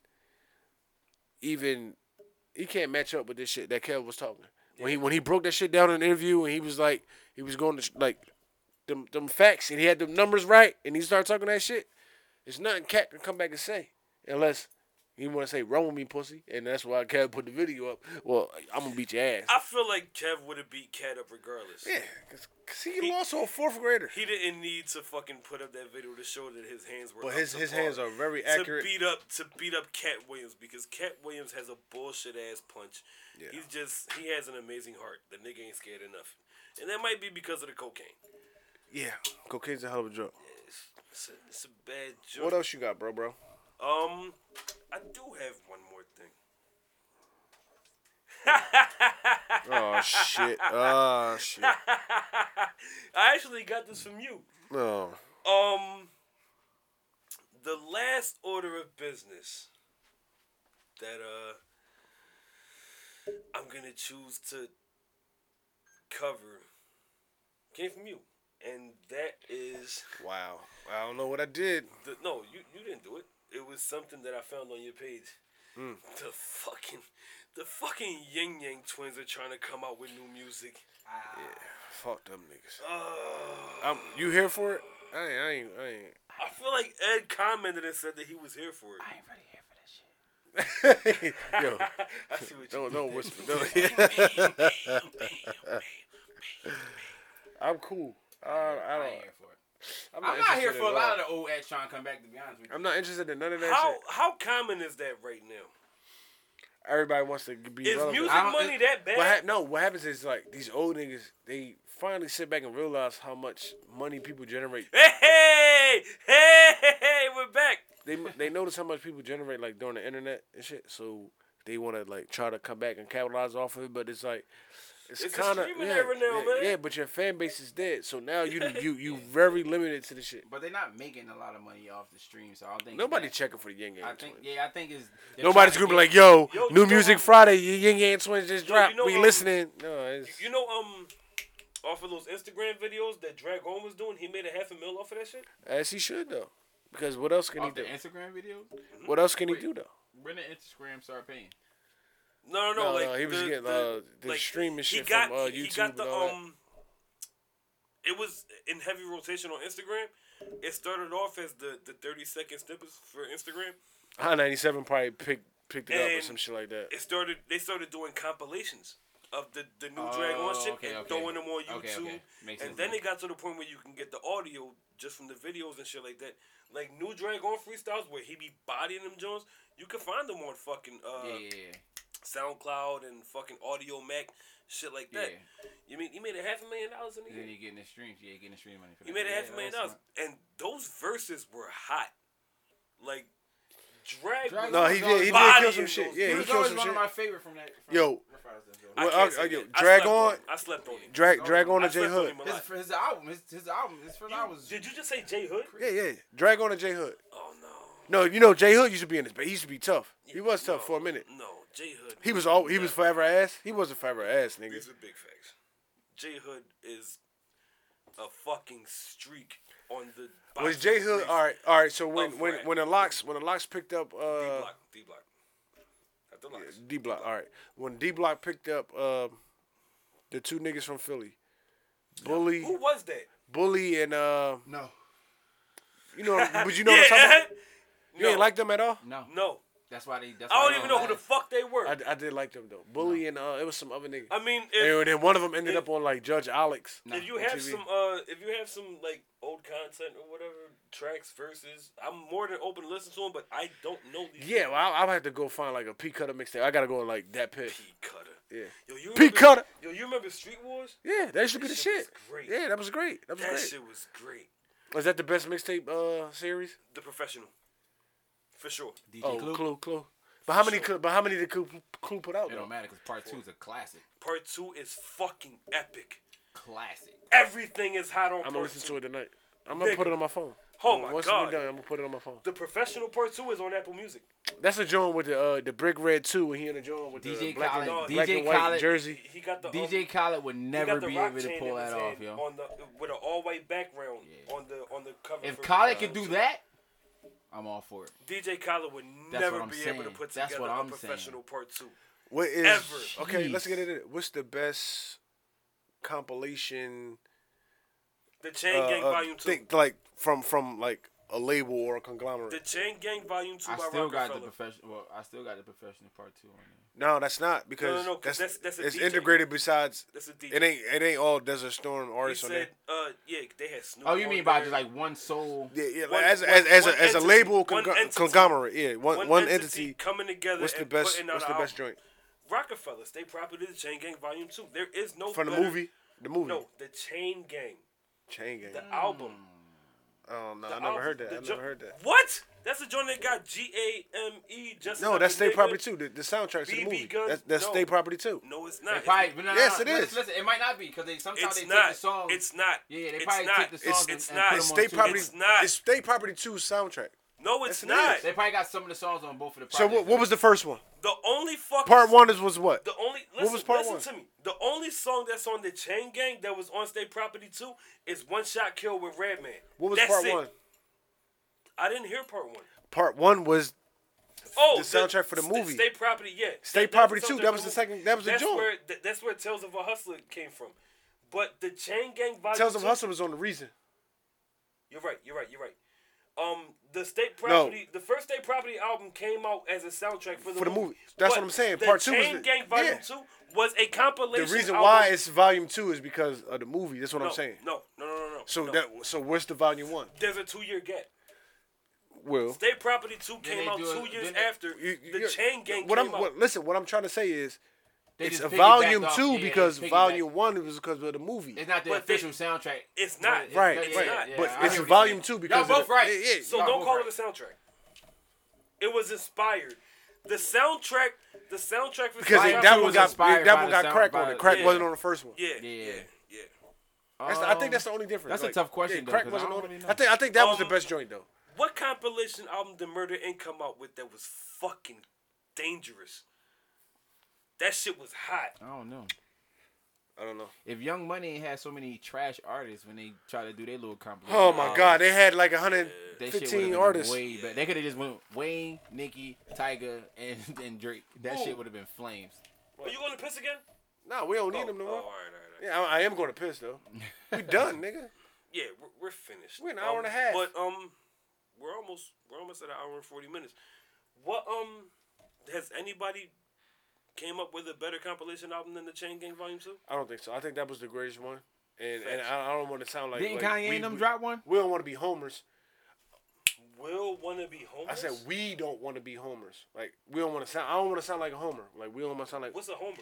S3: even. He can't match up with this shit that Kev was talking. When he when he broke that shit down in the interview and he was like he was going to sh- like them them facts and he had them numbers right and he started talking that shit. There's nothing Cat can come back and say unless
S5: He want to say, run with me, pussy. And that's why Kev put the video up. Well, I'm going to beat your ass.
S2: I feel like Kev would have beat Cat up regardless.
S5: Yeah, because he, lost to a fourth grader.
S2: He didn't need to fucking put up that video to show that his hands were.
S3: But
S2: up
S3: his
S2: to
S3: his
S2: par.
S3: hands are very
S2: to
S3: accurate.
S2: beat up to beat up Cat Williams because Cat Williams has a bullshit ass punch. He's just he has an amazing heart. The nigga ain't scared of nothing, and that might be because of the cocaine.
S5: Yeah.
S3: Cocaine's a hell of a drug.
S2: It's, it's, a, it's a bad
S3: What
S2: joke.
S3: else you got, bro, bro?
S2: Um, I do have one more thing.
S3: Oh shit. Oh shit.
S2: I actually got this from you.
S3: No.
S2: Um, the last order of business that uh I'm gonna choose to cover came from you, and that is
S3: Wow. I don't know what I did.
S2: the no, you you didn't do it. It was something that I found on your page. The fucking, the fucking Yin Yang twins are trying to come out with new music. Uh,
S3: Fuck them niggas.
S2: Ugh.
S3: I'm, you here for it? I ain't. I ain't. I ain't.
S2: I feel like Ed commented and said that he was here for it.
S4: ain't really here for that shit.
S3: Yo,
S2: I see what you
S3: don't don't whisper. Don't. I'm cool. I, I
S4: I
S3: don't.
S4: ain't here for it. I'm not here for a lot of the old ass trying to come back. To be honest with you,
S3: I'm not interested in none of that
S2: How
S3: shit.
S2: how common is that right now?
S3: Everybody wants to be
S2: Is
S3: relevant.
S2: music
S4: I don't-
S2: money that
S3: What
S2: bad?
S3: hap no, what happens is like these old niggas, they finally sit back and realize how much money people generate.
S2: Hey, hey, hey, hey, we're back.
S3: They they notice how much people generate like during the internet and shit. So they want to like try to come back and capitalize off of it, but it's like it's,
S2: It's a
S3: kind of
S2: streaming
S3: yeah,
S2: era now,
S3: yeah,
S2: man.
S3: yeah, but your fan base is dead. So now you you you very limited to the shit.
S4: but they're not making a lot of money off the stream, so I don't think
S3: Nobody
S4: that-
S3: checking for the Yin Yang.
S4: I think yeah, I think it's they're
S3: Nobody's
S4: trying
S3: gonna
S4: to
S3: be like, yo,
S2: Yo, you know
S3: new music
S2: what-
S3: Friday, Yin Yang Twins just
S2: Yo, you
S3: dropped.
S2: know
S3: we
S2: what-
S3: listening. No, it's,
S2: You know, um, off of those Instagram videos that Dragon was doing, he made a half a mil off of that shit.
S3: as he should though, because what else can
S4: get
S3: he
S4: off the
S3: do?
S4: Instagram videos.
S3: What else can he
S4: Wait.
S3: do though?
S4: When did Instagram start paying?
S2: No, no, no.
S3: No,
S2: like
S3: no, he was
S2: the-
S3: getting,
S2: the,
S3: uh, the streaming shit from, uh,
S2: He
S3: YouTube
S2: got the
S3: and all that.
S2: um. It was in heavy rotation on Instagram. It started off as the the thirty second snippets for Instagram.
S3: I ninety seven probably picked picked it up or
S2: And-
S3: some shit like that.
S2: it started they started doing compilations of the, the new Dragon
S4: Oh,
S2: shit
S4: okay,
S2: and
S4: okay.
S2: throwing them on
S4: Okay,
S2: YouTube.
S4: okay. Makes
S2: and
S4: sense
S2: then
S4: now.
S2: it got to the point where you can get the audio just from the videos and shit like that. Like new Dragon freestyles where he be bodying them Jones, you can find them on fucking uh,
S4: yeah, yeah, yeah.
S2: SoundCloud and fucking Audio Mac, shit like that.
S4: Yeah.
S2: You mean you made a half a million dollars in a
S4: And then
S2: year?
S4: you getting the streams. Yeah, you getting the stream money for
S2: You
S4: that.
S2: made a
S4: Yeah,
S2: half a million dollars,
S4: that's smart.
S2: and those verses were hot. Like Drag.
S4: Dragon
S3: No,
S4: was
S3: he
S4: always-
S3: did. He did
S2: Body
S3: kill
S2: in
S3: some shit.
S2: those-
S3: Yeah,
S4: he
S3: he
S4: was
S3: killed
S4: always
S3: some
S4: one
S3: shit.
S4: of my favorite from that. From
S3: Yo.
S4: from Fridays,
S2: I
S3: Well,
S2: can't
S3: I-
S2: say
S3: I- yo,
S2: that. I
S3: Drag
S2: slept on.
S3: On-
S2: him. I slept on him.
S3: Drag drag on
S2: I
S3: to J
S2: slept on
S3: Hood.
S2: him a
S4: though.
S2: lot.
S4: His, his album, his, his album, his first album was.
S2: Did you just say J Hood?
S3: Yeah, yeah. Drag on to J Hood.
S2: Oh no.
S3: No, you know J Hood used to be in this, but he used to be tough. He was tough
S2: No,
S3: for a minute.
S2: No, J Hood.
S3: He was all he was forever ass. He wasn't forever ass, nigga.
S2: These are big facts. J Hood is a fucking streak on the.
S3: Was
S2: boxing
S3: J Hood
S2: streets.
S3: all right? All right. So when
S2: Of
S3: when
S2: rap.
S3: when the locks when the locks picked up
S2: D
S3: uh
S2: block. D block. At the locks.
S3: D block. All right. When D block picked up uh the two niggas from Philly, Bully,
S2: Who was that?
S3: Bully, and uh
S4: No.
S3: you know, but you know what I'm talking about. You ain't
S2: No.
S3: like them at all.
S4: No.
S2: No,
S4: That's why they. That's
S2: I
S4: why
S2: don't
S4: they
S2: even know who the
S4: last.
S2: fuck they were. I,
S3: I, I did like them though. Bully and uh, it was some other nigga.
S2: mean,
S3: and
S2: if,
S3: then one of them ended
S2: if-
S3: up on like Judge Alex.
S4: Nah,
S2: if you
S3: on
S2: have
S3: TV.
S2: some, uh, if you have some like old content or whatever tracks verses, I'm more than open to listen to them. But I don't know these.
S3: Yeah, well, I'll, I'll have to go find like a P cutter mixtape. I gotta go on like that pit.
S2: P Cutter.
S3: Yeah,
S2: Yo, you
S3: P
S2: remember-
S3: Cutter.
S2: Yo, you remember Street Wars?
S3: yeah, that should be
S2: That
S3: the
S2: shit
S3: shit.
S2: was great.
S3: Yeah, that was great. That was
S2: That
S3: great.
S2: shit was great.
S3: Was that the best mixtape uh series?
S2: The Professional, for sure.
S4: DJ
S3: Oh,
S4: Clue.
S3: Clue, Clue. But how many? Clue, but how many did Clue, Clue put out?
S4: It
S3: Though?
S4: don't matter because part two is a classic.
S2: Part two is fucking epic.
S4: Classic.
S2: Everything is hot on
S3: I'm gonna
S2: part
S3: listen
S2: two.
S3: to it tonight. I'm gonna
S2: Nigga.
S3: put it on my phone.
S2: Oh my
S3: Once
S2: God.
S3: we're done, I'm gonna put it on my phone.
S2: The Professional part two is on Apple Music.
S3: That's a joint with the uh, the brick red two when he in the joint with the
S4: DJ
S3: black, and,
S4: Khaled.
S3: black
S4: DJ
S3: and white
S4: Khaled.
S2: He,
S3: jersey.
S2: he got the um,
S4: DJ Khaled would
S2: he got
S4: never
S2: the
S4: be
S2: rock
S4: able
S2: chain
S4: to pull
S2: in his
S4: that off,
S2: hand
S4: yo.
S2: On the with an all white background on the on the uh, cover.
S4: If
S2: for
S4: Khaled
S2: Professional
S4: could do
S2: Two.
S4: that, I'm all for it.
S2: DJ Khaled would
S4: That's
S2: never
S4: what I'm
S2: be able to
S4: saying.
S2: put together
S4: That's what
S2: a
S4: I'm saying.
S2: Professional part two.
S3: What is
S2: Ever.
S3: okay? Let's
S4: Jeez.
S3: get into it. What's the best compilation?
S2: The Chain Gang
S3: uh, uh,
S2: Volume Two.
S3: think, like from from like a label or a conglomerate.
S2: The Chain Gang Volume Two
S4: I
S2: by
S4: still got the
S2: Rockefeller.
S4: professional. Well, I still got the professional part two on there.
S3: No, that's not because
S2: no, 'cause
S3: that's,
S2: that's- that's a
S3: it's
S2: DJ.
S3: integrated. Besides,
S2: That's a DJ.
S3: it ain't it ain't all Desert Storm
S2: He
S3: artists on
S2: said,
S3: there.
S2: uh, yeah, they had Snoop.
S4: Oh, you
S2: on
S4: mean by
S2: there.
S4: just like one soul?
S3: Yeah, yeah.
S2: One-
S3: like, as
S2: one-
S3: as as,
S2: one
S3: a, as
S2: entity-
S3: a label
S2: one
S3: congo-
S2: entity.
S3: conglomerate, yeah, one one, entity.
S2: coming together.
S3: What's the
S2: and
S3: best?
S2: putting out
S3: What's the
S2: an
S3: best
S2: album.
S3: joint
S2: Rockefeller. Stay proper to the Chain Gang Volume Two. There is no
S3: from the
S2: better-
S3: movie? The movie
S2: No, the Chain Gang,
S3: Chain Gang.
S2: the
S4: Mm.
S2: album.
S3: Oh no,
S2: The
S3: I
S2: album,
S3: never heard that.
S2: the
S3: I
S2: jo-
S3: never heard that.
S2: What? That's the joint that got G A M E. Just
S3: No,
S2: Like
S3: that's
S2: a
S3: Stay
S2: Nigga.
S3: Property too. The, the soundtrack to
S2: BB
S3: the movie.
S2: Gun?
S3: That's that's
S2: No.
S3: Stay Property too.
S2: No, it's not.
S4: They probably, but nah,
S3: Yes,
S4: nah,
S3: it
S4: listen,
S3: is.
S4: Listen, it might not be because they sometimes
S2: It's
S4: they
S2: not.
S4: take the songs.
S2: It's not.
S4: Yeah, they
S2: It's
S4: probably
S2: not.
S4: take the
S2: It's-
S4: songs
S2: it's
S4: and,
S2: not.
S4: and put
S3: It's
S4: them
S3: Stay
S4: on two.
S3: Property.
S2: It's not.
S3: It's Stay Property two soundtrack.
S2: no,
S3: Yes,
S2: it's
S3: it
S2: not.
S3: is.
S4: They probably got some of the songs on both of the.
S3: So
S4: Projects.
S3: what, what was the first one?
S2: The only fucking
S3: Part one is was what?
S2: The only listen,
S3: was part
S2: listen
S3: one?
S2: to me. The only song that's on the Chain Gang that was on State Property too is One Shot Kill with Redman.
S3: What was
S2: that's
S3: part
S2: it.
S3: one?
S2: I didn't hear part one.
S3: Part one was
S2: Oh,
S3: The soundtrack for the
S2: Sta-
S3: movie.
S2: State Property, yeah.
S3: State
S2: That- that was
S3: Property
S2: the
S3: 2,
S2: soundtrack
S3: that
S2: for
S3: was the
S2: movie.
S3: second- that was the
S2: that's
S3: joint.
S2: Where, th- that's where Tales of a Hustler came from. But the Chain Gang Volume
S3: Tales of
S2: 2
S3: Hustle was on the reason.
S2: You're right. You're right. You're right. Um, the state property, the first state property album came out as a soundtrack for the
S3: For the
S2: movie.
S3: movie. That's
S2: But
S3: what I'm saying.
S2: the
S3: Part two was
S2: Chain
S3: the-
S2: Gang Volume
S3: yeah.
S2: Two was a
S3: The
S2: compilation.
S3: reason
S2: album.
S3: why it's volume two is because of the movie. That's what
S2: no,
S3: I'm saying.
S2: No, no, no, no, no.
S3: So
S2: no.
S3: that so where's the volume one?
S2: there's a two year gap.
S3: Well,
S2: State Property Two
S4: they
S2: came out
S4: do
S2: two
S4: a-
S2: years
S4: then they-
S2: after
S3: you- you-
S2: the
S3: you're-
S2: Chain Gang
S3: What
S2: came
S3: I'm
S2: out.
S3: what, listen. What I'm trying to say is
S4: They
S3: it's
S4: just
S3: a
S4: piggybacked
S3: volume
S4: off- yeah,
S3: two
S4: they
S3: because
S4: piggybacked.
S3: volume one was because of the movie.
S4: It's not the
S2: But they-
S4: official soundtrack.
S2: It's
S4: But
S2: not.
S3: Right,
S4: yeah, yeah,
S3: right.
S4: yeah, yeah,
S3: but
S4: I
S3: it's
S4: hear what
S3: volume
S4: you're saying.
S3: two because
S4: y'all
S3: of
S4: both
S3: the-
S4: right.
S3: yeah, yeah.
S2: so
S4: Y'all
S2: don't
S4: both
S2: call
S4: right.
S2: it a soundtrack. It was inspired. The soundtrack, the soundtrack for
S3: because
S2: State
S3: it, that
S4: Two
S2: Property
S3: one
S4: was
S3: got
S4: inspired
S3: that
S4: by
S3: one
S4: the
S3: got
S4: sound-
S3: crack
S4: by
S3: on
S4: the-
S3: it. Crack
S2: yeah.
S3: wasn't on the first one.
S2: Yeah, yeah,
S4: Yeah.
S2: yeah.
S3: That's the- I think that's the only difference.
S4: that's a
S3: Like,
S4: tough question, though,
S3: Yeah, crack
S4: 'cause
S3: wasn't
S4: I don't
S3: on.
S4: really
S3: it.
S4: know.
S3: I think I think that was the
S2: Um,
S3: best joint though.
S2: What compilation album did Murder Inc. come out with that was fucking dangerous? That shit was hot.
S4: I don't know.
S3: I don't know.
S4: If Young Money ain't had so many trash artists when they try to do their little compilation,
S3: Oh my
S4: album,
S3: God, they had like 100.
S4: that shit
S3: 15
S4: would've been
S3: artists.
S4: Way better. They could have just went Wayne, Nicki, Tiger, and and Drake. That shit would have been flames.
S2: Are you going to piss again?
S3: Nah, we don't
S2: Oh,
S3: need them no
S2: oh,
S3: more.
S2: all right, all right, all right.
S3: Yeah, I, I am going to piss though. We done, nigga.
S2: Yeah, we're, we're finished.
S3: We're an hour
S2: Um,
S3: and a half.
S2: But um, we're almost we're almost at an hour and forty minutes. What um, has anybody came up with a better compilation album than the Chain Gang Volume Two?
S3: I don't think so. I think that was the greatest one, and and I, I don't want to sound like
S4: Didn't
S3: like,
S4: Kanye
S3: we,
S4: and them
S3: we, Oh,
S4: drop one?
S3: We don't want to be homers.
S2: Will wanna be homeless?
S3: I said we don't want to be homers. Like we don't want to sound. I don't want to sound like a homer. Like we don't want to sound like
S2: What's a homer?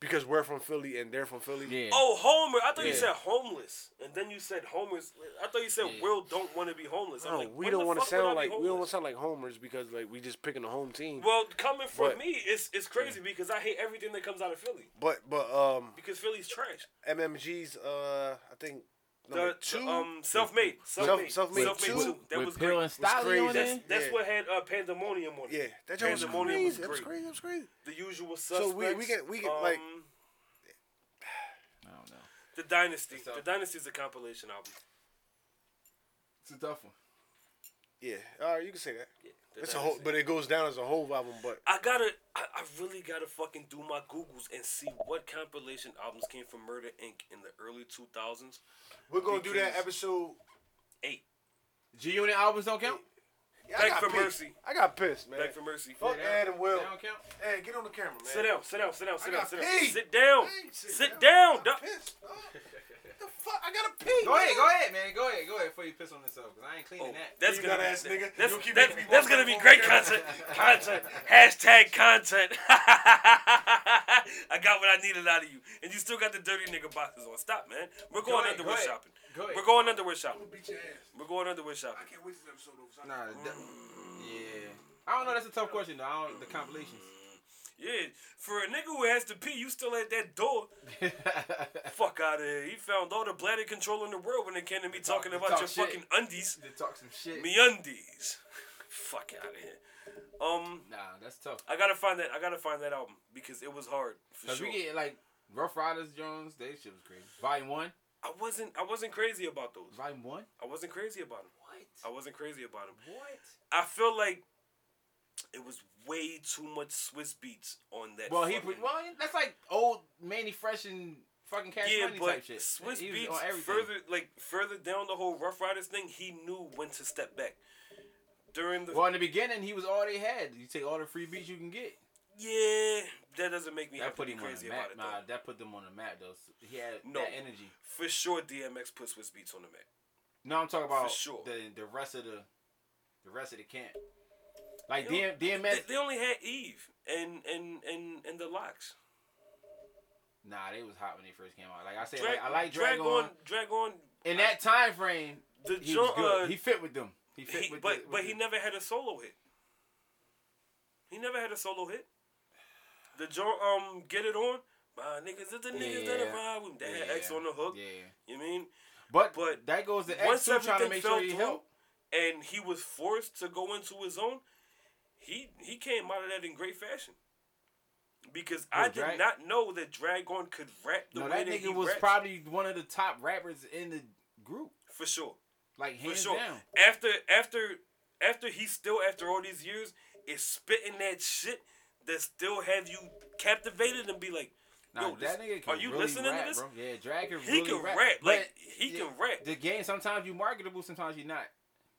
S3: because we're from Philly and they're from Philly.
S4: Yeah.
S2: Oh, Homer! I thought you
S4: Yeah.
S2: said homeless, and then you said Homer's. I thought you said
S4: Yeah.
S2: Will don't want to be homeless. I'm
S3: No,
S2: like,
S3: we
S2: when
S3: don't
S2: the
S3: want to
S2: fuck would I
S3: sound
S2: be
S3: like we don't want
S2: homeless?
S3: to sound like homers because like we just picking the home team.
S2: Well, coming from
S3: But-
S2: me, it's it's crazy because I hate everything that comes out of Philly
S3: But but um
S2: because Philly's trash.
S3: MMG's uh I think number
S2: The,
S3: two
S2: the, um self-made, self-made,
S3: Self-Made two?
S2: two. That
S4: With
S2: was
S4: Pill
S2: great.
S4: and Staley
S3: crazy.
S4: on
S2: That's
S4: there.
S3: That's-
S2: that's
S3: Yeah.
S2: what had uh, pandemonium on it.
S3: yeah that joint was
S2: Pandemonium was
S3: crazy. That was
S2: great.
S3: crazy. That was crazy.
S2: The usual suspects. um,
S3: So we- we get- we get, like-
S4: I don't know.
S2: the dynasty. The dynasty's a compilation album.
S4: It's a tough one.
S3: Yeah, all right, you can say that.
S2: Yeah, The
S3: It's a whole,
S2: Dynasty.
S3: but it goes down as a whole album. But
S2: I gotta, I, I really gotta fucking do my Googles and see what compilation albums came from Murder Inc. in the early 2000s.
S3: we're gonna
S2: do that
S3: episode.
S2: Eight.
S4: G Unit albums don't count.
S3: Yeah,
S2: Beg
S3: I got
S2: for
S3: pissed.
S2: mercy.
S3: I got pissed, man.
S2: Back for Mercy.
S3: Fuck Adam Will.
S4: They don't count.
S3: Hey, get on the camera, man.
S2: Sit down, sit down, sit down, sit
S3: I
S2: down,
S3: got
S2: sit down.
S3: pee.
S2: Sit down.
S3: I ain't sit
S2: Sit
S3: down.
S2: down. dog.
S3: Pissed. dog. the fuck? I gotta pee.
S4: Go ahead, go ahead, man. Go ahead, go ahead before you piss on yourself. Cause I ain't cleaning
S2: Oh,
S4: that.
S2: That's
S3: You
S2: gonna
S3: nut-ass
S2: be,
S3: nigga.
S2: That's,
S3: You keep
S2: that's,
S3: making me
S2: that's
S3: walk
S2: gonna
S3: back
S2: be
S3: over
S2: great
S3: camera.
S2: content. Content. Hashtag content. I got what I needed out of you, and you still got the dirty nigga boxes on. Stop, man. We're going
S4: ahead,
S2: underwear
S4: go ahead.
S2: shopping.
S4: Go ahead.
S2: We're going underwear shopping.
S3: Beat your ass.
S2: We're going underwear shopping.
S3: Can't wait this episode over.
S4: Nah, that, Mm. yeah. I don't know. That's a tough question. Though. I don't, the compilations.
S2: Yeah, for a nigga who has to pee, you still at that door. Fuck out of here. He found all the bladder control in the world when it came to me
S4: Talk-
S2: talking about
S4: talk
S2: your
S4: shit.
S2: fucking undies.
S4: to talk some shit.
S2: Me undies. Fuck out of here. Um,
S4: Nah, that's tough.
S2: I gotta find that. I gotta find that album because it was hard for
S4: Cause
S2: sure.
S4: we get like Rough Riders Jones. They shit was crazy. Volume one.
S2: I wasn't. I wasn't crazy about those.
S4: Volume one.
S2: I wasn't crazy about them.
S4: What?
S2: I wasn't crazy about them.
S4: Oh. What?
S2: I feel like it was way too much Swiss beats on that.
S4: Well, he
S2: fucking-
S4: well that's like old Manny Fresh and fucking cash
S2: yeah,
S4: money
S2: but
S4: type shit.
S2: Swiss
S4: He was
S2: Beats
S4: on everything.
S2: further like further down the whole Rough Riders thing, he knew when to step back. During the
S4: Well, in the beginning, he was all they had. You take all the free beats you can get.
S2: yeah, that doesn't make me
S4: That
S2: have to
S4: put
S2: be
S4: him on
S2: crazy
S4: the map.
S2: about it
S4: Nah,
S2: though.
S4: that put them on the map though. So He had
S2: No.
S4: that energy.
S2: For sure, DMX put Swiss Beats on the map.
S4: No, I'm talking about
S2: sure.
S4: the the rest of the the rest of the camp. Like
S2: You know,
S4: DM, DMX.
S2: They, they only had Eve and and and and the locks.
S4: nah, they was hot when they first came out. Like I said,
S2: Drag,
S4: like, I like Dragon.
S2: Drag on.
S4: In that time frame,
S2: The
S4: he was
S2: joint,
S4: good.
S2: uh,
S4: he fit with them. He fit
S2: He,
S4: with.
S2: but
S4: the, with
S2: but he
S4: the-
S2: never had a solo hit. He never had a solo hit. The joint um get it on. My niggas is the niggas that
S4: Yeah.
S2: ride with me. They had
S4: Yeah.
S2: X on the hook.
S4: Yeah.
S2: You mean?
S4: But,
S2: But
S4: that goes to X
S2: Once
S4: too, trying to
S2: everything
S4: make
S2: fell
S4: sure he
S2: through,
S4: helped.
S2: and he was forced to go into his own, he he came out of that in great fashion. Because I did
S4: Drag-
S2: not know that Dragon could rap the
S4: No,
S2: way
S4: that
S2: that, he
S4: nigga was
S2: raps.
S4: probably one of the top rappers in the group.
S2: for sure.
S4: Like
S2: For
S4: hands
S2: sure.
S4: down.
S2: After after after he still after all these years is spitting that shit that still have you captivated and be like,
S4: Nah,
S2: yo,
S4: that
S2: this-
S4: nigga can
S2: are you
S4: really
S2: listening
S4: rap,
S2: to this?
S4: Bro. Yeah, Drag can
S2: He
S4: really
S2: can
S4: rap.
S2: rap,
S4: But
S2: like, he
S4: yeah,
S2: can rap.
S4: The game sometimes you marketable, sometimes you're not.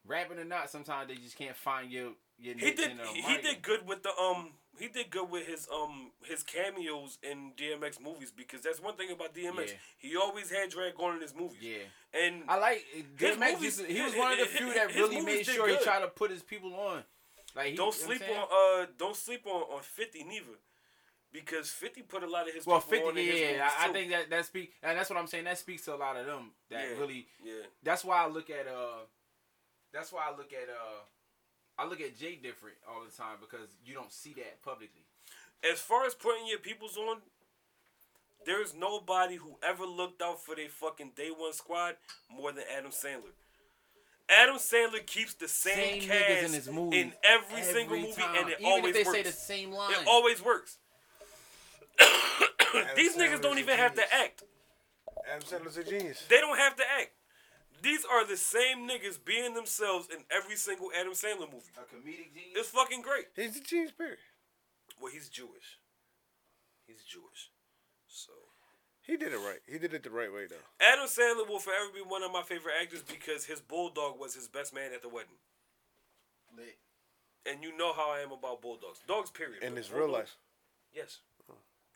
S4: Rapping or not, sometimes they just can't find your your
S2: He
S4: niche
S2: did
S4: in the
S2: he
S4: market.
S2: did good with the um he did good with his um his cameos in DMX movies because that's one thing about DMX.
S4: Yeah.
S2: He always had drag on in his movies.
S4: Yeah.
S2: And
S4: I like
S2: His
S4: DMX.
S2: movies-
S4: just- he was one of the few that
S2: his
S4: really
S2: movies
S4: made
S2: did
S4: sure he
S2: good.
S4: tried to put his people on. Like he,
S2: don't
S4: you know what
S2: sleep
S4: I'm saying?
S2: on uh don't sleep on, on fifty neither. Because fifty put a lot of his
S4: Well,
S2: people on
S4: fifty.
S2: in his
S4: Yeah,
S2: movies,
S4: I, I
S2: too.
S4: think that that speak, and that's what I'm saying. That speaks to a lot of them. That
S2: Yeah.
S4: really.
S2: Yeah.
S4: That's why I look at uh. That's why I look at uh. I look at Jay different all the time because you don't see that publicly.
S2: as far as putting your peoples on, there's nobody who ever looked out for their fucking day one squad more than Adam Sandler. Adam Sandler keeps the same,
S4: Same niggas
S2: cast
S4: in his movies
S2: in every, single
S4: every
S2: movie,
S4: time,
S2: and it
S4: even
S2: always
S4: if they
S2: works.
S4: say the same line.
S2: It always works. These
S5: Sandler's
S2: niggas don't
S5: a
S2: even have to
S5: genius.
S2: act.
S5: Adam Sandler's a genius.
S2: They don't have to act. These are the same niggas being themselves in every single Adam Sandler movie.
S4: a comedic genius.
S2: It's fucking great.
S5: He's the genius spirit.
S2: Well, he's Jewish. He's Jewish. So.
S5: He did it right. He did it the right way though.
S2: Adam Sandler will forever be one of my favorite actors because his bulldog was his best man at the wedding.
S4: Lit.
S2: And you know how I am about bulldogs. Dogs, period.
S5: In
S2: But
S5: his real
S2: bulldogs-
S5: life,
S2: Yes.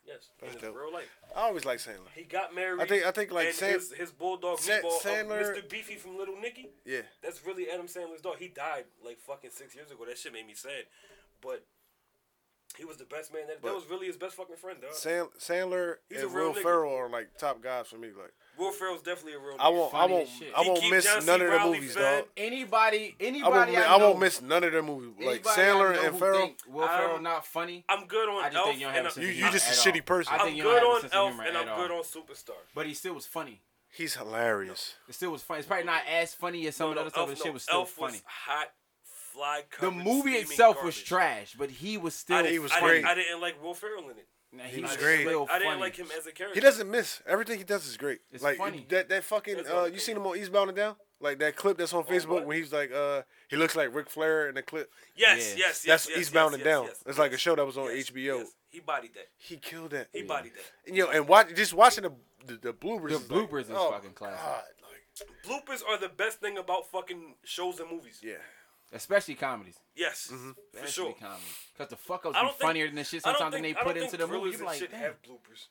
S2: Yes.
S5: That's
S2: in his
S5: dope.
S2: real life.
S5: I always like Sandler.
S2: He got married.
S5: I think- I think, like,
S2: and
S5: Sam-
S2: his, his bulldog
S5: Sa-
S2: meatball, uh,
S5: Sandler-
S2: Mr. Beefy from Little Nicky.
S5: Yeah,
S2: That's really Adam Sandler's dog. He died like fucking six years ago. That shit made me sad. But he was the best man. That, that
S5: But-
S2: was really his best fucking friend, dog.
S5: Sand, Sandler
S2: He's a
S5: and
S2: real
S5: Will
S2: nigga.
S5: Ferrell are like top guys for me. Like
S2: Will Ferrell's definitely a real.
S5: I
S2: nigga.
S5: won't, I
S4: Funny
S5: won't,
S4: as shit.
S5: I
S2: He
S5: won't
S2: keep
S5: miss
S2: John C.
S5: none of the
S2: Reilly
S5: movies,
S2: fed.
S5: dog.
S4: Anybody,
S5: I won't,
S4: anybody
S5: mi-
S4: I,
S5: I won't
S4: know-
S5: miss none of their movies. Like
S4: anybody I know
S5: Sandler and
S4: who
S5: Ferrell,
S4: think Will Ferrell
S2: I'm-
S4: not funny.
S2: I'm good on
S4: I just
S2: Elf.
S4: think you don't have
S2: and
S4: a
S2: I'm-
S4: sense of
S5: You- you
S4: humor
S5: just a
S4: at all.
S5: shitty person.
S4: I
S2: I'm
S4: think you don't
S2: good
S4: have a
S2: on
S4: sense of
S2: Elf
S4: humor
S2: and
S4: at
S2: I'm good
S4: all.
S2: on Superstar.
S4: But he still was funny.
S5: he's hilarious.
S4: It still was funny. It's probably not as funny as some of
S2: No,
S4: the other stuff. but
S2: Elf,
S4: the shit
S2: no,
S4: was still
S2: Elf
S4: funny.
S2: hot, fly.
S4: The
S2: covered,
S4: movie
S2: steaming
S4: itself was
S2: garbage.
S4: trash, but he was still.
S2: I didn't,
S5: He was
S2: I
S5: great.
S2: Didn't, I didn't like Will Ferrell in it.
S4: Nah,
S5: He was
S4: still
S5: great.
S4: funny.
S2: I didn't like him as a character.
S5: He doesn't miss. Everything he does is great.
S4: It's
S5: like
S4: funny.
S5: that that fucking
S2: That's
S5: uh,
S2: all
S5: you
S2: it
S5: seen him on Eastbound and Down? Like that clip that's on Facebook
S2: what?
S5: when he's like uh he looks like Ric Flair in the clip.
S2: Yes,
S4: Yes.
S2: yes, yes.
S5: That's
S2: yes,
S5: Eastbound
S2: yes,
S5: and
S2: yes,
S5: Down.
S2: yes,
S5: it's like a
S2: yes,
S5: show that was on
S2: yes,
S5: HBO.
S2: yes. He bodied that.
S5: He killed that.
S2: He bodied that.
S5: And, yo, and watch just watching the the, the bloopers.
S4: The
S5: is like,
S4: bloopers is
S5: oh,
S4: fucking classic.
S5: God, like,
S2: Bloopers are the best thing about fucking shows and movies.
S5: yeah. Mm-hmm.
S4: especially comedies.
S2: Yes, for
S4: Especially
S2: sure.
S4: comedies, because the fuck ups
S2: I
S4: be
S2: don't think-
S4: funnier than the shit
S2: I don't
S4: sometimes than they
S2: think- I
S4: put
S2: don't
S4: into the
S2: think thrillers
S4: movie. You be
S2: and
S4: like,
S2: shit
S4: damn.
S2: have bloopers.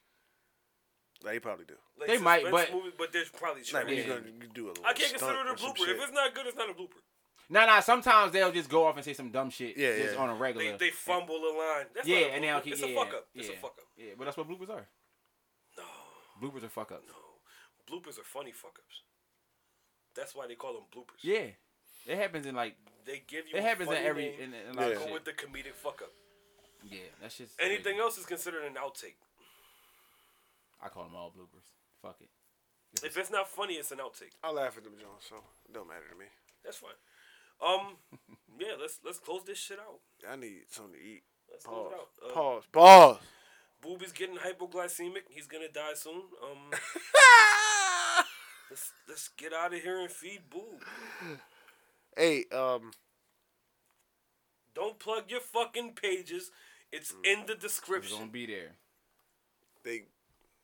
S5: Like, he probably do.
S2: Like,
S4: They might,
S2: suspense
S4: but-
S2: movies, but there's probably.
S5: Like when
S2: trash.
S5: you
S4: Yeah.
S5: gonna do a little
S2: I can't
S5: stunt
S2: consider
S5: or
S2: it a
S5: some
S2: blooper. If
S5: shit.
S2: it's not good, it's not a blooper.
S4: nah, nah. Sometimes they'll just go off and say some dumb shit.
S5: Yeah,
S4: just
S5: yeah.
S4: on a regular.
S2: They, they fumble a line. That's
S4: yeah,
S2: not a
S4: and they'll
S2: blooper.
S4: keep.
S2: It's
S4: yeah,
S2: a fuck up.
S4: Yeah,
S2: It's a fuck up.
S4: Yeah, but that's what bloopers are.
S2: No,
S4: Bloopers are fuck ups.
S2: no. Bloopers are funny fuck ups. That's why they call them bloopers.
S4: Yeah, it happens in like
S2: They give you.
S4: it
S2: a
S4: happens in
S2: funny
S4: every
S2: name,
S4: in, in a lot
S5: Yeah.
S4: of
S2: go
S4: shit.
S2: with the comedic fuck up.
S4: Yeah, that's just
S2: Anything else is considered an outtake.
S4: I call them all bloopers. Fuck it.
S2: If it's not funny, it's an outtake.
S5: I laugh at them Jones, so it don't matter to me.
S2: That's fine. Um, yeah, let's let's close this shit out.
S5: I need something to eat.
S2: Let's close
S5: Pause.
S2: it out. Uh,
S5: Pause. Pause.
S2: Booby's getting hypoglycemic. He's gonna die soon. Um, let's let's get out of here and feed Boob.
S5: Hey, um,
S2: Don't plug your fucking pages. It's in the
S4: Mm. It's
S2: description.
S4: gonna be there.
S5: they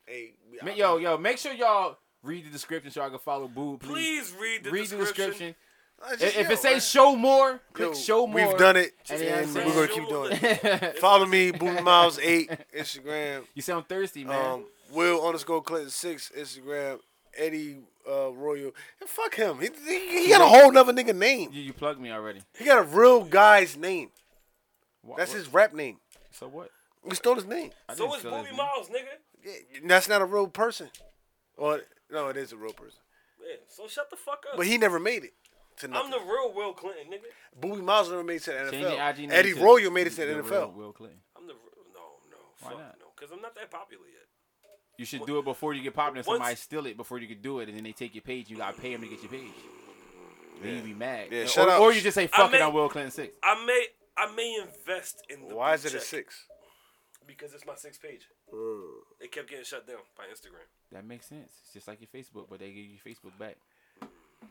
S3: Hey, we-
S4: Ma- Yo, yo, make sure y'all read the description so I can follow Boo. Please,
S2: Please read the
S4: read
S2: description.
S4: the description.
S3: I just-
S4: If, if
S3: yo,
S4: it says
S3: man.
S4: show more,
S3: Yo,
S4: click show more.
S3: we've done it,
S4: And
S3: and,
S4: then I
S3: we're gonna
S4: said-
S3: keep doing it.
S4: it.
S3: Follow me, Boom Miles Eight Instagram.
S4: you sound thirsty, man.
S3: Um, Will underscore Clinton Six Instagram. Eddie uh, Royal. And fuck him. He, he, he got a whole nother nigga name.
S4: you, you plugged me already.
S3: He got a real guy's name.
S4: Wha-
S3: That's
S4: what-
S3: his rap name.
S4: So what?
S3: We stole his name.
S4: I
S2: So
S4: didn't
S2: it's
S4: steal
S2: Booby
S4: his name.
S2: Miles, nigga.
S3: Yeah, That's not a real person. Or no, it is a real person.
S2: Yeah. So shut the fuck up.
S3: But he never made it to
S2: I'm
S3: nothing.
S2: the real Will Clinton, nigga.
S3: Booby Miles never made it to the
S4: Change your
S3: NFL.
S4: IG name
S3: Eddie
S4: to
S3: Royal made it to
S4: the
S3: the
S4: real
S3: NFL.
S4: Will Clinton.
S2: I'm the real. No, no.
S4: Why
S2: fuck
S4: not?
S2: no. Because I'm not that popular yet.
S4: You should do it before you get popped, and
S2: Once-
S4: somebody steal it before you can do it, and then they take your page. You gotta pay them to get your page. Then you be mad.
S3: Yeah,
S4: or,
S3: shut up.
S4: or you just say fuck it.
S2: may-
S4: I'm Will Clinton six.
S2: I may I may invest in the
S3: Why is
S2: blue
S3: it a
S2: check
S3: six?
S2: Because it's my sixth page. It kept getting shut down by Instagram.
S4: That makes sense. It's just like your Facebook, but they give you Facebook back.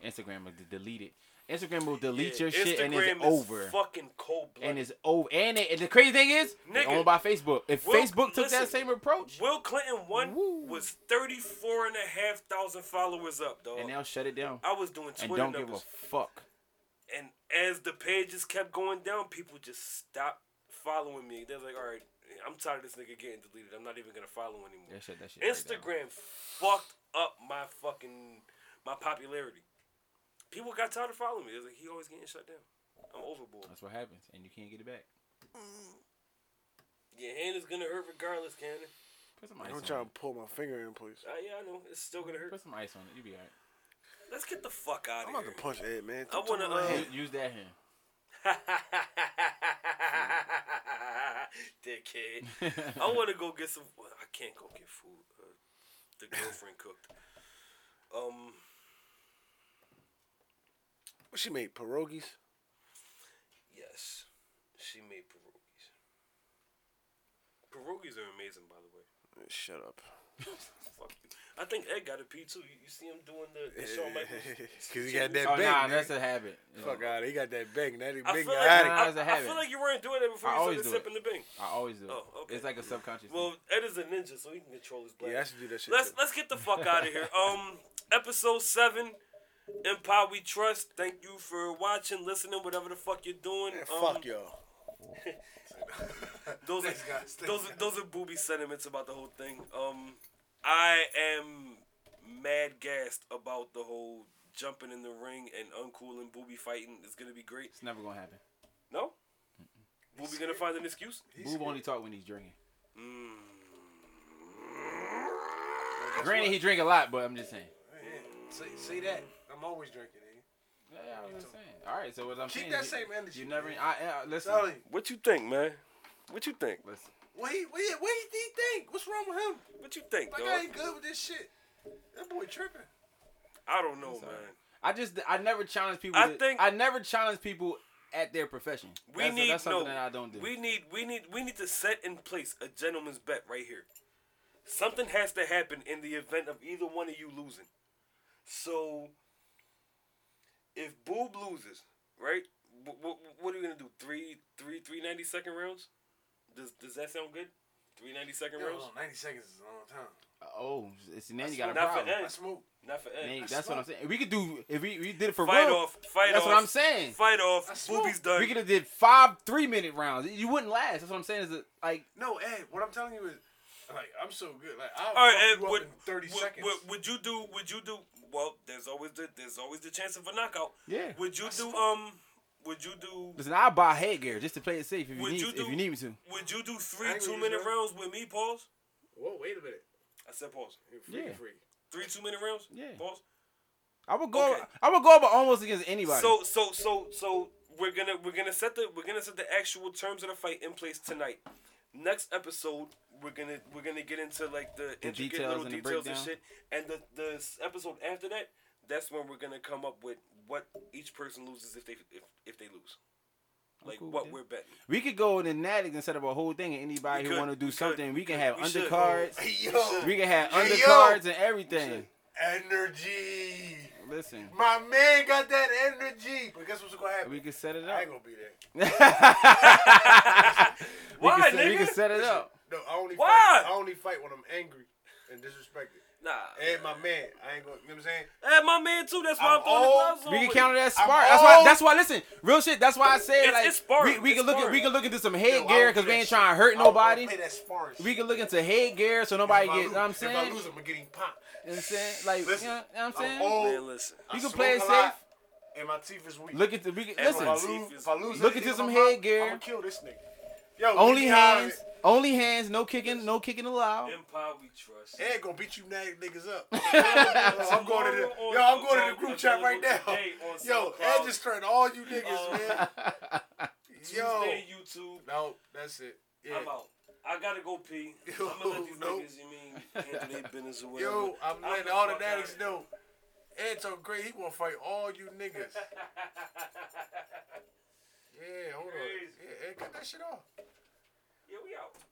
S4: Instagram will de- delete it. Instagram will delete your shit and
S2: Instagram
S4: it's
S2: is
S4: over.
S2: Fucking cold blooded.
S4: And it's over. And, it, and the crazy thing is, they
S2: Nigga,
S4: owned by Facebook. If
S2: Will-
S4: Facebook took
S2: listen.
S4: that same approach,
S2: Will Clinton one
S4: Woo.
S2: was thirty four and a half thousand followers up, dog.
S4: and they'll shut it down
S2: I was doing
S4: and
S2: Twitter
S4: don't
S2: numbers,
S4: give a fuck.
S2: and as the pages kept going down, people just stopped following me. They're like, "All right, I'm tired of this nigga getting deleted. I'm not even gonna follow anymore."
S4: That shit. That shit. right down.
S2: Instagram fucked up my fucking my popularity. People got tired of following me. It's like he always getting shut down. I'm overboard.
S4: That's what happens, and you can't get it back.
S2: Your hand is gonna hurt regardless, can it?
S4: Put some ice
S3: I'm
S4: on
S3: trying
S4: it.
S3: to pull my finger in, please.
S2: Uh, yeah, I know. It's still gonna hurt.
S4: Put some ice on it. You be alright.
S2: Let's get the fuck out
S3: I'm
S2: of
S3: about
S2: here.
S3: to punch Ed, man.
S2: I wanna, uh,
S3: Hey,
S4: Use- Use that hand.
S2: Dickhead. I want to go get some. well, I can't go get food. Uh, the girlfriend cooked. Um,
S3: What she made? Pierogies?
S2: yes, she made pierogies. Pierogies are amazing, by the way.
S3: Shut up.
S2: Fuck you. I think Ed got a P too. You, you see him doing the, the Shawn Michaels.
S3: Cause he got that
S4: Oh
S3: big.
S4: nah,
S3: nigga.
S4: that's a habit.
S3: Fuck out. He got that big. That
S2: I
S3: big
S2: feel, like, I,
S4: it. Nah, it's a
S2: I
S4: habit.
S2: feel like you weren't doing that before
S4: I
S2: you
S4: always
S2: said the
S4: do it.
S2: sip in the bing.
S4: I always do. it.
S2: Oh, okay.
S4: It's like a subconscious. thing.
S2: Well, Ed is a ninja, so he can control his black.
S3: Yeah, I should do that shit.
S2: let's
S3: too.
S2: let's get the fuck out of here. Um, episode seven, Empire We Trust. Thank you for watching, listening, whatever the fuck you're doing.
S3: Man,
S2: Um,
S3: fuck y'all.
S2: Those are,
S3: guys. Thanks,
S2: those are, those are booby sentiments about the whole thing. Um, I am mad gassed about the whole jumping in the ring and uncooling booby fighting. It's gonna be great.
S4: it's never gonna happen.
S2: No, booby gonna find an excuse.
S4: Boob only talk when he's drinking.
S2: Mm.
S4: Granted, he drink a lot, but I'm just saying.
S3: Say, say that. I'm always drinking. eh?
S4: Yeah, I was just saying. All right, so what I'm
S3: Keep
S4: saying,
S3: that
S4: you-
S3: same energy,
S4: You never.
S3: man.
S4: I, I listen.
S3: Tell him.
S2: What you think, man? What you think?
S4: Listen.
S3: What he, what he, what he think? What's wrong with him?
S2: What you think,
S3: Like
S2: dog?
S3: I ain't good with this shit. That boy tripping.
S2: I don't know, man.
S4: I just. I never challenge people.
S2: I
S4: to-
S2: think-
S4: I never challenge people at their profession.
S2: We
S4: that's,
S2: need
S4: that's something
S2: no,
S4: that I don't do.
S2: We need we need we need to set in place a gentleman's bet right here. Something has to happen in the event of either one of you losing. So if Boob loses, right? What, what, what are you gonna do? Three three three ninety second rounds? Does does that sound good? Three ninety second rounds?
S3: 90 seconds is a long time.
S4: oh, it's, and then you got a
S2: Not for
S4: problem.
S2: Ed.
S3: I smoke.
S2: Not for Ed.
S4: Then you- that's what I'm saying. We could do if we, we did it for
S2: Fight
S4: real.
S2: off, fight
S4: that's
S2: off.
S4: what I'm saying.
S2: Fight off.
S3: smoke.
S2: Booby's done.
S4: We could have did five three minute rounds. You wouldn't last. That's what I'm saying. Is that, like
S3: No, Ed, what I'm telling you is, like, I'm so good. Like, I'll
S2: All right,
S3: fuck
S2: Ed,
S3: you up
S2: would,
S3: in 30
S2: would,
S3: seconds.
S2: Would, would you do? Would you do? Well, there's always the there's always the chance of a knockout.
S4: Yeah.
S2: Would you do? Um. Would you do?
S4: listen, I buy headgear just to play it safe if you
S2: Would
S4: need
S2: you
S4: if
S2: do-
S4: you need me to.
S2: Would you do three
S3: ain't
S2: two
S3: gonna
S2: minute
S3: use that.
S2: rounds with me? Pause.
S3: Whoa, wait a minute.
S2: I said pause.
S3: You're freaky,
S4: Yeah.
S3: freaky.
S2: Three two minute rounds.
S4: Yeah.
S2: Pause.
S4: I would go.
S2: Okay.
S4: I would go up almost against anybody.
S2: So so so so we're gonna we're gonna set the we're gonna set the actual terms of the fight in place tonight. Next episode we're gonna we're gonna get into like the, intricate
S4: details
S2: little
S4: and the
S2: details and
S4: breakdown.
S2: shit. And the the s- episode after that, that's when we're gonna come up with what each person loses if they if, if they lose. Like
S4: cool with
S2: what
S4: that.
S2: we're betting.
S4: we could go in the Natics and set up a whole thing. And anybody
S2: We
S4: who
S2: could,
S4: want to do
S2: we could,
S4: something, we
S2: we
S4: can
S2: could,
S4: have
S2: we should.
S4: undercards.
S3: Yo,
S4: We can have
S3: Hey, yo.
S4: undercards and everything.
S3: energy.
S4: Listen,
S3: My man got that energy. But guess what's going to happen?
S4: we can set it
S3: I
S4: up.
S3: ain't going to be there.
S4: We
S2: Why,
S4: can set, we
S2: nigga?
S4: can set it up.
S3: No, I only
S2: Why?
S3: fight. I only fight when I'm angry. and disrespected.
S2: Nah.
S3: And my man, I ain't going. You know what I'm saying?
S2: And my man too. That's why I'm,
S3: I'm
S2: throwing
S3: old.
S2: the gloves on.
S4: We can
S2: with
S4: count
S2: it.
S4: it as
S3: Oh, I'm
S4: spark. That's why.
S3: old.
S4: That's why. Listen, real shit. That's why I said
S2: It's-
S4: like
S2: it's spark.
S4: we, we
S2: It's
S4: can look at
S2: spark.
S4: we can look into some
S3: Yo, I
S4: headgear
S3: don't
S4: because
S3: do
S4: we
S3: that
S4: ain't trying to
S3: shit.
S4: hurt
S3: I don't
S4: nobody.
S3: Play that sparring shit.
S4: We can look into headgear so nobody
S3: If I
S4: gets. You
S3: lose-
S4: know what I'm
S3: If I
S4: saying.
S3: lose, I'm getting popped.
S4: You know what I'm saying? Like,
S3: Listen,
S4: you know what I'm
S3: I'm
S4: saying?
S3: old.
S2: Man, listen.
S3: I
S4: You can
S3: smoke
S4: play it
S3: a
S4: safe.
S3: lot, And my teeth is weak.
S4: Look at the we can,
S2: Everyone
S3: If I
S4: listen.
S3: lose- if I lose
S4: Look
S3: anything
S4: into some
S3: in my mouth,
S4: headgear.
S3: I'ma kill this nigga. Yo, we
S4: Only
S3: get out of
S4: hands,
S3: it.
S4: only hands. No kicking, no kicking allowed.
S2: Empire we trust.
S3: And gonna beat you nag niggas up. Yo, I'm going to the yo, I'm going to the group chat right now. Yo, Ed just threatened all you niggas, man.
S2: Yo.
S3: Yo,
S2: YouTube.
S3: no, that's it. Yeah.
S2: I'm out. I gotta go pee. I'm gonna let these
S3: Yo,
S2: niggas, you mean, handle their business or whatever.
S3: Yo, I'm letting
S2: the
S3: all the
S2: fuck outta
S3: addicts
S2: here.
S3: know. Ed's so great, he gonna fight all you niggas. Yeah, hold on.
S2: Crazy.
S3: Yeah, Ed, cut that shit off.
S2: Yeah, we out.